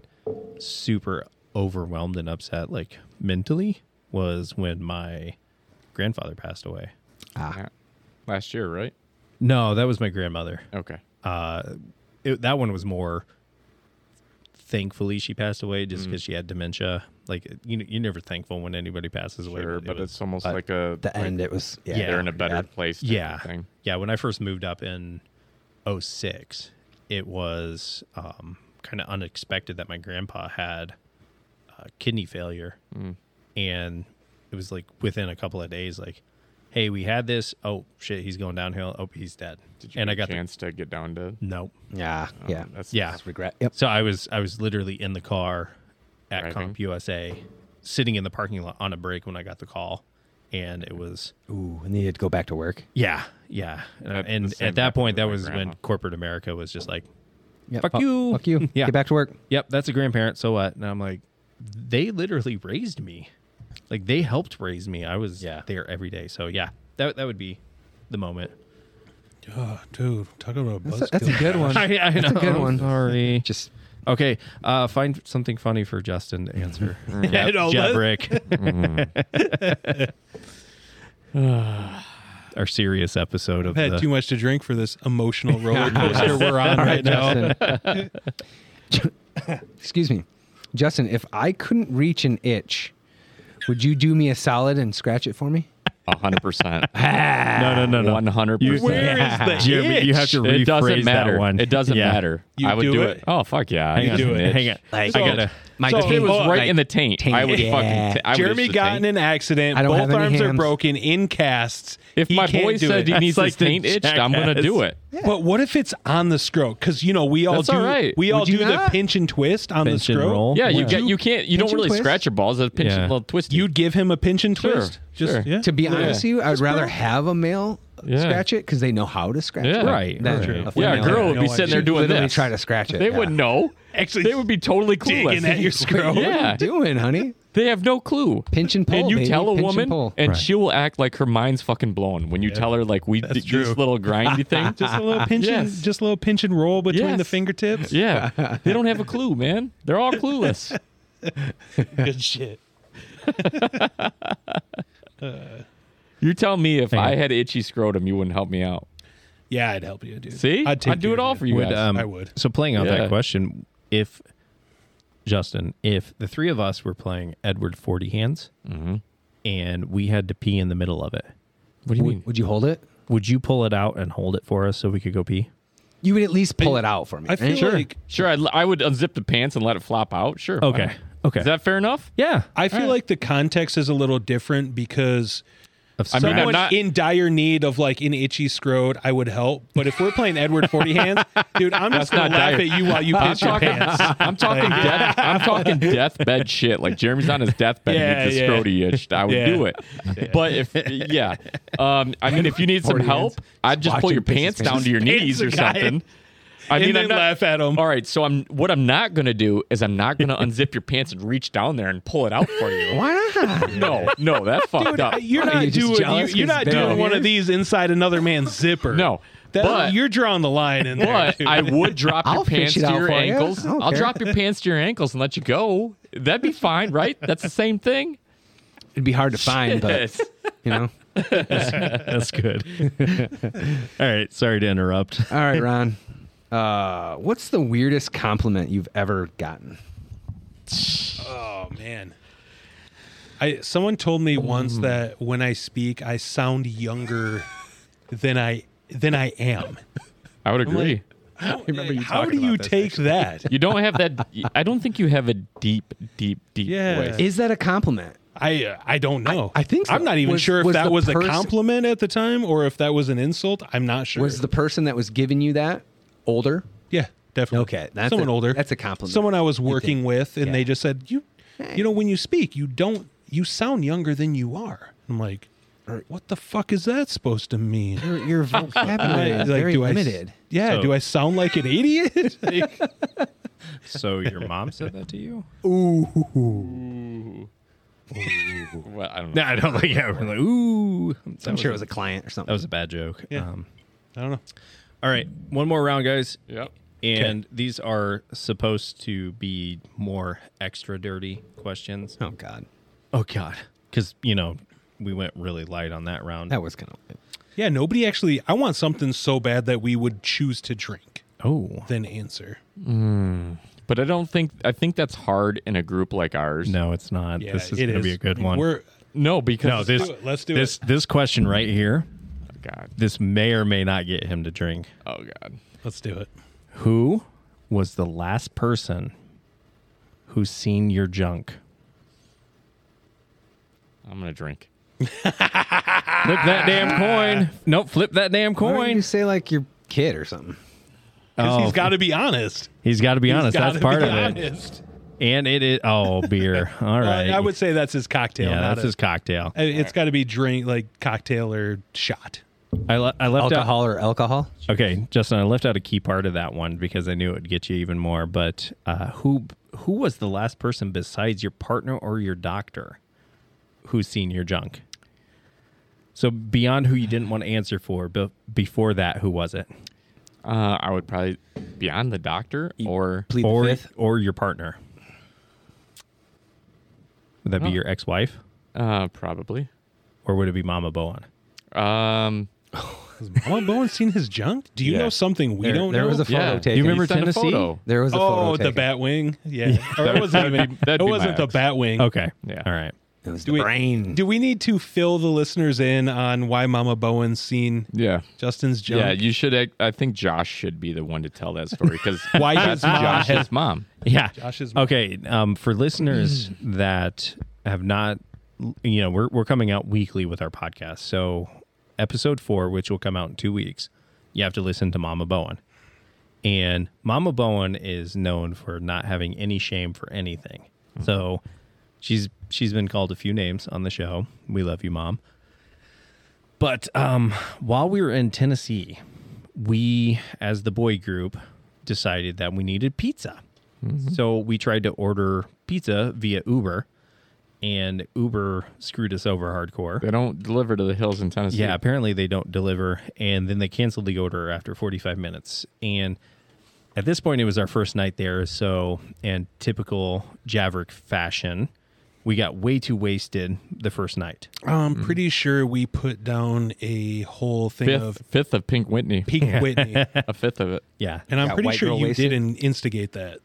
S4: super overwhelmed and upset, like mentally, was when my grandfather passed away.
S5: Yeah. Last year, right?
S4: No, that was my grandmother.
S5: Okay.
S4: it, that one was more thankfully she passed away just
S5: Mm.
S4: because she had dementia like you know you're never thankful when anybody passes away
S5: Sure,
S4: it
S5: but
S4: was-
S5: it's almost
S4: uh,
S5: like a
S1: The
S5: like
S1: end. It was yeah.
S4: Yeah.
S5: they're in a better
S1: bad.
S5: place. type of
S4: yeah
S5: thing.
S4: yeah when i first moved up in 06 it was um kind of unexpected that my grandpa had uh, kidney failure
S5: Mm.
S4: and it was like within a couple of days like hey we had this oh shit he's going downhill oh he's dead
S5: Did you
S4: and
S5: get
S4: i got
S5: a chance to get down to?
S4: the nope
S1: Yeah. Yeah.
S5: That's
S4: yeah
S1: That's regret. Yep.
S4: So I was I was literally in the car at
S5: Driving.
S4: Comp USA sitting in the parking lot on a break when I got the call, and it was
S1: Ooh, I needed to go back to work.
S4: yeah, yeah. And-
S5: At the
S4: and
S5: same
S4: at that
S5: happened
S4: point,
S5: with
S4: that
S5: my
S4: was when
S5: grandma.
S4: corporate America was just like,
S1: Yeah,
S4: Fuck
S1: fu-
S4: you.
S1: Fuck you.
S4: Yeah.
S1: Get back to work.
S4: "Yep, that's a grandparent. So what?" And I'm like, "They literally raised me, like they helped raise me. I was
S1: Yeah.
S4: there every day. So yeah, that that would be the moment.
S2: Oh, dude, talk about a
S1: That's a,
S2: buzzkill.
S1: that's a good one.
S4: I, I know.
S1: That's a good
S4: I'm
S1: one.
S4: Sorry.
S1: Just
S4: Okay, uh, find something funny for Justin to answer. Jab-
S2: know, let-
S4: Jabrick. Our serious episode of
S2: I've had
S4: the.
S2: too much to drink for this emotional roller coaster we're on right now.
S1: Justin. Excuse me. Justin, if I couldn't reach an itch, would you do me a solid and scratch it for me?
S5: hundred percent.
S4: no, no, no, no.
S5: One hundred
S4: You-
S5: percent.
S2: Where is the
S4: Jeremy, you have to rephrase
S5: It doesn't
S4: that
S5: matter.
S4: one.
S5: It doesn't
S4: Yeah.
S5: matter.
S2: You
S5: I would
S2: do
S5: do,
S2: it?
S5: it. Oh fuck yeah! Hang
S4: on.
S5: do it.
S4: Hang on.
S1: Like,
S4: I gotta.
S1: my
S5: So if it
S1: taint-
S5: was right
S1: like,
S5: in the taint, I would
S1: taint. Yeah.
S5: fucking. T- I would
S2: Jeremy
S5: itch the
S2: got
S5: taint.
S2: in an accident.
S1: I don't have
S2: Both
S1: any
S2: arms are
S1: hands.
S2: broken in casts.
S5: If
S2: He
S5: my
S2: can't
S5: boy
S2: do it.
S5: said he needs
S4: That's
S5: his
S4: like the
S5: taint itched, I'm gonna do it.
S2: But what if it's on the stroke? Because you know we all
S5: That's
S2: do.
S5: all right.
S2: We all
S1: Would you
S2: do the
S1: not?
S2: pinch and twist on the
S4: Pinch and
S2: stroke.
S4: roll.
S5: Yeah, you
S1: Would
S5: get
S1: you-
S5: you can't you don't
S1: pinch and
S5: really
S1: twist?
S5: scratch your balls. It's pinch
S4: Yeah.
S5: a little twisty.
S2: You'd give him a pinch and
S5: Sure,
S2: twist. Just
S5: sure.
S2: yeah.
S1: To be
S2: Yeah.
S1: honest with you, I would rather have a male
S5: Yeah.
S1: scratch it because they know how to scratch
S5: Yeah.
S1: it.
S4: Right,
S1: than
S4: right.
S1: a
S5: yeah, a
S1: female
S5: girl
S2: I
S5: would be
S2: know, I
S5: sitting there
S2: should
S5: doing
S1: literally
S5: this.
S1: try to scratch it.
S5: They
S1: yeah.
S5: wouldn't know.
S2: Actually,
S5: they would be totally
S2: digging
S5: clueless.
S2: at your scroll.
S1: What are
S5: yeah,
S1: you doing, honey?
S5: they have no clue.
S1: Pinch and pull.
S5: and you
S1: baby.
S5: tell a
S1: Pinch
S5: woman,
S1: And, pull.
S5: and, she will act like her mind's fucking blown when you tell her like we did
S2: true.
S5: this little grindy thing.
S2: Just a little pinch
S5: Yes.
S2: and just a little pinch and roll between the
S5: Yes.
S2: fingertips.
S5: yeah, they don't have a clue, man. They're all clueless.
S2: Good shit.
S5: You're telling me if I
S4: on.
S5: had itchy scrotum, you wouldn't help me out.
S2: Yeah, I'd help you, dude.
S5: See,
S2: I'd, take
S5: do
S2: care
S5: it
S2: of
S5: all for you
S4: Would,
S5: guys.
S4: um,
S2: I would.
S4: So playing on
S5: Yeah.
S4: that question, if Justin, if the three of us were playing Edward Forty Hands, and we had to pee in the middle of it,
S5: what do you mean?
S1: would you hold it?
S4: would you pull it out and hold it for us so we could go pee?
S1: You would at least pull it out for me.
S2: I feel
S1: Sure.
S2: like
S5: Sure, I'd, I would unzip the pants and let it flop out. Sure. why
S4: Okay.
S5: not?
S4: Okay.
S5: Is that fair enough?
S4: yeah.
S2: I feel like the context is a little different because
S4: Of
S5: mean, I'm
S2: someone
S5: not-
S2: in dire need of like an itchy scrode, I would help. But if we're playing Edward Forty Hands, dude, I'm just gonna
S5: not
S2: laugh
S5: dire.
S2: at you while you piss your
S5: talking-
S2: pants.
S5: I'm talking death. I'm talking deathbed shit. Like Jeremy's on his deathbed
S2: Yeah,
S5: and needs a
S2: yeah.
S5: scrody itched. I would
S2: Yeah.
S5: do it. But if yeah, um, I mean, if you need some
S1: Forty
S5: help,
S1: hands.
S5: I'd just pull
S1: Watching
S5: your
S1: Pisses
S5: pants
S1: Pants.
S5: down to your knees
S2: a
S5: or
S2: guy
S5: something. I
S2: and
S5: mean,
S2: then
S5: I'm not,
S2: laugh at him.
S5: All right, so I'm what I'm not gonna do is I'm not gonna unzip your pants and reach down there and pull it out for you.
S1: Why not?
S5: No, no, that's fucked up.
S2: You're
S1: Are
S2: not
S1: you just
S2: doing you,
S1: jealous
S2: you're
S1: 'cause
S2: not
S1: they're
S2: doing
S1: over
S2: one
S1: here?
S2: of these inside another man's zipper.
S5: No,
S2: That-
S5: but-
S2: you're drawing the line in there.
S5: But
S2: dude.
S5: I would drop your
S1: I'll
S5: pants
S1: fish
S5: to
S1: it out
S5: your
S1: for ya.
S5: ankles.
S1: I don't
S5: I'll
S1: care.
S5: drop your pants to your ankles and let you go. That'd be fine, right? That's the same thing.
S1: It'd be hard to find, but
S5: Yes.
S1: you know.
S4: That's good. All right. Sorry to interrupt.
S1: All right, Ron. Uh, what's the weirdest compliment you've ever gotten?
S2: oh man. I someone told me once
S1: Mm.
S2: that when I speak, I sound younger than I than I am.
S5: I would agree.
S1: remember you
S2: How do
S1: talking
S2: you
S1: about this,
S2: take that?
S5: You don't have that. I don't think you have a deep, deep, deep
S2: Yeah.
S5: voice.
S1: Is that a compliment?
S2: I uh, I don't know.
S1: I think so.
S2: I'm not even
S1: Was-
S2: sure if
S1: was
S2: that
S1: the
S2: was a
S1: person-
S2: compliment at the time or if that was an insult. I'm not sure.
S1: Was the person that was giving you that older?
S2: yeah definitely
S1: Okay, that's
S2: someone
S1: a-
S2: older.
S1: that's a compliment,
S2: Someone I was working with, and they
S1: Yeah.
S2: just said you, you know, when you speak, you don't you sound younger than you are. I'm like,
S1: Er
S2: what the fuck is that supposed to mean?
S1: Your, your vocabulary
S2: Like,
S1: is very
S2: do I s-
S1: limited.
S2: yeah,
S4: So-
S2: do I sound like an idiot? Like,
S4: So your mom said that to you?
S5: Well, I don't
S4: No,
S5: know.
S4: I don't like. Yeah, we're like, ooh. That
S1: I'm sure it was a client or something.
S4: That was a bad joke. Um,
S2: I don't know.
S4: all right, one more round, guys.
S5: Yep.
S4: And these are supposed to be more extra dirty questions.
S1: oh God,
S4: Oh God, because you know we went really light on that round.
S1: that was kind of.
S2: Yeah, nobody actually. I want something so bad that we would choose to drink
S4: oh
S2: than answer.
S5: But I don't think. I think that's hard in a group like ours.
S4: no, it's not.
S2: Yeah,
S4: this is
S2: it
S4: going to be a good one.
S2: We're
S5: No, because
S4: no, this
S2: do it. Let's do
S4: this
S2: it.
S4: this question right here.
S5: Oh, God.
S4: This may or may not get him to drink.
S5: Oh God.
S2: let's do it.
S4: Who was the last person who's seen your junk?
S5: I'm gonna drink.
S4: Flip that damn
S2: Ah.
S4: coin. Nope, flip that damn
S1: Why don't you
S4: coin.
S1: say like your kid or something?
S2: Because
S4: Oh,
S2: he's got to be honest.
S4: He's got to be honest.
S2: He's gotta
S4: That's part
S2: be
S4: of it.
S2: honest.
S4: And it is oh beer. All
S2: Well,
S4: right.
S2: I would say that's his cocktail.
S4: yeah,
S2: not
S4: that's
S2: a-
S4: his cocktail.
S2: I- It's got to be drink like cocktail or shot.
S4: I, le- I left out
S1: Alcohol or alcohol?
S4: Okay, Justin, I left out a key part of that one because I knew it would get you even more. But uh, who who was the last person besides your partner or your doctor who's seen your junk? So beyond who you didn't want to answer for, but before that, who was it?
S5: Uh, I would probably beyond the doctor or
S1: Plead
S4: Or
S1: the fifth.
S4: or your partner? Would that be
S5: Oh.
S4: your ex-wife,
S5: uh, probably.
S4: or would it be Mama Bowen?
S5: Um,
S2: Has Mama Bowen seen his junk? Do you
S5: Yeah.
S2: know something we
S1: There,
S2: don't
S1: there
S2: know?
S1: was a photo
S5: yeah.
S1: taken.
S4: you remember
S5: He sent a
S4: Tennessee?
S5: photo.
S1: There was a photo
S2: oh, the
S1: taken.
S2: Batwing. Yeah, or it wasn't even.
S5: that'd
S2: it
S5: be my
S2: wasn't the
S5: ex.
S2: Batwing.
S4: Okay,
S5: Yeah.
S4: all right.
S1: It was the
S2: Do we-
S1: brain.
S2: Do we need to fill the listeners in on why Mama Bowen's seen
S5: yeah.
S2: Justin's junk?
S5: Yeah, you should. act- I think Josh should be the one to tell that story because
S2: Why
S5: that's
S2: his mom
S5: Josh's
S2: has-
S5: mom.
S4: Yeah.
S2: Josh's-
S5: Oh.
S4: okay. Um, for listeners that have not, you know, we're, we're coming out weekly with our podcast. So, episode four, which will come out in two weeks, you have to listen to Mama Bowen. And Mama Bowen is known for not having any shame for anything. So, she's she's been called a few names on the show. We love you, Mom. But um, while we were in Tennessee, we, as the boy group, decided that we needed pizza.
S5: Mm-hmm.
S4: So we tried to order pizza via Uber, and Uber screwed us over hardcore.
S5: They don't deliver to the hills in Tennessee.
S4: Yeah, apparently they don't deliver, and then they canceled the order after 45 minutes. And at this point, it was our first night there, so in typical Javerick fashion, we got way too wasted the first night.
S2: I'm pretty sure we put down a whole thing
S5: Mm. fifth
S2: of
S5: fifth of Pink Whitney,
S2: Pink Whitney,
S5: a fifth of it.
S4: Yeah,
S2: and I'm
S1: Yeah,
S2: pretty
S1: white
S2: sure
S1: girl
S2: you
S1: wasted.
S2: didn't instigate that.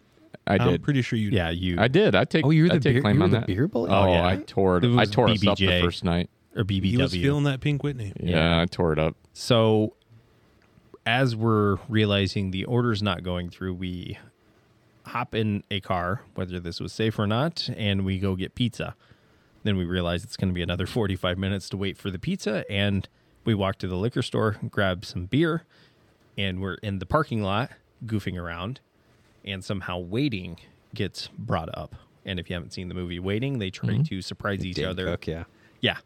S5: I
S2: I'm
S5: did.
S2: pretty sure you.
S4: yeah, you
S5: I did. I take.
S1: Oh, you were
S5: I
S1: the
S5: take
S1: beer-
S5: claim
S1: you were
S5: on
S1: the
S5: that.
S1: beer bully?
S5: Oh,
S1: Oh,
S4: yeah.
S5: I tore it.
S4: It
S5: I
S4: was
S5: tore us up the
S4: BBJ.
S5: first night.
S4: or BBW.
S2: He was feeling that Pink Whitney.
S5: E Yeah, I tore it up.
S4: So, as we're realizing the order's not going through, we hop in a car, whether this was safe or not, and we go get pizza. Then we realize it's going to be another 45 minutes to wait for the pizza, and we walk to the liquor store, grab some beer, and we're in the parking lot goofing around, and somehow waiting gets brought up. And if you haven't seen the movie Waiting, they try to surprise each
S1: Dan
S4: other.
S1: Cook, yeah.
S4: Yeah,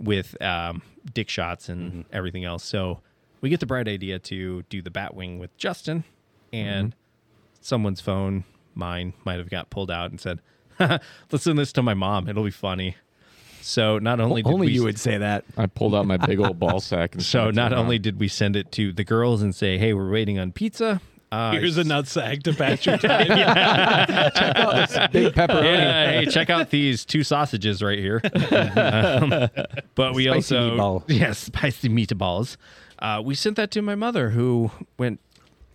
S4: with um, dick shots and everything else. So we get the bright idea to do the Batwing with Justin, and someone's phone, mine, might have got pulled out and said, "Let's send this to my mom. It'll be funny." So not only did
S1: Only
S4: we,
S1: you would say that.
S5: I pulled out my big old ball sack. And
S4: so
S5: sent it to
S4: not
S5: my mom.
S4: only did we send it to the girls and say, "Hey, we're waiting on pizza." Uh,
S2: Here's a nutsack to patch your time.
S1: Big pepperoni.
S4: yeah, Uh, hey, check out these two sausages right here. Um, but we
S1: Spicy
S4: also
S1: meatball.
S4: yeah, spicy meatballs. Uh, we sent that to my mother, who went,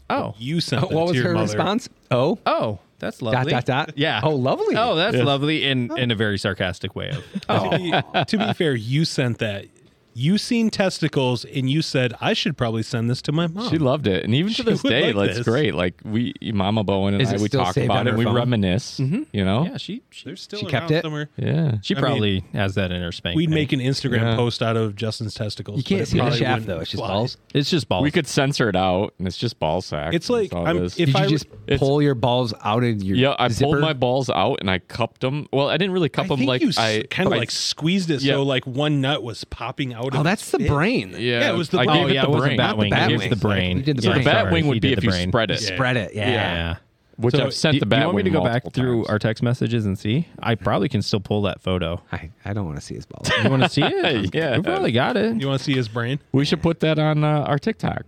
S4: oh,
S2: You sent. that
S1: What was
S2: to your
S1: her
S2: mother.
S1: response? Oh,
S4: oh, that's
S1: dot
S4: lovely.
S1: dot dot.
S4: Yeah.
S1: Oh, lovely.
S4: Oh, that's lovely, in in a very sarcastic way of.
S2: to, be,
S1: Oh.
S2: to be fair, you sent that. You seen testicles, and you said I should probably send this to my mom.
S5: She loved it, and even
S2: She
S5: to this
S2: would
S5: day,
S2: like
S5: like, it's
S2: this.
S5: great. Like we, Mama Bowen and
S1: Is
S5: I,
S1: it
S5: we
S1: still
S5: talk
S1: saved on
S5: about it.
S1: her
S5: We
S1: phone?
S5: reminisce. You
S1: Oh.
S5: know.
S4: Yeah, she she,
S2: They're still
S1: She kept
S2: around
S1: it?
S2: somewhere.
S5: Yeah.
S4: she
S2: I
S4: probably has that in her spank.
S2: We'd
S4: bank.
S2: make an Instagram
S5: Yeah.
S2: post out of Justin's testicles.
S1: You
S2: but
S1: can't
S2: it
S1: see the
S2: probably
S1: shaft
S2: wouldn't
S1: though. It's just
S2: fly.
S1: balls.
S4: it's just balls.
S5: We could censor it out, and it's just ball sack.
S2: It's
S5: That's
S2: like,
S5: all it
S2: I'm-
S5: is.
S2: if
S1: Did
S2: I
S1: you
S2: were-
S1: just pull your balls out of your
S5: yeah, I
S1: zipper?
S5: pulled my balls out and I cupped them. Well, I didn't really cup
S2: I
S5: them
S2: think
S5: like
S2: you s-
S5: I
S2: kind of
S5: I-
S2: like squeezed it
S5: Yeah.
S2: so like one nut was popping out.
S1: Oh,
S2: of
S1: that's the
S2: it.
S1: brain.
S5: Yeah,
S2: Yeah, it was the
S5: I
S2: ball.
S5: gave
S4: Oh
S5: it
S4: yeah,
S5: the
S4: it wasn't
S5: brain.
S4: Batwing.
S1: Bat
S4: It
S1: wing.
S4: was the brain.
S1: You did the
S4: yeah,
S1: brain.
S5: The bat
S4: sorry,
S5: wing
S4: he
S5: would be
S4: did
S5: if
S4: the
S5: you
S4: brain.
S5: spread it,
S2: Yeah.
S1: Spread it. Yeah.
S4: Yeah.
S5: which
S2: So,
S5: I've sent you- the bat
S4: you want me
S5: wing
S4: to go back
S5: multiple
S4: through
S5: times.
S4: our text messages and see? I probably can still pull that photo.
S1: I, I don't want to see his balls.
S4: You want to see it?
S5: Yeah.
S4: we probably got it.
S2: You want to see his brain?
S5: We should put that on uh, our TikTok.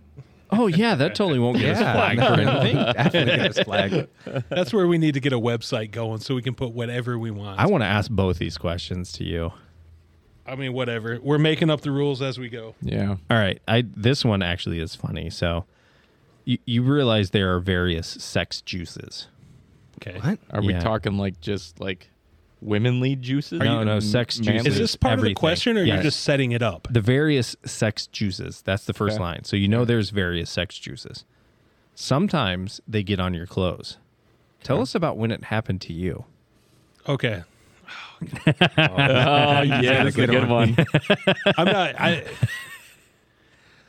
S4: Oh yeah, that totally won't get us flagged
S1: no,
S4: for
S1: no,
S4: anything.
S1: Definitely get us flagged.
S2: That's where we need to get a website going so we can put whatever we want.
S4: I want to ask both these questions to you.
S2: I mean, whatever. We're making up the rules as we go.
S5: Yeah.
S4: All right, I this one actually is funny. So, you, you realize there are various sex juices.
S2: Okay.
S1: What?
S5: Are
S4: Yeah.
S5: we talking like just like womenly juices?
S4: No, no, sex
S5: manly-
S4: juices.
S2: Is this part of
S4: Everything.
S2: the question, or
S4: Yes.
S2: you're just setting it up?
S4: The various sex juices. That's the first
S5: Okay.
S4: line. So you know there's various sex juices. Sometimes they get on your clothes. Tell us about when it happened to you.
S2: Okay.
S5: Oh yeah, that's a good one.
S2: I'm not. I,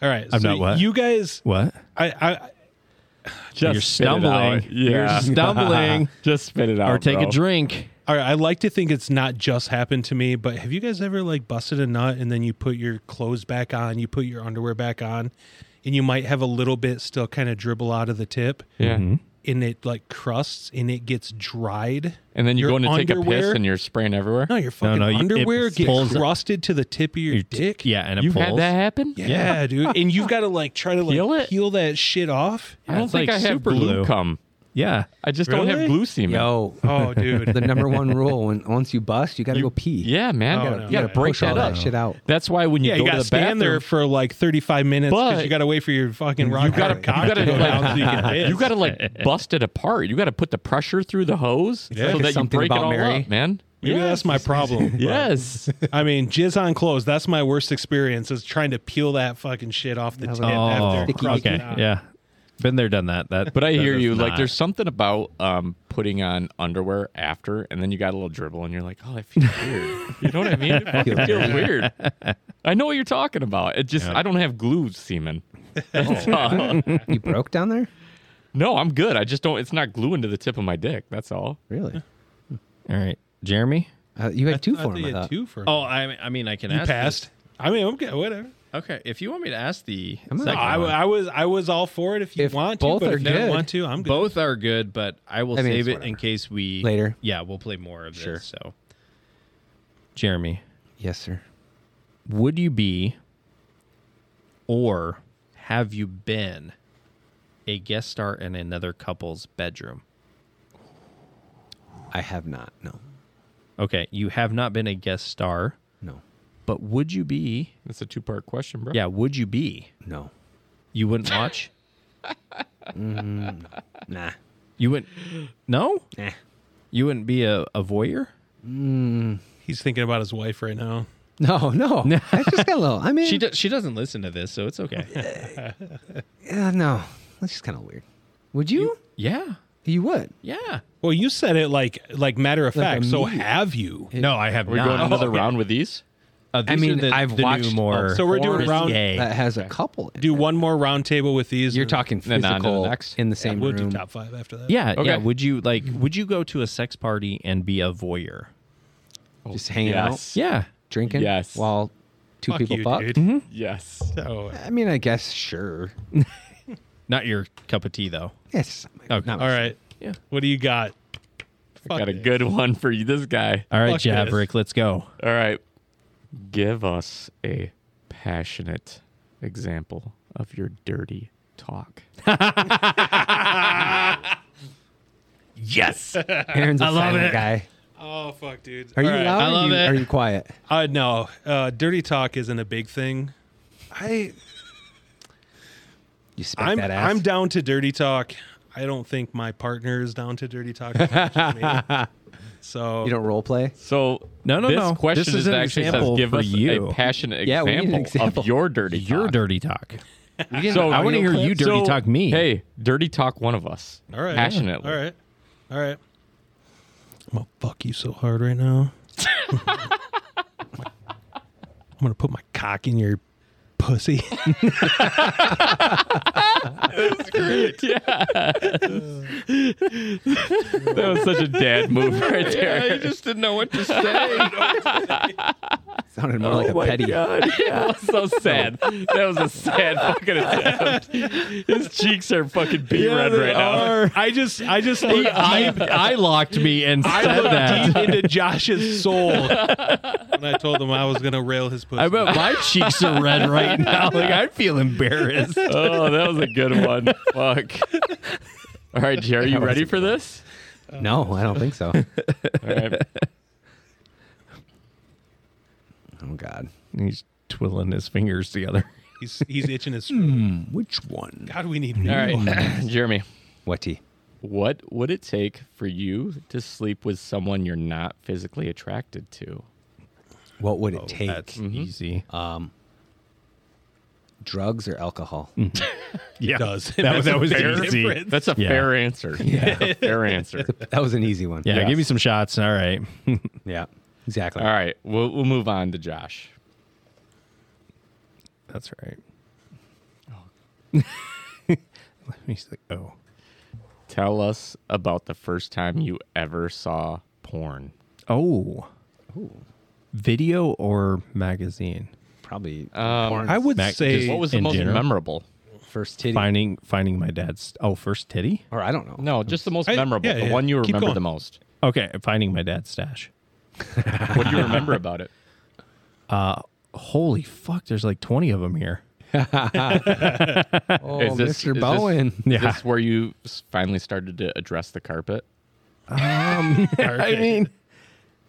S2: all right.
S4: I'm
S2: so
S4: not what?
S2: You guys,
S4: What?
S2: I, I,
S5: Just
S4: you're
S5: spit it out.
S4: stumbling.
S5: Yeah.
S4: You're stumbling.
S5: Just spit it out.
S4: or take
S5: bro.
S4: a drink.
S2: All right, I like to think it's not just happened to me, but have you guys ever like busted a nut and then you put your clothes back on, you put your underwear back on, and you might have a little bit still kind of dribble out of the tip,
S5: Yeah.
S4: Mm-hmm.
S2: and it like crusts and it gets dried.
S5: And then you
S2: Your
S5: go in to take a piss
S2: underwear-
S5: and you're spraying everywhere.
S2: no, your fucking
S4: no, you- it
S2: underwear gets
S4: pulls-
S2: crusted to the tip of your, dick.
S4: Yeah, and it
S5: You've
S4: pulls.
S5: had that happen?
S2: yeah, dude, and you've got to like try to like
S5: Peel it?
S2: peel that shit off.
S5: I don't
S4: It's
S5: think
S4: like
S5: I have
S4: super
S5: blue,
S4: glue.
S5: cum.
S4: Yeah.
S5: I just don't
S2: Really?
S5: have blue semen.
S1: Yo,
S2: Oh, dude,
S1: the number one rule when once you bust, you got to go pee.
S5: Yeah, man.
S2: Oh,
S5: you
S2: no,
S5: gotta,
S2: no,
S5: you gotta
S2: no.
S5: break
S1: push all
S5: that
S1: that
S5: up.
S1: shit out.
S5: That's why when you
S2: yeah,
S5: go
S2: you got
S5: to
S2: to
S5: the
S2: stand there
S5: bathroom,
S2: for like thirty-five minutes because
S5: But-
S2: you got to wait for your fucking rock
S5: you
S2: hard
S5: gotta,
S2: cock
S5: you
S2: to
S5: gotta
S2: go
S5: like,
S2: down so you can piss.
S5: you gotta like bust it apart. You gotta put the pressure through the hose
S2: like
S5: so
S2: a
S5: that you
S1: Something
S5: break it
S1: About
S5: all
S1: Mary.
S5: up, man.
S2: Maybe that's my problem. but-
S5: Yes.
S2: I mean, jizz on clothes. That's my worst experience is trying to peel that fucking shit off the tip
S4: Oh,
S2: after. it crusted
S4: okay.
S2: out.
S4: Yeah. Been there, done that. That.
S5: But I
S4: that
S5: hear
S4: is
S5: you. Like,
S4: not-
S5: there's something about um, putting on underwear after, and then you got a little dribble, and you're like, "Oh, I feel weird." you know what I mean? It fucking
S1: Feels
S5: feels weird. I know what you're talking about. It just, I don't have glue semen. That's all.
S1: You broke down there?
S5: no, I'm good. I just don't. It's not gluing to the tip of my dick. That's all.
S1: Really?
S4: All right, Jeremy.
S1: Uh, you had two for
S2: I
S1: him.
S2: thought you
S1: I
S2: had
S1: thought.
S2: two for
S4: Oh, I. I mean, I can
S2: you
S4: ask.
S2: passed. I mean, okay, whatever.
S4: Okay, if you want me to ask the
S1: on.
S4: second
S2: I, w-
S4: one.
S2: I was I was all for it if you
S1: If
S2: want to,
S1: both
S2: but
S1: are
S2: if you don't
S1: good,
S2: want to, I'm good.
S4: both are good, but I will
S1: I mean,
S4: save
S1: it's
S4: it in case we
S1: Later.
S4: Yeah, we'll play more of this. So, Jeremy,
S1: Yes, sir.
S4: would you be, or have you been, a guest star in another couple's bedroom?
S1: I have not. No.
S4: Okay, you have not been a guest star,
S1: No.
S4: but would you be?
S5: That's a two part question, bro.
S4: Yeah, would you be?
S1: No.
S4: You wouldn't watch.
S1: Nah.
S4: you wouldn't. No,
S1: Nah.
S4: you wouldn't be a, a voyeur.
S2: He's thinking about his wife right now.
S1: No, no. I just got a little. I mean,
S4: She do, she doesn't listen to this, so it's okay.
S1: uh, no. That's just kind of weird. Would you?
S4: yeah,
S1: You, would.
S4: yeah.
S2: Well, you said it like like matter of fact. So
S1: immediate.
S2: have you?
S4: No, I have
S5: We're going another round with these.
S4: Uh, these
S1: mean,
S4: are the,
S1: I've
S4: the new
S1: watched-
S4: more.
S2: So we're doing round.
S4: Yay.
S1: That has a couple. In
S2: Do
S1: it.
S2: one more round table with these.
S1: You're
S2: and
S1: talking
S5: Then on to the
S1: physical
S5: next.
S1: in the same
S2: We'll do
S1: room.
S2: top five after that.
S4: yeah, yeah.
S5: Okay.
S4: Would you like? Would you go to a sex party and be a voyeur?
S1: Just hanging
S5: Yes.
S4: Yeah.
S1: out, drinking.
S5: Yes.
S1: While two
S2: Fuck
S1: people Mm-hmm.
S2: you,
S1: fuck.
S2: dude.
S5: Yes.
S2: Oh,
S1: I mean, I guess sure.
S4: Not your cup of tea, though.
S1: Yes.
S4: Okay.
S1: Not
S2: all right.
S4: Yeah.
S2: What do you got? Fuck
S5: Got a
S2: it.
S5: good one for you, this guy.
S4: All right,
S2: Fuck this.
S4: Javerick, let's go.
S5: All right. Give us a passionate example of your dirty talk.
S4: Yes.
S1: Aaron's a
S4: love
S1: silent
S4: it.
S1: guy.
S2: Oh fuck, dude.
S1: Are you
S2: All right.
S1: loud?
S4: I
S1: or
S4: love
S1: you,
S4: it.
S1: Are you quiet?
S2: Uh, no, uh, dirty talk isn't a big thing. I
S1: You spank
S2: I'm
S1: that ass.
S2: I'm down to dirty talk. I don't think my partner is down to dirty talk. as much as me. so
S1: you don't role play.
S5: So
S4: No, no,
S5: this
S4: no.
S5: question
S4: This
S5: is,
S4: is an
S5: actually says
S4: example
S5: give
S4: for
S5: us
S4: you.
S5: a passionate
S1: Yeah, we need an
S5: example,
S1: example.
S5: of your dirty talk.
S4: Your dirty talk.
S1: You didn't
S5: So
S1: have
S4: I wanna
S1: audio
S4: hear
S1: clips?
S4: you dirty
S5: So,
S4: talk me.
S5: Hey, dirty talk one of us.
S2: all right.
S5: Passionately.
S2: All right. All right. I'm gonna fuck you so hard right now. I'm gonna put my cock in your pussy.
S5: That was such a dad move right there.
S4: you just didn't know what to say.
S1: Sounded more like a petty.
S5: God. Yeah. so sad. That was a sad fucking attempt. His cheeks are fucking beet red right now.
S2: I just I just looked
S4: I, I locked me and
S2: I
S4: said
S2: looked
S4: that.
S2: deep into Josh's soul when I told him I was gonna rail his pussy.
S4: I bet my cheeks are red right now. Like I feel embarrassed.
S5: Oh, that was a good one. Fuck. All right, Jerry, you ready for this?
S1: No, I don't think so.
S5: All right.
S1: Oh God.
S4: He's twiddling his fingers together.
S2: He's he's itching his. throat.
S1: Which one?
S2: God, we need.
S5: All
S2: All right.
S5: right. Jeremy,
S1: Wetty.
S5: what would it take for you to sleep with someone you're not physically attracted to?
S1: What would it take?
S4: That's easy.
S1: Drugs or alcohol?
S4: yeah,
S2: does.
S4: that, was- that was
S5: Fair.
S4: easy.
S5: That's a
S4: Yeah.
S5: fair answer. A fair answer.
S1: That was an easy one.
S4: Yeah,
S5: Yes.
S4: give me some shots. All right.
S1: Yeah. Exactly.
S5: All right, we'll, we'll move on to Josh.
S4: That's right. He's like, oh,
S5: Tell us about the first time you ever saw porn.
S4: oh, video or magazine?
S1: Probably
S5: Um,
S1: porn
S2: I would
S4: Mac-
S2: say
S4: just-
S5: What was the
S4: In
S5: most
S4: general?
S5: memorable?
S1: first titty,
S4: Finding finding my dad's oh first titty.
S1: or I don't know.
S5: No, just the most
S2: I-
S5: memorable,
S2: yeah,
S5: the
S2: yeah.
S5: one you
S2: Keep
S5: remember
S2: going.
S5: the most.
S4: Okay, finding my dad's stash.
S5: What do you remember about it?
S4: Holy fuck! There's like twenty of them here.
S1: Oh,
S5: Is this- is
S1: Mr.
S5: this-
S1: Bowen.
S5: Is
S4: Yeah.
S5: this where you s- finally started to address the carpet?
S4: I mean,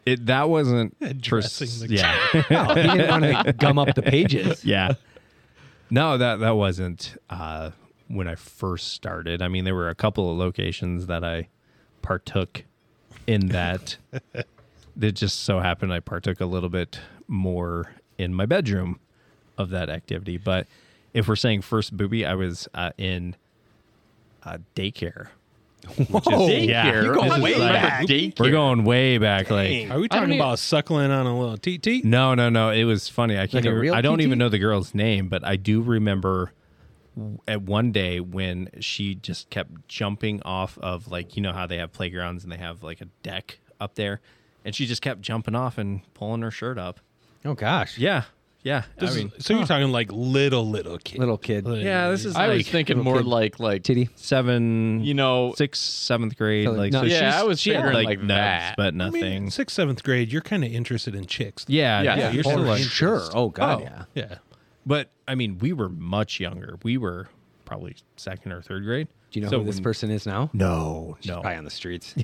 S4: it that wasn't
S2: Addressing
S4: pers-
S2: the
S4: yeah.
S1: he didn't want to gum up the pages.
S4: yeah. No, that that wasn't uh, when I first started. I mean, there were a couple of locations that I partook in that. that just so happened I partook a little bit more in my bedroom of that activity. But if we're saying first booby, I was uh, in uh, daycare.
S1: Whoa.
S4: yeah,
S5: You're going
S4: This is
S5: way
S4: like-
S5: back. Daycare.
S4: We're going way back, like
S2: Are we
S5: I don't
S2: talking
S5: even-
S2: about suckling on a little teat teat?
S4: No, no, no. It was funny. I can't.
S1: a
S4: even-
S1: real
S4: I don't
S1: TT?
S4: even know the girl's name, but I do remember w- at one day when she just kept jumping off of like you know how they have playgrounds and they have like a deck up there, and she just kept jumping off and pulling her shirt up.
S1: Oh gosh.
S4: Yeah, yeah. I mean,
S2: so you're talking like little little kid.
S1: Little kid.
S4: yeah. This is
S5: I was
S4: like
S5: thinking more like like
S1: Titty.
S4: seven,
S5: you know,
S4: sixth, seventh grade.
S1: So,
S4: Like,
S1: no-
S4: so
S5: Yeah,
S4: she's-
S5: I was
S4: she had,
S5: figuring
S4: like,
S5: like
S4: nubs,
S5: that.
S4: but
S2: I mean,
S4: nothing.
S2: sixth seventh grade, you're kind of interested in chicks.
S4: yeah,
S5: Yeah,
S4: yeah,
S5: yeah,
S4: You're
S5: for
S4: still like
S1: sure. Oh god. Yeah.
S2: Yeah.
S4: But I mean, we were much younger. We were probably second or third grade.
S1: Do you know
S4: So
S1: who this
S4: when-
S1: person is now?
S4: No, Oh, no,
S1: Probably on the streets.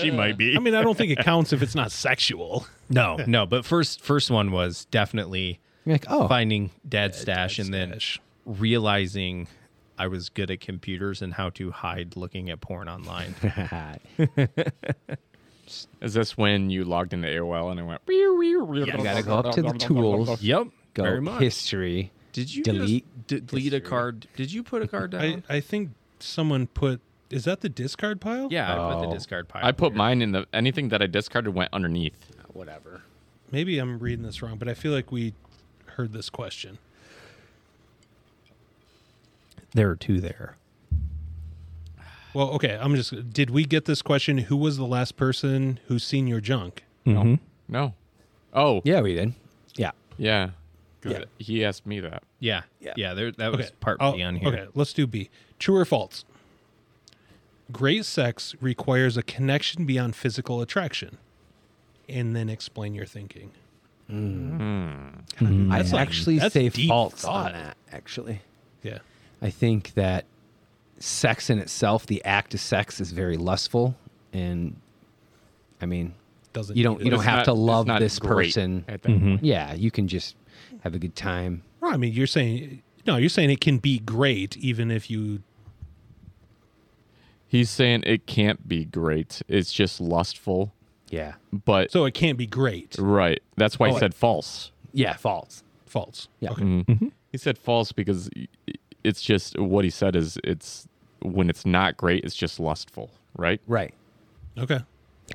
S4: she might be.
S2: I mean, I don't think it counts if it's not sexual.
S4: No, no. But first, first one was definitely
S1: You're like, oh,
S4: finding dad's stash, and then
S2: stash.
S4: realizing I was good at computers and how to hide looking at porn online.
S5: is this when you logged into AOL and it went? "Wee, wee, wee,
S1: you gotta go up to the tools.
S4: yep,
S1: Go
S4: very much.
S1: history.
S4: Did you
S1: delete
S4: just d- delete a card? Did you put a card down?
S2: I, I think someone put. Is that the discard pile?
S4: yeah, I put
S1: Oh.
S4: the discard pile.
S5: I put
S4: here.
S5: mine in the anything that I discarded went underneath.
S1: Whatever.
S2: Maybe I'm reading this wrong, but I feel like we heard this question.
S4: There are two there.
S2: Well, okay. I'm just. Did we get this question? Who was the last person who seen your junk?
S5: No. Oh yeah.
S1: Yeah, we did. Yeah.
S5: Good. He asked me that.
S4: Yeah, yeah. there, that
S2: Okay.
S4: was part
S2: I'll-
S4: B on here.
S2: Okay. Let's do B. True or false? Great sex requires a connection beyond physical attraction, and then explain your thinking.
S1: I actually
S2: that's
S1: say
S2: deep
S1: false on
S2: thought.
S1: that. Actually,
S2: Yeah.
S1: I think that sex in itself, the act of sex, is very lustful, and I mean,
S2: Doesn't
S1: you don't
S2: need
S1: you
S2: it.
S1: don't
S5: It's
S1: have
S5: not-
S1: to
S5: it's
S1: love
S5: not
S1: this
S5: great
S1: person. Mm-hmm.
S5: at that point.
S1: Yeah, you can just have a good time.
S2: Well, I mean, you're saying no. You're saying it can be great even if you.
S5: He's saying it can't be great. It's just lustful.
S1: Yeah.
S5: But
S2: So it can't be great.
S5: right, that's
S1: Oh,
S5: why he said false.
S1: Yeah, false.
S2: False.
S1: Yeah.
S2: Okay.
S5: He said false because y- it's just what he said is it's when it's not great, it's just lustful, right?
S1: Right.
S2: Okay.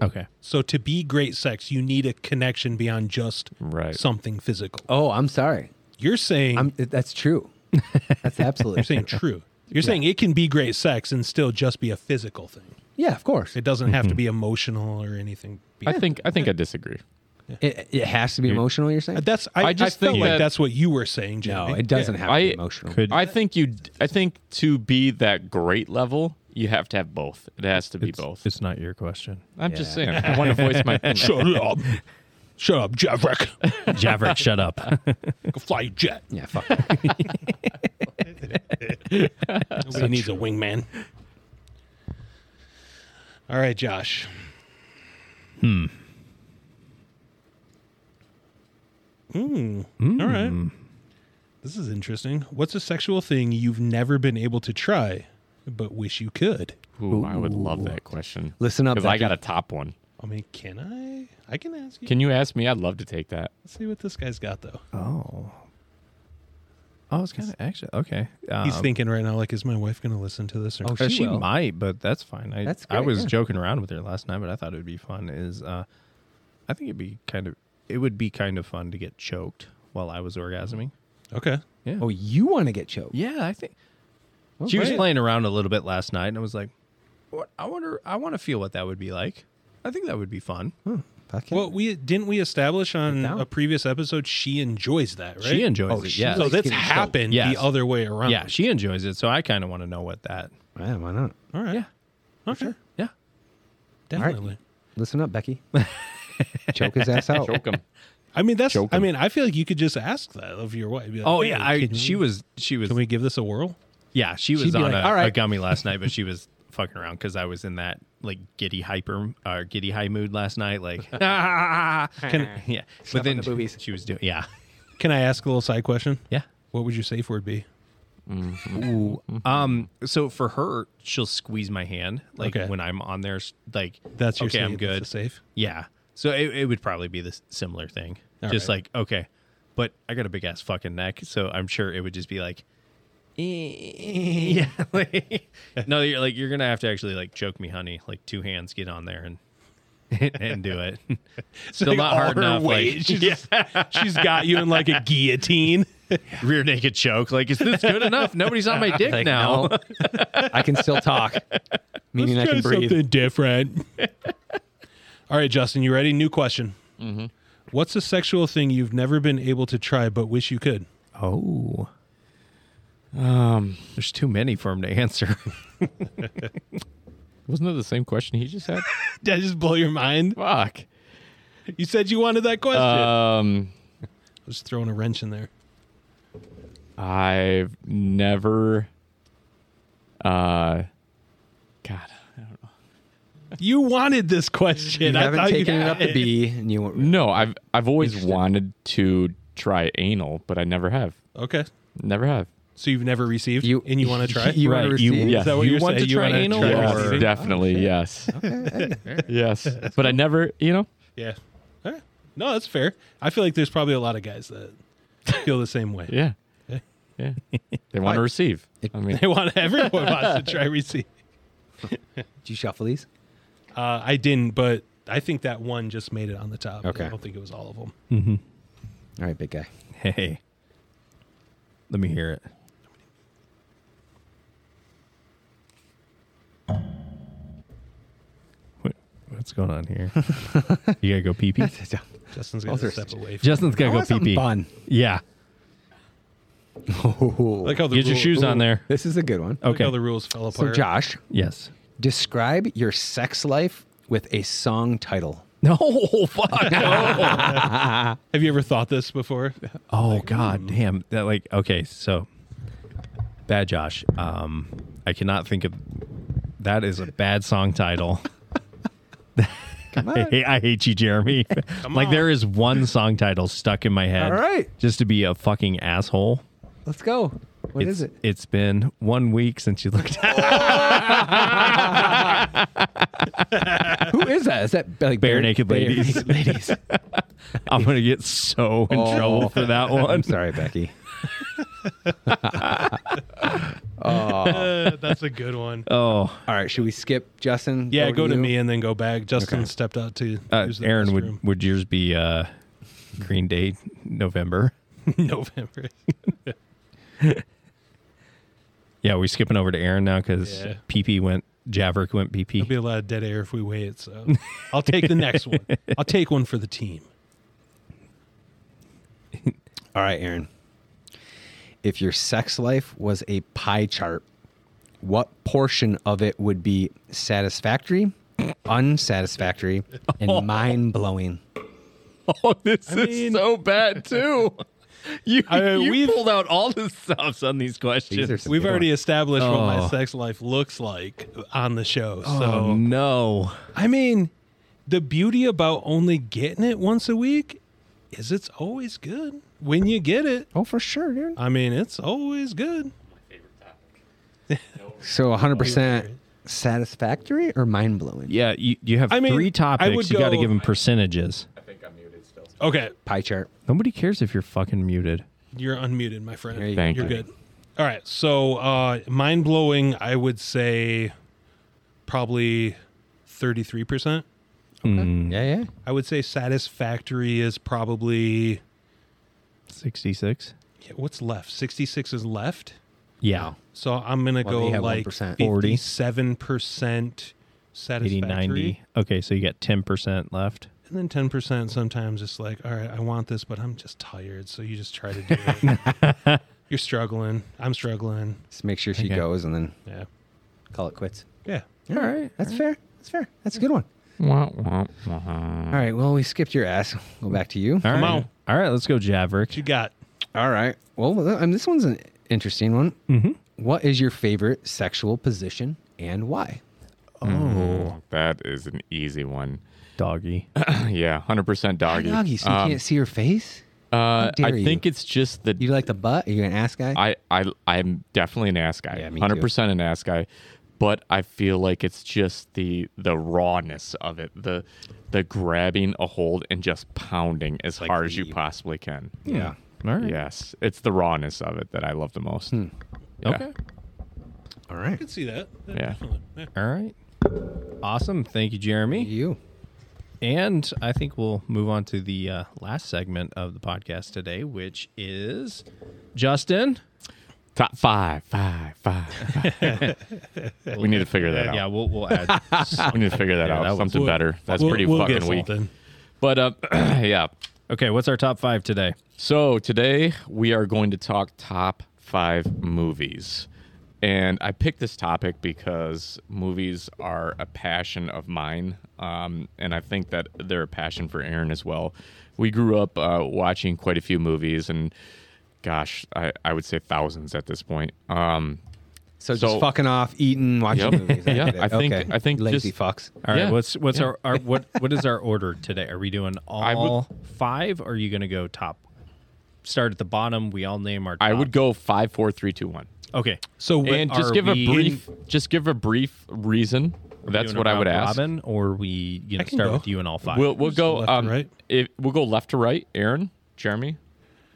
S4: okay.
S2: So to be great sex, you need a connection beyond just
S5: Right.
S2: something physical.
S1: Oh, I'm sorry.
S2: You're saying
S1: I'm. That's true. That's absolutely.
S2: you're saying true. You're saying it can be great sex and still just be a physical thing.
S1: Yeah, of course.
S2: It doesn't have to
S1: Mm-hmm.
S2: be emotional or anything.
S5: I think I think I disagree.
S1: It, it has to be emotional. You're
S2: Uh,
S1: saying?
S2: that's I,
S5: I
S2: I
S5: just
S2: felt
S5: think
S2: like
S5: that-
S2: that's what you were saying, Jamie.
S1: No, it doesn't have to
S5: I-
S1: be emotional.
S4: Could
S5: I think you I think to be that great level, you have to have both. It has to be both.
S4: it's not your question,
S5: I'm just
S1: Yeah.
S5: saying. I want to voice my opinion.
S2: Shut up. Shut up, Javrick.
S4: Javerick. shut up.
S2: Go Fly a jet.
S1: Yeah, fuck. that.
S2: Nobody needs a wingman. All right, Josh. Hmm. All right. This is interesting. What's a sexual thing you've never been able to try, but wish you could?
S5: Ooh, I would love that question.
S1: Listen up,
S5: because I
S1: Becky.
S5: got a top one.
S2: I mean, can I? I can ask you.
S5: Can you ask me? I'd love to take that.
S2: Let's see what this guy's got, though.
S4: Oh. I was kind of actually okay. Um,
S2: He's thinking right now, like, is my wife going to listen to this? Or not?
S4: or
S1: Oh, she
S4: she
S1: will.
S4: might, but that's fine. I,
S1: That's
S4: I
S1: great,
S4: was
S1: yeah.
S4: joking around with her last night, but I thought it would be fun. Is uh, I think it'd be kind of it would be kind of fun to get choked while I was orgasming.
S2: Okay.
S1: Oh, you want to get choked?
S4: Yeah, I think she was
S2: great.
S4: playing around a little bit last night, and I was like, "What? I wonder. I want to feel what that would be like. I think that would be fun.
S1: Fuck it.
S2: Well, we didn't we establish on
S1: down.
S2: a previous episode she enjoys that, right?
S4: She enjoys
S1: Oh,
S4: it.
S1: she
S4: Yeah,
S2: So
S1: likes
S2: that's
S1: getting
S2: happened
S4: Yes.
S2: the other way around.
S4: yeah, she enjoys it. So I kind of want to know what that.
S1: yeah, why not?
S2: All right.
S4: Yeah.
S2: Okay.
S4: Yeah.
S2: Definitely.
S1: Listen up, Becky. Choke his ass out.
S5: Choke him.
S2: I mean, that's.
S5: Choke
S2: I
S5: him.
S2: mean, I feel like you could just ask that of your wife. Be like,
S4: Oh
S2: "Hey,
S4: yeah, I
S2: can
S4: she
S2: you-
S4: was she was
S2: Can we give this a whirl?
S4: yeah she was
S1: be
S4: on
S1: like,
S4: a,
S1: "All right."
S4: a gummy last night, but she was fucking around because I was in that like giddy hyper uh, giddy high mood last night. Like yeah, but then
S1: the boobies.
S4: she was doing yeah
S2: Can I ask a little side question?
S4: yeah.
S2: What would your safe word be?
S4: Ooh. Um. So for her, she'll squeeze my hand like
S2: Okay.
S4: when I'm on there. s- Like
S2: That's your
S4: okay.
S2: safe.
S4: I'm
S2: that's a
S4: good.
S2: safe.
S4: Yeah. So it, it would probably be this similar thing.
S2: All
S4: just
S2: right.
S4: like, okay, but I got a big ass fucking neck. So I'm sure it would just be like, yeah. like- no, you're like, you're going to have to actually like choke me, honey. Like two hands get on there and. and do it. Still
S2: Like,
S4: not
S2: all
S4: hard
S2: her
S4: enough.
S2: weight,
S4: Like
S2: she's, she's got you in like a guillotine.
S4: rear naked choke. Like is this good enough? Nobody's on my dick now.
S1: no. I can still talk, meaning I can
S2: Try
S1: breathe.
S2: something different. All right, Justin, you ready? New question. Mm-hmm. What's a sexual thing you've never been able to try but wish you could?
S4: Oh,
S5: Um,
S4: there's too many for him to answer.
S5: wasn't that the same question he just had?
S2: Did I just blow your mind?
S5: Fuck.
S2: You said you wanted that question.
S5: Um,
S2: I was throwing a wrench in there.
S5: I've never. Uh, God.
S2: You wanted this question.
S1: You
S2: I
S1: haven't
S2: thought
S1: taken
S2: you
S1: it up to B, and you won't.
S5: No, I've I've always wanted to try anal, but I never have.
S2: Okay.
S5: Never have.
S2: So you've never received
S1: You-
S2: and you want to try?
S1: You want to
S4: Right, you-
S1: receive?
S5: yeah.
S2: Is that what
S4: You
S2: you're
S4: want
S2: saying?
S4: to
S2: You
S4: try
S2: wanna
S4: anal
S2: try
S4: or-
S2: receiving?
S5: Yes, definitely, yes. yes. But I never, you know,
S2: Yeah. All right. No, that's fair. I feel like there's probably a lot of guys that feel the same way.
S5: yeah. Yeah. They want to receive. I mean,
S2: They want everyone wants to try receive.
S1: Did you shuffle these?
S2: Uh, I didn't, but I think that one just made it on the top.
S1: Okay.
S2: I don't think it was all of them.
S1: All right, big guy.
S4: Hey, let me hear it. What, what's going on here? you gotta go pee pee. Hmm.
S2: Justin's got to
S1: Those are
S2: step away. From
S4: Justin's gotta
S1: I
S4: go
S1: want
S4: pee
S1: something
S4: pee.
S1: fun.
S4: Yeah,
S2: like how the
S4: get your
S2: rule-
S4: shoes on there.
S1: This is a good one.
S2: Like
S4: Okay.
S2: how the rules fell
S1: So,
S2: apart.
S1: Josh,
S4: Yes.
S1: describe your sex life with a song title.
S4: No, fuck. No.
S2: Have you ever thought this before?
S4: oh god,
S1: mm.
S4: damn. That like okay, so bad Josh. Um, I cannot think of. That is a bad song title.
S1: Come
S4: I
S1: on.
S4: hate, I hate you, Jeremy. like
S2: on.
S4: there is one song title stuck in my head.
S1: All right.
S4: Just to be a fucking asshole.
S1: Let's go. What
S4: it's,
S1: is it? Oh,
S4: It's been one week since you looked at
S1: Who is that? Is that like
S4: Bare Naked
S1: Bare
S4: Ladies.
S1: Naked ladies.
S4: I'm gonna get so in
S1: Oh.
S4: trouble for that one.
S1: I'm sorry, Becky.
S2: Uh, that's a good one.
S4: Oh,
S1: All right, should we skip Justin?
S2: yeah,
S1: Over
S2: go to
S1: you?
S2: me and then go back. Justin stepped out to
S4: uh,
S2: use the
S4: Aaron,
S2: restroom.
S4: would would yours be uh, Green Day November?
S2: November.
S4: Yeah, we skipping over to Aaron now because
S2: Yeah.
S4: PP went Javerick went
S2: There'll be
S4: PP.
S2: a lot of dead air if we wait. So I'll take the next one. I'll take one for the team.
S1: All right, Aaron. If your sex life was a pie chart, what portion of it would be satisfactory, unsatisfactory, and mind blowing?
S4: Oh, this
S2: mean-
S4: so bad too. uh, You,
S2: I mean, we've-
S4: out all the stops on these questions.
S1: These are some
S2: We've
S1: good
S2: already
S1: ones.
S2: established what my
S4: Oh.
S2: sex life looks like on the show. So
S4: oh no.
S2: I mean, the beauty about only getting it once a week is it's always good when you get it.
S1: Oh, for sure, dude.
S2: I mean, it's always good.
S1: So 100% satisfactory or mind blowing?
S4: Yeah, you, you have
S2: I mean,
S4: three
S2: I would
S4: topics. You got to
S2: go-
S4: give them percentages.
S2: Okay,
S1: Pie chart.
S4: Nobody cares if you're fucking muted.
S2: you're unmuted, my friend.
S1: There you
S5: Thank
S2: are
S5: you.
S2: good. All right, so uh, mind blowing. I would say probably thirty three percent.
S1: Yeah, yeah.
S2: I would say satisfactory is probably
S4: 66.
S2: yeah, what's left. Sixty six is left.
S4: Yeah.
S2: So I'm gonna
S1: Well, they
S2: go
S1: have
S2: like
S1: 1%.
S2: 57 percent
S4: 80,
S2: satisfactory,
S4: 90. Okay, so you got 10% left.
S2: and then 10 percent. Sometimes it's like, all right, I want this, but I'm just tired. So you just try to do it. You're struggling. I'm struggling.
S1: Just make sure she
S4: Okay.
S1: goes and then
S2: Yeah,
S1: call it quits.
S2: yeah.
S1: All right. That's fair. That's fair. That's a good one.
S5: Wah, wah, wah.
S1: All right. Well, we skipped your ass. Go back to you.
S4: All right.
S2: on.
S4: All right, let's go, Javerick.
S2: What you got?
S1: All right. Well, th- um, this one's an interesting one.
S4: Mhm.
S1: What is your favorite sexual position and why?
S5: Oh, that is an easy one.
S4: Doggy.
S5: yeah, hundred percent doggy.
S1: Doggy, so you
S5: Um,
S1: can't see her face?
S5: uh,
S1: dare
S5: I
S1: you.
S5: think it's just the
S1: You like the butt? Are you an ass guy?
S5: I, I I'm definitely an ass guy.
S1: Yeah, me too.
S5: Hundred percent an ass guy. But I feel like it's just the the rawness of it, the the grabbing a hold and just pounding as
S1: Like
S5: hard as you
S1: the-
S5: possibly can.
S1: yeah.
S4: All right.
S5: Yes, it's the rawness of it that I love the most. Yeah.
S4: Okay.
S1: All
S2: I
S1: right.
S2: can see that.
S5: Yeah.
S2: definitely. yeah.
S4: All right. Awesome. Thank you, Jeremy.
S1: You.
S4: And I think we'll move on to the uh, last segment of the podcast today, which is Justin.
S5: Top five, five, five. five. we need to figure that out.
S4: Yeah, we'll, we'll add.
S5: we need to figure that
S4: Yeah,
S5: out.
S4: that was-
S5: something
S2: We'll-
S5: better. That's
S2: we'll-
S5: pretty
S2: we'll get
S5: fucking weak.
S2: something.
S5: But uh, yeah.
S4: okay, what's our top five today?
S5: So today we are going to talk top five movies. And I picked this topic because movies are a passion of mine. Um, and I think that they're a passion for Aaron as well. We grew up uh, watching quite a few movies and gosh, I, I would say thousands at this point. Um,
S1: So,
S5: So-
S1: just fucking off, eating, watching
S5: Yep.
S1: movies.
S5: Yeah,
S1: get it.
S5: I think- I think
S1: lazy
S5: just-
S1: fucks.
S4: All right,
S5: Yeah.
S4: what's what's our, our what what is our order today? Are we doing all five? Or are you going to go top? Start at the bottom. We all name our. Top.
S5: I would go five, four, three, two, one.
S4: Okay,
S2: So
S4: But
S5: and just
S4: are
S5: give a
S4: we-
S5: brief just give a brief reason that's
S4: doing a
S5: what i would
S4: round
S5: ask
S4: Robin, or we you know
S2: can
S4: start
S2: go.
S4: with you and all five.
S5: we'll, we'll
S2: Just go
S5: go
S2: left to
S5: um,
S2: right.
S5: if- we'll go left to right aaron jeremy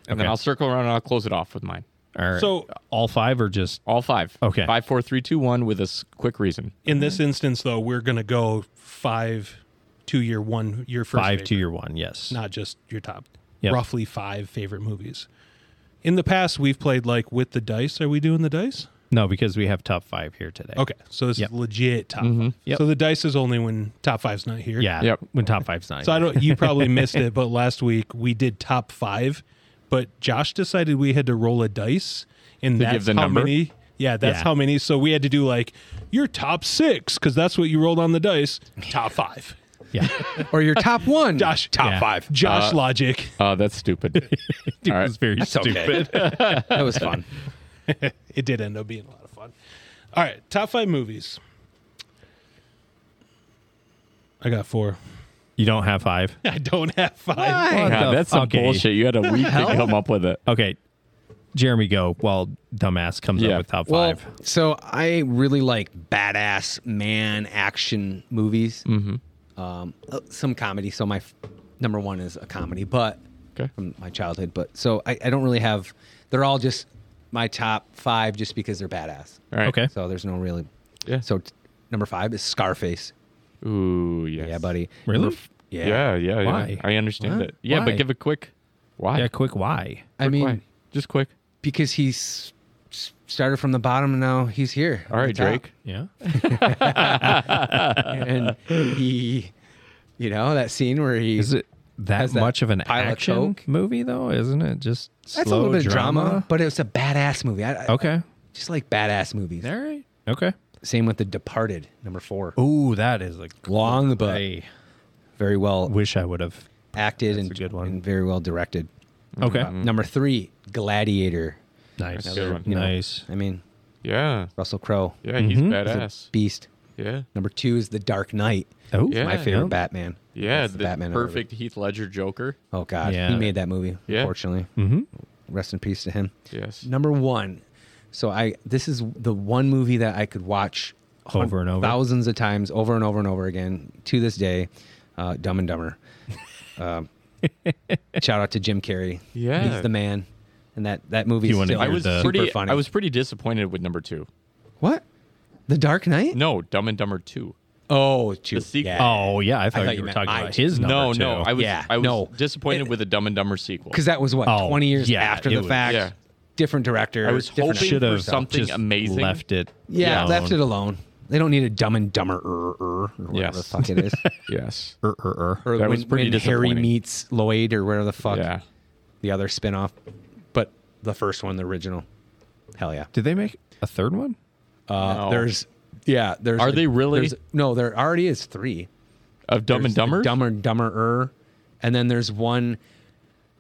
S5: and then
S4: Okay.
S5: i'll circle around and i'll close it off with mine
S4: all right.
S2: So-
S4: all five or just
S5: all five
S4: Okay.
S5: five four three two one with a s- quick reason
S2: in this instance, though, we're gonna go five, two year one, your first
S4: five
S2: favorite.
S4: to your one? Yes.
S2: not just your top
S4: Yep.
S2: roughly five favorite movies. In the past, we've played like with the dice. Are we doing the dice?
S4: No, because we have top five here today.
S2: Okay, so this
S4: Yep.
S2: is legit top. Five.
S4: Yep.
S2: So the dice is only when top five's not here.
S4: Yeah.
S5: Yep.
S4: When top five's not.
S2: So I don't. You probably missed it, but last week we did top five, but Josh decided we had to roll a dice, and that's
S5: give the
S2: how
S5: number?
S2: many. Yeah, that's
S4: Yeah.
S2: how many. So we had to do like your top six because that's what you rolled on the dice. Top five.
S4: yeah.
S1: Or your top one.
S2: Josh, top
S4: Yeah.
S2: five. Josh logic.
S5: uh, that's stupid
S4: Dude,
S5: right.
S4: was very
S1: That's
S4: stupid.
S1: okay. that was fun.
S2: it did end up being a lot of fun. All right, top five movies. I got four.
S4: You don't have five.
S2: I don't have five.
S5: God,
S4: the
S5: that's some
S4: fuck, eh?
S5: bullshit you had a week to come up with it
S4: Okay. Jeremy, go while dumbass comes
S5: Yeah.
S4: up with top
S1: Well,
S4: five.
S1: so I really like badass man action movies. Mm-hmm. Um, uh, some comedy. So my f- number one is a comedy, but
S5: Okay.
S1: from my childhood. But so I, I don't really have. They're all just my top five, just because they're badass.
S5: all right
S4: Okay.
S1: So there's no really.
S5: Yeah.
S1: So t- number five is Scarface.
S5: ooh yes.
S1: Yeah, buddy.
S4: Really?
S1: Number f- yeah.
S5: yeah yeah yeah
S4: Why?
S5: i understand
S4: What?
S5: it yeah
S4: Why?
S5: but give a quick why
S4: Yeah, quick why?
S1: I mean,
S5: why? just quick
S1: because he's s- started from the bottom and now he's here.
S5: all
S1: on
S5: right
S1: the top.
S5: drake
S4: Yeah.
S1: And he, you know, that scene where he
S4: Is it that
S1: Has that
S4: much of an
S1: pile of
S4: action
S1: coke?
S4: movie though? Isn't it just
S1: That's
S4: slow
S1: a little bit of
S4: drama?
S1: drama, but it's a badass movie. I, I
S4: Okay.
S1: just like badass movies.
S4: All right. Okay.
S1: Same with The Departed, number four.
S4: Ooh, that is like
S1: Long, but
S4: I
S1: very well
S4: wish I would have.
S1: acted
S4: that's
S1: and,
S4: a good one. Mm-hmm.
S1: and very well directed.
S4: Okay.
S1: Number three, Gladiator.
S4: Nice.
S5: Good one.
S1: You know,
S4: Nice.
S1: I mean,
S5: yeah
S1: Russell Crowe,
S5: yeah he's badass
S1: beast.
S5: yeah
S1: Number two is The Dark Knight.
S4: Oh,
S5: Yeah.
S1: my favorite
S4: yeah.
S1: Batman.
S5: yeah
S1: That's
S5: the
S1: the Batman I've ever-
S5: perfect heath ledger joker
S1: Oh God,
S4: Yeah.
S1: he made that movie.
S5: Yeah.
S1: Unfortunately,
S4: Mhm.
S1: rest in peace to him.
S5: yes
S1: Number one. So I this is the one movie that I could watch hun-
S4: Over and over?
S1: thousands of times, over and over and over again to this day. Uh, Dumb and Dumber. um, shout out to Jim Carrey.
S5: Yeah.
S1: he's the man. And that that movie.
S4: You
S1: is
S4: wanna
S1: still
S5: I
S4: hear
S5: was
S4: the-
S5: pretty.
S1: super funny.
S5: I was pretty disappointed with number two.
S1: what? The Dark Knight?
S5: No, Dumb and Dumber two.
S1: Oh, two.
S5: The sequel.
S4: Oh yeah, I thought,
S1: thought
S4: you,
S1: you
S4: were
S1: meant
S4: talking
S1: I
S4: about
S1: two.
S4: his number
S5: no,
S4: two.
S5: no. I was.
S1: Yeah,
S5: I was
S1: no.
S5: disappointed with the Dumb and Dumber sequel.
S1: because that was what
S4: Oh,
S1: twenty years
S4: yeah,
S1: after
S4: it
S1: the
S4: was-
S1: fact.
S5: Yeah.
S1: different director.
S5: I was
S1: different
S5: hoping-
S4: Should have
S5: for something
S4: just
S5: amazing.
S4: left it.
S1: Yeah,
S4: alone.
S1: left it alone. They don't need a dumb and dumber er or whatever
S5: Yes.
S1: the fuck it is.
S5: Yes.
S4: Er, er, er.
S1: Or
S5: That
S1: when,
S5: was pretty
S1: when Harry
S5: disappointing.
S1: meets uh, Lloyd or whatever the fuck
S5: Yeah.
S1: the other spinoff. But the first one, the original. Hell yeah.
S4: Did they make a third one?
S1: Uh,
S5: No.
S1: There's yeah, there's
S5: Are they really-
S1: there's- no, there already is three.
S5: Of Dumb and
S1: There's the
S5: Dumber.
S1: Dumber, dumber. And then there's one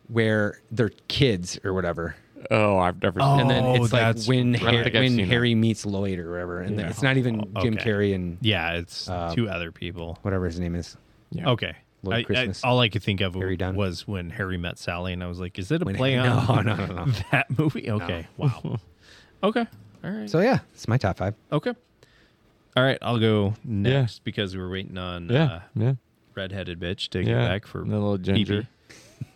S1: where they're kids or whatever.
S5: Oh, I've never.
S4: Oh.
S5: seen
S1: And then it's like
S4: that's-
S1: when,
S5: don't
S1: Har-
S5: think I've
S1: when
S5: seen that.
S1: Harry meets Lloyd or whatever. And then
S5: Yeah.
S1: it's not even Jim
S4: okay.
S1: Carrey and
S4: Yeah, it's two other people.
S1: whatever his name is.
S5: Uh, Yeah.
S4: Okay.
S1: Lloyd
S4: I- I-
S1: Christmas.
S4: all I could think of
S1: Harry Dunn.
S4: was when Harry met Sally, and I was like, "Is it a
S1: When
S4: play
S1: Harry-
S4: on
S1: no, no, no, no.
S4: that movie?" Okay. Wow. okay. All right.
S1: So yeah, it's my top five.
S4: okay. All right. I'll go next because we were waiting on
S5: Yeah.
S4: uh,
S5: yeah.
S4: redheaded bitch to
S5: Yeah.
S4: get back for
S5: The little
S4: Pee-Pee.
S5: ginger.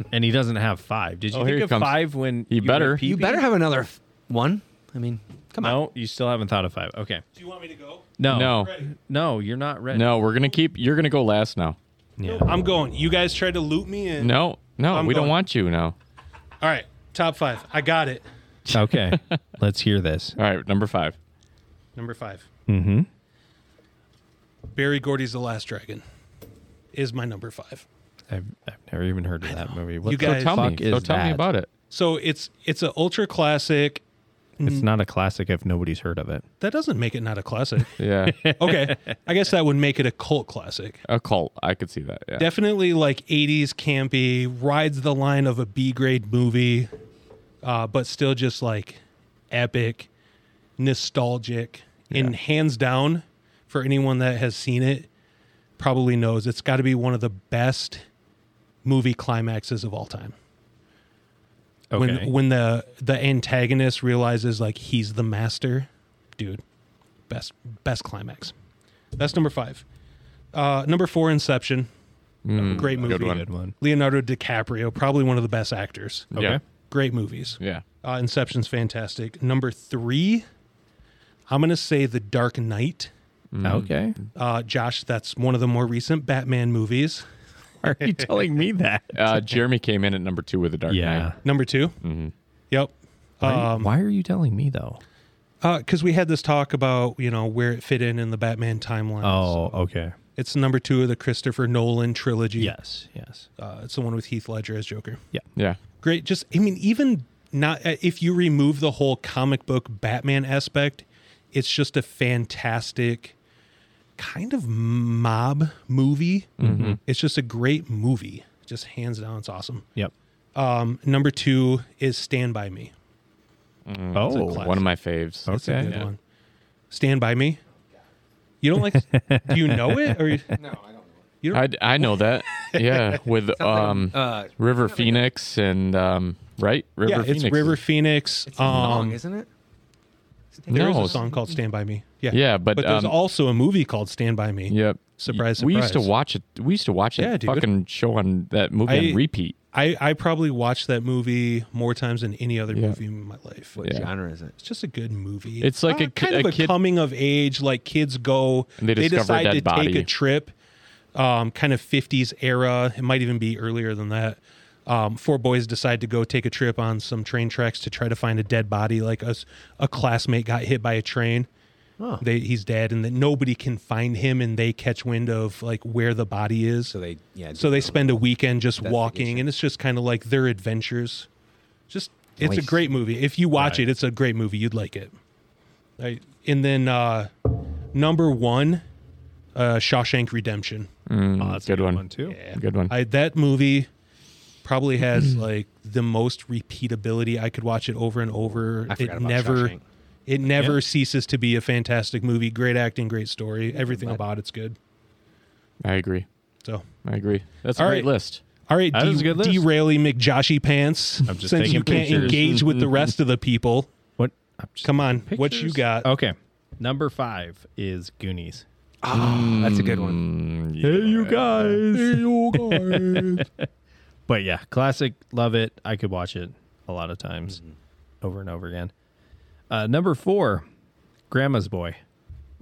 S4: and he doesn't have five. Did you
S5: Oh, here
S4: think
S5: he
S4: of
S5: comes.
S4: five when
S5: He
S4: you went
S5: better.
S1: You
S4: pee-pee?
S1: better have another f- one. I mean, come on.
S4: No, you still haven't thought of five. Okay.
S2: Do you want me to go?
S4: No.
S5: No.
S4: No, you're not ready.
S5: No, we're gonna keep. You're gonna go last now.
S4: Yeah.
S2: I'm going. You guys tried to loot me in.
S5: No, no,
S2: I'm
S5: we don't
S2: going.
S5: want you. No.
S2: All right. Top five. I got it.
S4: okay. Let's hear this.
S5: All right, number five.
S2: Number 5 Mm-hmm. Barry Gordy's The Last Dragon is my number five.
S4: I've, I've never even heard of that movie. What
S2: You
S4: the
S2: guys-
S5: Tell
S4: fuck
S5: me.
S4: is
S5: So tell me
S4: that?
S5: about it.
S2: So it's it's an ultra classic. Mm.
S4: It's not a classic if nobody's heard of it.
S2: That doesn't make it not a classic.
S5: Yeah.
S2: Okay. I guess that would make it a cult classic.
S5: a cult. I could see that. Yeah.
S2: Definitely like 80s campy, rides the line of a B grade movie, uh, but still just like epic, nostalgic, and hands down for anyone that has seen it, probably knows it's got to be one of the best movie climaxes of all time.
S4: Okay.
S2: When when the the antagonist realizes like he's the master, dude, best best climax. That's number five. Uh, number four, Inception. Great movie.
S5: Mm, good one.
S4: Good one.
S2: Leonardo DiCaprio, probably one of the best actors.
S5: Yeah.
S4: Okay.
S2: Great movies.
S5: Yeah.
S2: Uh, Inception's fantastic. Number three, I'm gonna say The Dark Knight.
S4: Okay.
S2: Uh, Josh, that's one of the more recent Batman movies.
S4: Why are you telling me that?
S5: Uh, Jeremy came in at number two with the Dark
S4: yeah.
S2: Number 2 Yep.
S4: Why,
S2: Um,
S4: why are you telling me though?
S2: Because we had this talk about you know where it fit in in the Batman timeline.
S4: Oh, okay.
S2: It's number two of the Christopher Nolan trilogy.
S4: Yes. Yes.
S2: Uh, it's the one with Heath Ledger as Joker.
S5: Knight. Yeah.
S2: Great. Just, I mean, even not, uh, if you remove the whole comic book Batman aspect, it's just a fantastic kind of mob movie.
S5: Mm-hmm.
S2: It's just a great movie. Just hands down, it's awesome.
S4: Yep.
S2: Um, number two is Stand By Me.
S4: oh.
S2: classic.
S5: One of my faves.
S2: That's a
S4: Okay.
S2: good
S5: Yeah.
S2: one. Stand By Me. You don't like, do you know it? Or you,
S5: I, I know that. Yeah. With um
S1: Uh,
S5: River Phoenix and um right River
S2: yeah,
S5: Phoenix.
S2: it's River Phoenix. um,
S1: it's a song, isn't it?
S2: There is
S5: Um, No,
S2: a song called Stand By Me. Yeah.
S5: Yeah, but,
S2: there's
S5: um,
S2: also a movie called Stand By Me.
S5: Yep.
S2: Surprise,
S5: We used to
S2: surprise.
S5: watch it. We used to watch
S2: Yeah,
S5: that
S2: dude.
S5: fucking show on that movie
S2: I-
S5: on repeat.
S2: I, I probably watched that movie more times than any other
S5: Yeah.
S2: movie in my life.
S1: What
S5: Yeah.
S1: genre is it?
S2: It's just a good movie. Uh,
S5: It's like a ki-
S2: kind
S5: a
S2: of a
S5: kid-
S2: coming of age, like kids go,
S5: And they discover
S2: decide
S5: a
S2: to
S5: dead
S2: take
S5: body.
S2: a trip, um, kind of 50s era. It might even be earlier than that. Um, four boys decide to go take a trip on some train tracks to try to find a dead body. Like a, s- a classmate got hit by a train. They, he's dead, and that nobody can find him, and they catch wind of like where the body is.
S1: So they yeah.
S2: So they spend a weekend just walking,
S1: Investigation.
S2: and it's just kind of like their adventures. Just it's a
S1: Nice.
S2: great movie. If you watch it, it's a great movie. You'd like it. Right. And then uh, number one, uh, Shawshank Redemption.
S4: Oh, that's
S5: good one.
S4: too.
S5: Good one.
S2: I that movie probably has like the most repeatability. I could watch it over and over.
S1: I forgot
S2: it
S1: about
S2: never
S1: Shawshank.
S2: it never ceases to be a fantastic movie. Great acting, great story. Everything about it's good.
S5: I agree.
S2: So
S5: I agree. That's a
S2: All
S5: great
S2: right.
S5: list.
S2: All right,
S4: That
S2: D-
S4: is a good list.
S2: derailing McJoshy pants.
S4: I'm just
S2: since
S4: taking
S2: you can't
S4: pictures.
S2: engage with the rest of the people.
S4: What? I'm just
S2: Come on,
S4: taking
S2: what you
S4: pictures. Oh,
S2: got?
S4: Okay. Number five is Goonies.
S1: Oh, that's a good one.
S5: Mm,
S4: Hey, you guys.
S5: yeah.
S4: But yeah, classic. Love it. I could watch it a lot of times over and over again. Uh, number four, Grandma's Boy.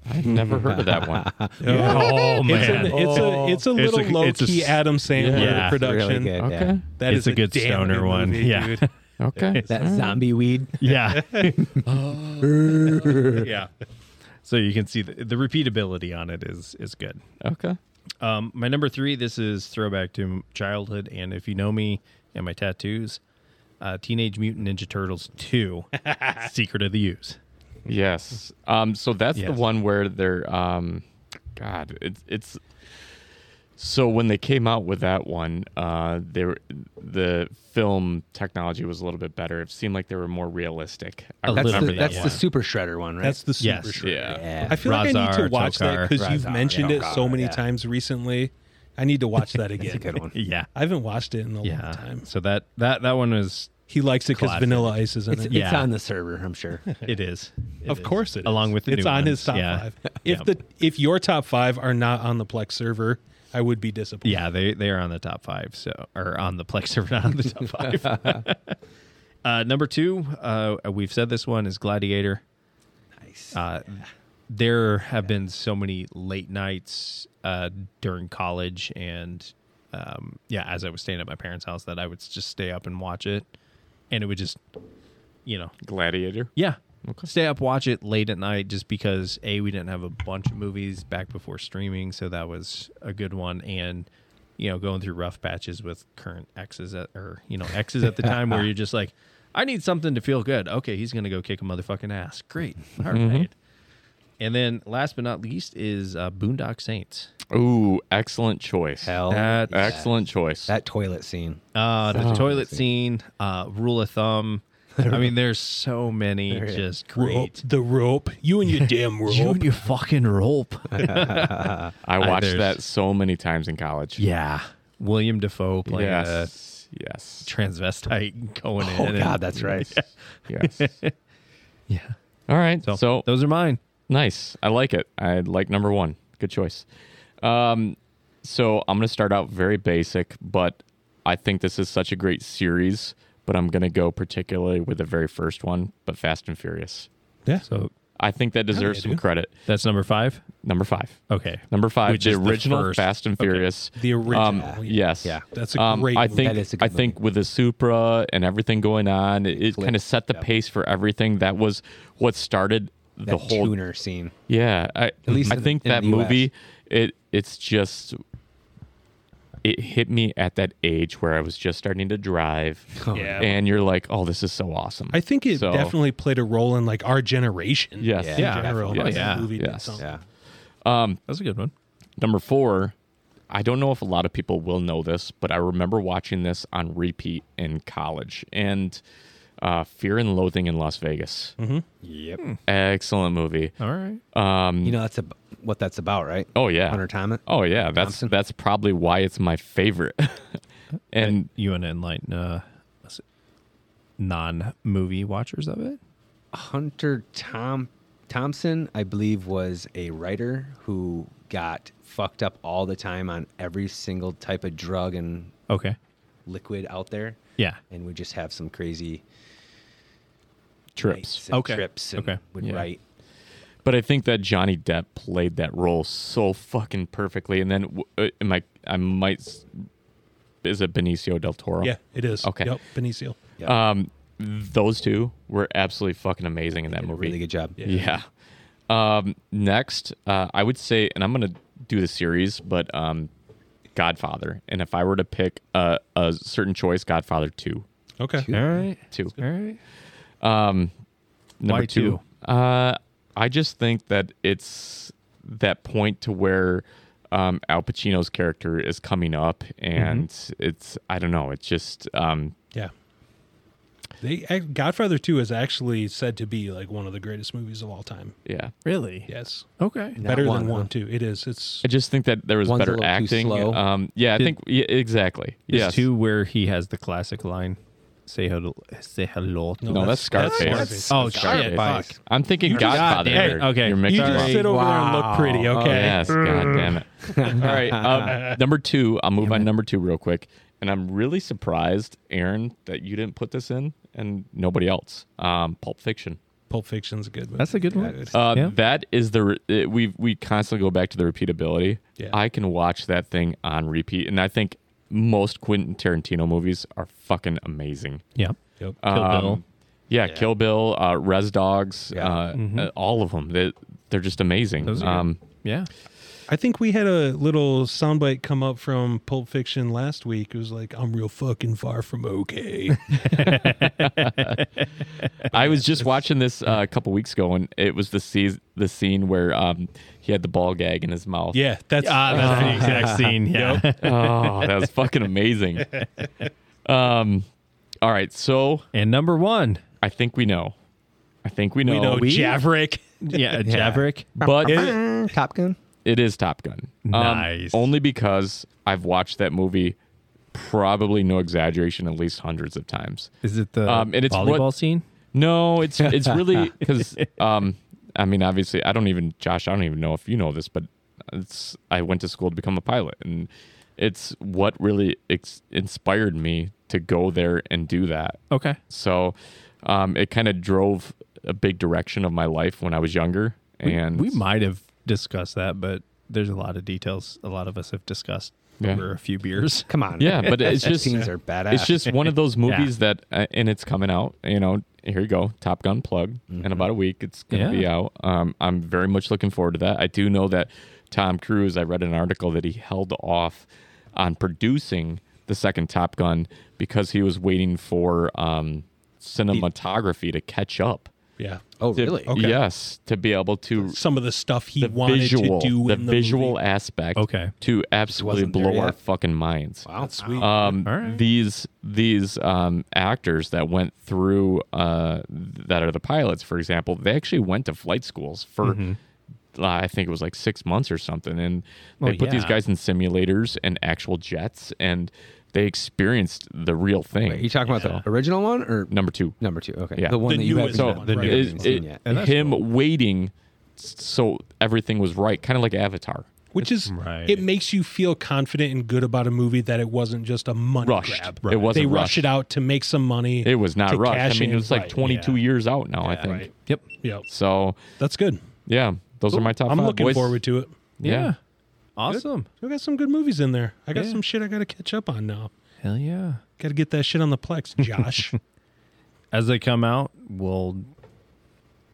S5: I've never heard of that one.
S4: Oh,
S2: It's, an, it's a it's a
S4: It's
S2: little
S4: a-
S2: low
S4: it's a
S2: key
S4: s-
S2: Adam Sandler
S4: Yeah,
S2: production.
S1: Really good.
S5: Okay.
S1: Yeah.
S2: That
S4: It's
S2: is
S4: a good
S2: damn
S4: stoner
S2: good
S4: one.
S2: movie,
S4: Yeah.
S2: dude.
S5: Okay.
S1: That zombie weed.
S4: Yeah. yeah. So you can see the, the repeatability on it is is good.
S5: Okay.
S4: Um, my number three. This is throwback to childhood, and if you know me and my tattoos, uh, Teenage Mutant Ninja Turtles Two: Secret of the Use.
S5: Yes. Um, so that's the
S4: Yes.
S5: one where they're, um, God, it's it's. So when they came out with that one, uh, they were, the film technology was a little bit better. It seemed like they were more realistic. I
S4: A
S1: That's,
S4: little
S1: the,
S4: bit,
S1: that's
S4: yeah.
S1: the super shredder one, right?
S2: That's the super
S4: Yes.
S2: shredder.
S5: yeah.
S1: yeah.
S2: I feel like I need
S4: Razar,
S2: to watch that
S4: Tokar.
S2: because you've
S1: Razar,
S2: mentioned it so
S1: Tokar,
S2: many
S1: yeah.
S2: times recently. I need to watch that again.
S1: That's a good one.
S4: Yeah.
S2: I haven't watched it in a
S4: Yeah.
S2: long time.
S4: So that that that one is
S2: He likes it because
S4: Classic.
S2: Vanilla Ice is in
S1: It's,
S2: it.
S4: Yeah.
S1: it's on the server, I'm sure.
S4: it is. It
S2: Of
S4: is.
S2: course it is.
S4: Along with the
S2: it's
S4: new
S2: on
S4: ones.
S2: his top
S4: Yeah.
S2: five. If
S4: Yep.
S2: the if your top five are not on the Plex server, I would be disappointed.
S4: Yeah, they they are on the top five. So or on the Plex server, not on the top five. uh, number two, uh, we've said this one is Gladiator.
S1: Nice.
S4: Uh, There have been so many late nights uh, during college and um, yeah, as I was staying at my parents' house, that I would just stay up and watch it, and it would just, you know,
S5: Gladiator.
S4: yeah. Stay up, watch it late at night just because A, we didn't have a bunch of movies back before streaming. So that was a good one. And, you know, going through rough patches with current exes at, or, you know, exes at the time where you're just like, I need something to feel good. Okay, he's going to go kick a motherfucking ass. Great. All right.
S2: Mm-hmm.
S4: And then last but not least is uh, Boondock Saints.
S5: Ooh, excellent choice.
S1: Hell
S4: That-
S1: yeah.
S5: Excellent choice.
S1: That toilet scene.
S4: Uh, the toilet scene, uh, rule of thumb. I mean, there's so many
S1: is.
S4: just
S2: Rope,
S4: great.
S2: the rope. You and your damn rope.
S4: You and your fucking rope.
S5: I watched
S4: there's-
S5: that so many times in college.
S4: Yeah. William Defoe playing
S5: Yes. Yes.
S4: a transvestite going
S1: Oh,
S4: in. and-
S1: God, that's right.
S5: Yes.
S4: yeah.
S5: All right.
S4: So,
S5: so
S4: those are mine.
S5: Nice. I like it. I like number one. Good choice. Um, so I'm going to start out very basic, but I think this is such a great series. But I'm going to go particularly with the very first one, but Fast and Furious.
S2: yeah.
S4: So
S5: I think that deserves some
S2: dude.
S5: credit.
S4: that's number five.
S5: Number five.
S4: Okay.
S5: Number five,
S4: Which
S5: the
S4: is the
S5: original
S4: first-
S5: Fast and
S4: okay.
S5: Furious.
S2: The
S5: Um,
S2: original.
S5: yes.
S1: Yeah.
S2: That's a
S5: Um,
S2: great
S5: I
S2: movie.
S5: think
S1: That is a
S5: I
S1: good
S5: think with the Supra and everything going on, it, it kind of
S1: Clicked.
S5: set the
S1: Yep.
S5: pace for everything. That was what started the
S1: That
S5: whole
S1: tuner scene.
S5: Yeah, I,
S1: least
S5: I
S1: in the-
S5: think
S1: in
S5: that
S1: the US.
S5: movie it it's just it hit me at that age where I was just starting to drive,
S2: yeah.
S5: and you're like, oh, this is so awesome.
S2: I think it
S5: So-
S2: definitely played a role in like our generation.
S5: yes,
S1: Yeah.
S2: In
S1: Yeah.
S2: general. that
S5: Yes.
S4: Yeah.
S2: Movie did
S5: Yes.
S2: something.
S1: Yeah.
S4: That's a good one.
S5: Number four, I don't know if a lot of people will know this, but I remember watching this on repeat in college, and uh, Fear and Loathing in Las Vegas.
S1: Mm-hmm. Yep. Mm.
S5: Excellent movie.
S4: All right.
S1: Hmm. You know that's ab- what that's about, right?
S5: Oh yeah,
S1: Hunter Thomas.
S5: Oh yeah, that's
S1: Thompson.
S5: that's probably why it's my favorite. and
S4: You want to enlighten uh, us non movie watchers of it?
S1: Hunter Tom Thompson, I believe, was a writer who got fucked up all the time on every single type of drug and
S4: Okay.
S1: liquid out there,
S4: Yeah.
S1: and would just have some crazy
S5: trips.
S1: nights and
S4: Okay.
S1: trips. And
S4: Okay.
S1: Would
S5: Yeah.
S1: write.
S5: But I think that Johnny Depp played that role so fucking perfectly. And then w- uh, am I? I might. s- Is it Benicio del Toro?
S2: Yeah, it is.
S5: Okay.
S2: Yep. Benicio.
S5: Um, those two were absolutely fucking amazing in that
S1: Did a
S5: movie.
S1: really good job.
S5: Yeah. Um, next, uh, I would say, and I'm gonna do the series, but um, Godfather. And if I were to pick a, a certain choice, Godfather two,
S2: Okay.
S4: All right.
S5: two.
S4: All right.
S5: Number
S4: Why
S5: two, Uh, I just think that it's that point to where um, Al Pacino's character is coming up, and it's I don't know, it's just um,
S2: Yeah. They I- Godfather 2 is actually said to be like one of the greatest movies of all time.
S5: yeah.
S4: Really?
S2: Yes.
S4: Okay.
S1: Not
S2: Better
S1: one,
S2: than
S1: huh?
S2: 1 too. It is. It's
S5: I just think that there was
S1: One's a
S5: better
S1: little too
S5: acting.
S1: slow.
S5: Um, yeah, I
S4: Did-
S5: think yeah, exactly.
S4: Is
S5: Yes.
S4: two where he has the classic line say hello, say hello to
S5: No, that's Scarface.
S4: Oh,
S1: That's
S4: shit.
S1: Scarface.
S4: Fuck.
S5: I'm thinking Godfather.
S4: goddamn
S5: here.
S4: it. Okay.
S2: You
S5: you're mixing them
S2: just
S5: up.
S2: sit over there and look pretty,
S1: Wow.
S2: okay?
S5: Yes, god damn it. All right. Um, number two, I'll move on number two real quick. And I'm really surprised, Aaron, that you didn't put this in and nobody else. Um, Pulp Fiction.
S2: Pulp Fiction's a good movie.
S4: That's a good one.
S5: Uh,
S4: Yeah.
S5: That is the re- uh, we we constantly go back to the repeatability.
S2: Yeah.
S5: I can watch that thing on repeat, and I think most Quentin Tarantino movies are fucking amazing.
S4: Yeah. Yep. Kill
S5: Um,
S4: Bill.
S5: Yeah, Kill Bill, uh, Res Dogs,
S1: Yeah.
S5: uh, uh, all of them. They, they're just amazing.
S4: Mm-hmm. Those are
S5: um,
S4: Yeah.
S2: I think we had a little soundbite come up from Pulp Fiction last week. It was like, "I'm real fucking far from okay."
S5: I was just watching this uh, a couple weeks ago, and it was the seas the scene where um, he had the ball gag in his mouth.
S2: yeah, that's
S4: Ah, that's the exact scene. Yeah.
S5: oh, that was fucking amazing. Um, all right, so
S4: And number one.
S5: I think we know. I think we know.
S2: you know, Javerick.
S4: Yeah, Javerick.
S5: but
S1: Uh, Top Gun.
S5: it is Top Gun. Um,
S4: Nice.
S5: Only because I've watched that movie, probably no exaggeration, at least hundreds of times.
S4: Is it the
S5: Um, and it's
S4: volleyball
S5: what-
S4: scene?
S5: No, it's it's really because um, I mean, obviously, I don't even Josh. I don't even know if you know this, but it's I went to school to become a pilot, and it's what really ex- inspired me to go there and do that.
S4: Okay.
S5: So, um, it kind of drove a big direction of my life when I was younger, and
S4: we might have discussed that, but there's a lot of details a lot of us have discussed
S5: Yeah.
S4: over a few beers.
S1: Come on.
S5: Yeah, but it's
S1: Those
S5: just-
S1: scenes are badass.
S5: it's just one of those movies that uh, and it's coming out you know here you go top gun plug
S2: Mm-hmm.
S5: in about a week it's gonna be
S4: Yeah.
S5: out um, i'm very much looking forward to that i do know that tom cruise i read an article that he held off on producing the second top gun because he was waiting for um, cinematography to catch up
S2: Yeah,
S1: oh
S5: To-
S1: really?
S2: Okay.
S5: yes to be able to
S2: some of the stuff he
S5: the
S2: wanted
S5: visual
S2: to do
S5: the,
S2: in the
S5: visual
S2: movie.
S5: aspect
S4: Okay.
S5: to absolutely
S1: wasn't there
S5: blow our
S1: yet.
S5: fucking minds
S1: Wow. Uh,
S2: Sweet.
S5: um,
S4: All right.
S5: these these um, actors that went through uh, that are the pilots, for example, they actually went to flight schools for.
S2: Mm-hmm.
S5: uh, I think it was like six months or something, and they
S4: Well,
S5: put these
S4: yeah.
S5: guys in simulators and actual jets, and they experienced the real thing.
S1: Wait, you talking about the original one or
S5: Number two,
S1: number two? Okay.
S5: Yeah.
S1: The one
S2: The
S1: that you haven't,
S2: newest
S5: so
S2: one,
S1: the
S2: the
S1: you
S2: newest
S1: haven't
S5: it-
S1: seen
S5: it-
S1: yet.
S4: And that's
S5: him
S4: cool.
S5: waiting, s- so everything was right, kind of like Avatar.
S2: which is
S4: Right.
S2: it makes you feel confident and good about a movie that it wasn't just a money
S5: Rushed.
S2: grab.
S5: It wasn't
S2: they
S5: rushed.
S2: rushed it out to make some money.
S5: It was not
S2: To
S5: rushed. I
S2: cash
S5: mean, it
S2: in,
S5: was like
S2: right,
S5: 22
S2: yeah.
S5: years out now. I
S2: Yeah,
S5: think
S2: right.
S4: Yep.
S2: yeah,
S5: so.
S2: that's good.
S5: Yeah, those are my top.
S2: I'm
S5: five.
S2: looking
S5: Boys-
S2: forward to it.
S4: Yeah. Awesome.
S2: I got some good movies in there. I got
S4: Yeah.
S2: some shit I got to catch up on now.
S4: Hell yeah.
S2: Got to get that shit on the Plex, Josh.
S4: As they come out, we'll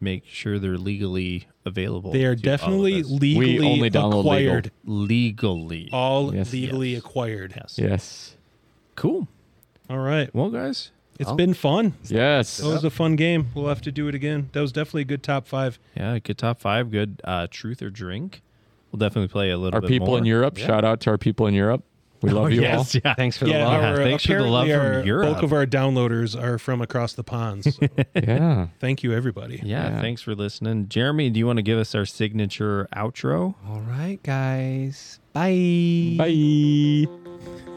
S4: make sure they're legally available.
S2: they are
S4: to all of
S2: definitely
S4: us.
S2: legally
S5: We only download
S2: acquired.
S5: legal.
S4: legally.
S2: All
S5: Yes.
S2: legally acquired.
S4: yes.
S5: Yes.
S4: Cool.
S2: All right.
S4: Well, guys.
S2: it's been fun.
S5: Yes.
S2: That was a fun game. We'll have to do it again. That was definitely a good top five.
S4: Yeah, good top five. Good uh, truth or drink. We'll definitely play a little
S5: Our
S4: bit
S5: people
S4: more. Oh,
S5: in Europe. Shout out to our people in Europe. We love you
S4: yes,
S5: all.
S4: yeah.
S1: Thanks for the
S2: Yeah,
S1: love.
S4: Yeah,
S2: our,
S4: thanks for the love
S2: apparently
S4: from
S2: our,
S4: Europe.
S2: Bulk of our downloaders are from across the ponds.
S5: Yeah.
S2: thank you, everybody.
S4: Yeah,
S5: Yeah.
S4: thanks for listening. Jeremy, do you want to give us our signature outro?
S1: All right, guys. Bye.
S5: Bye.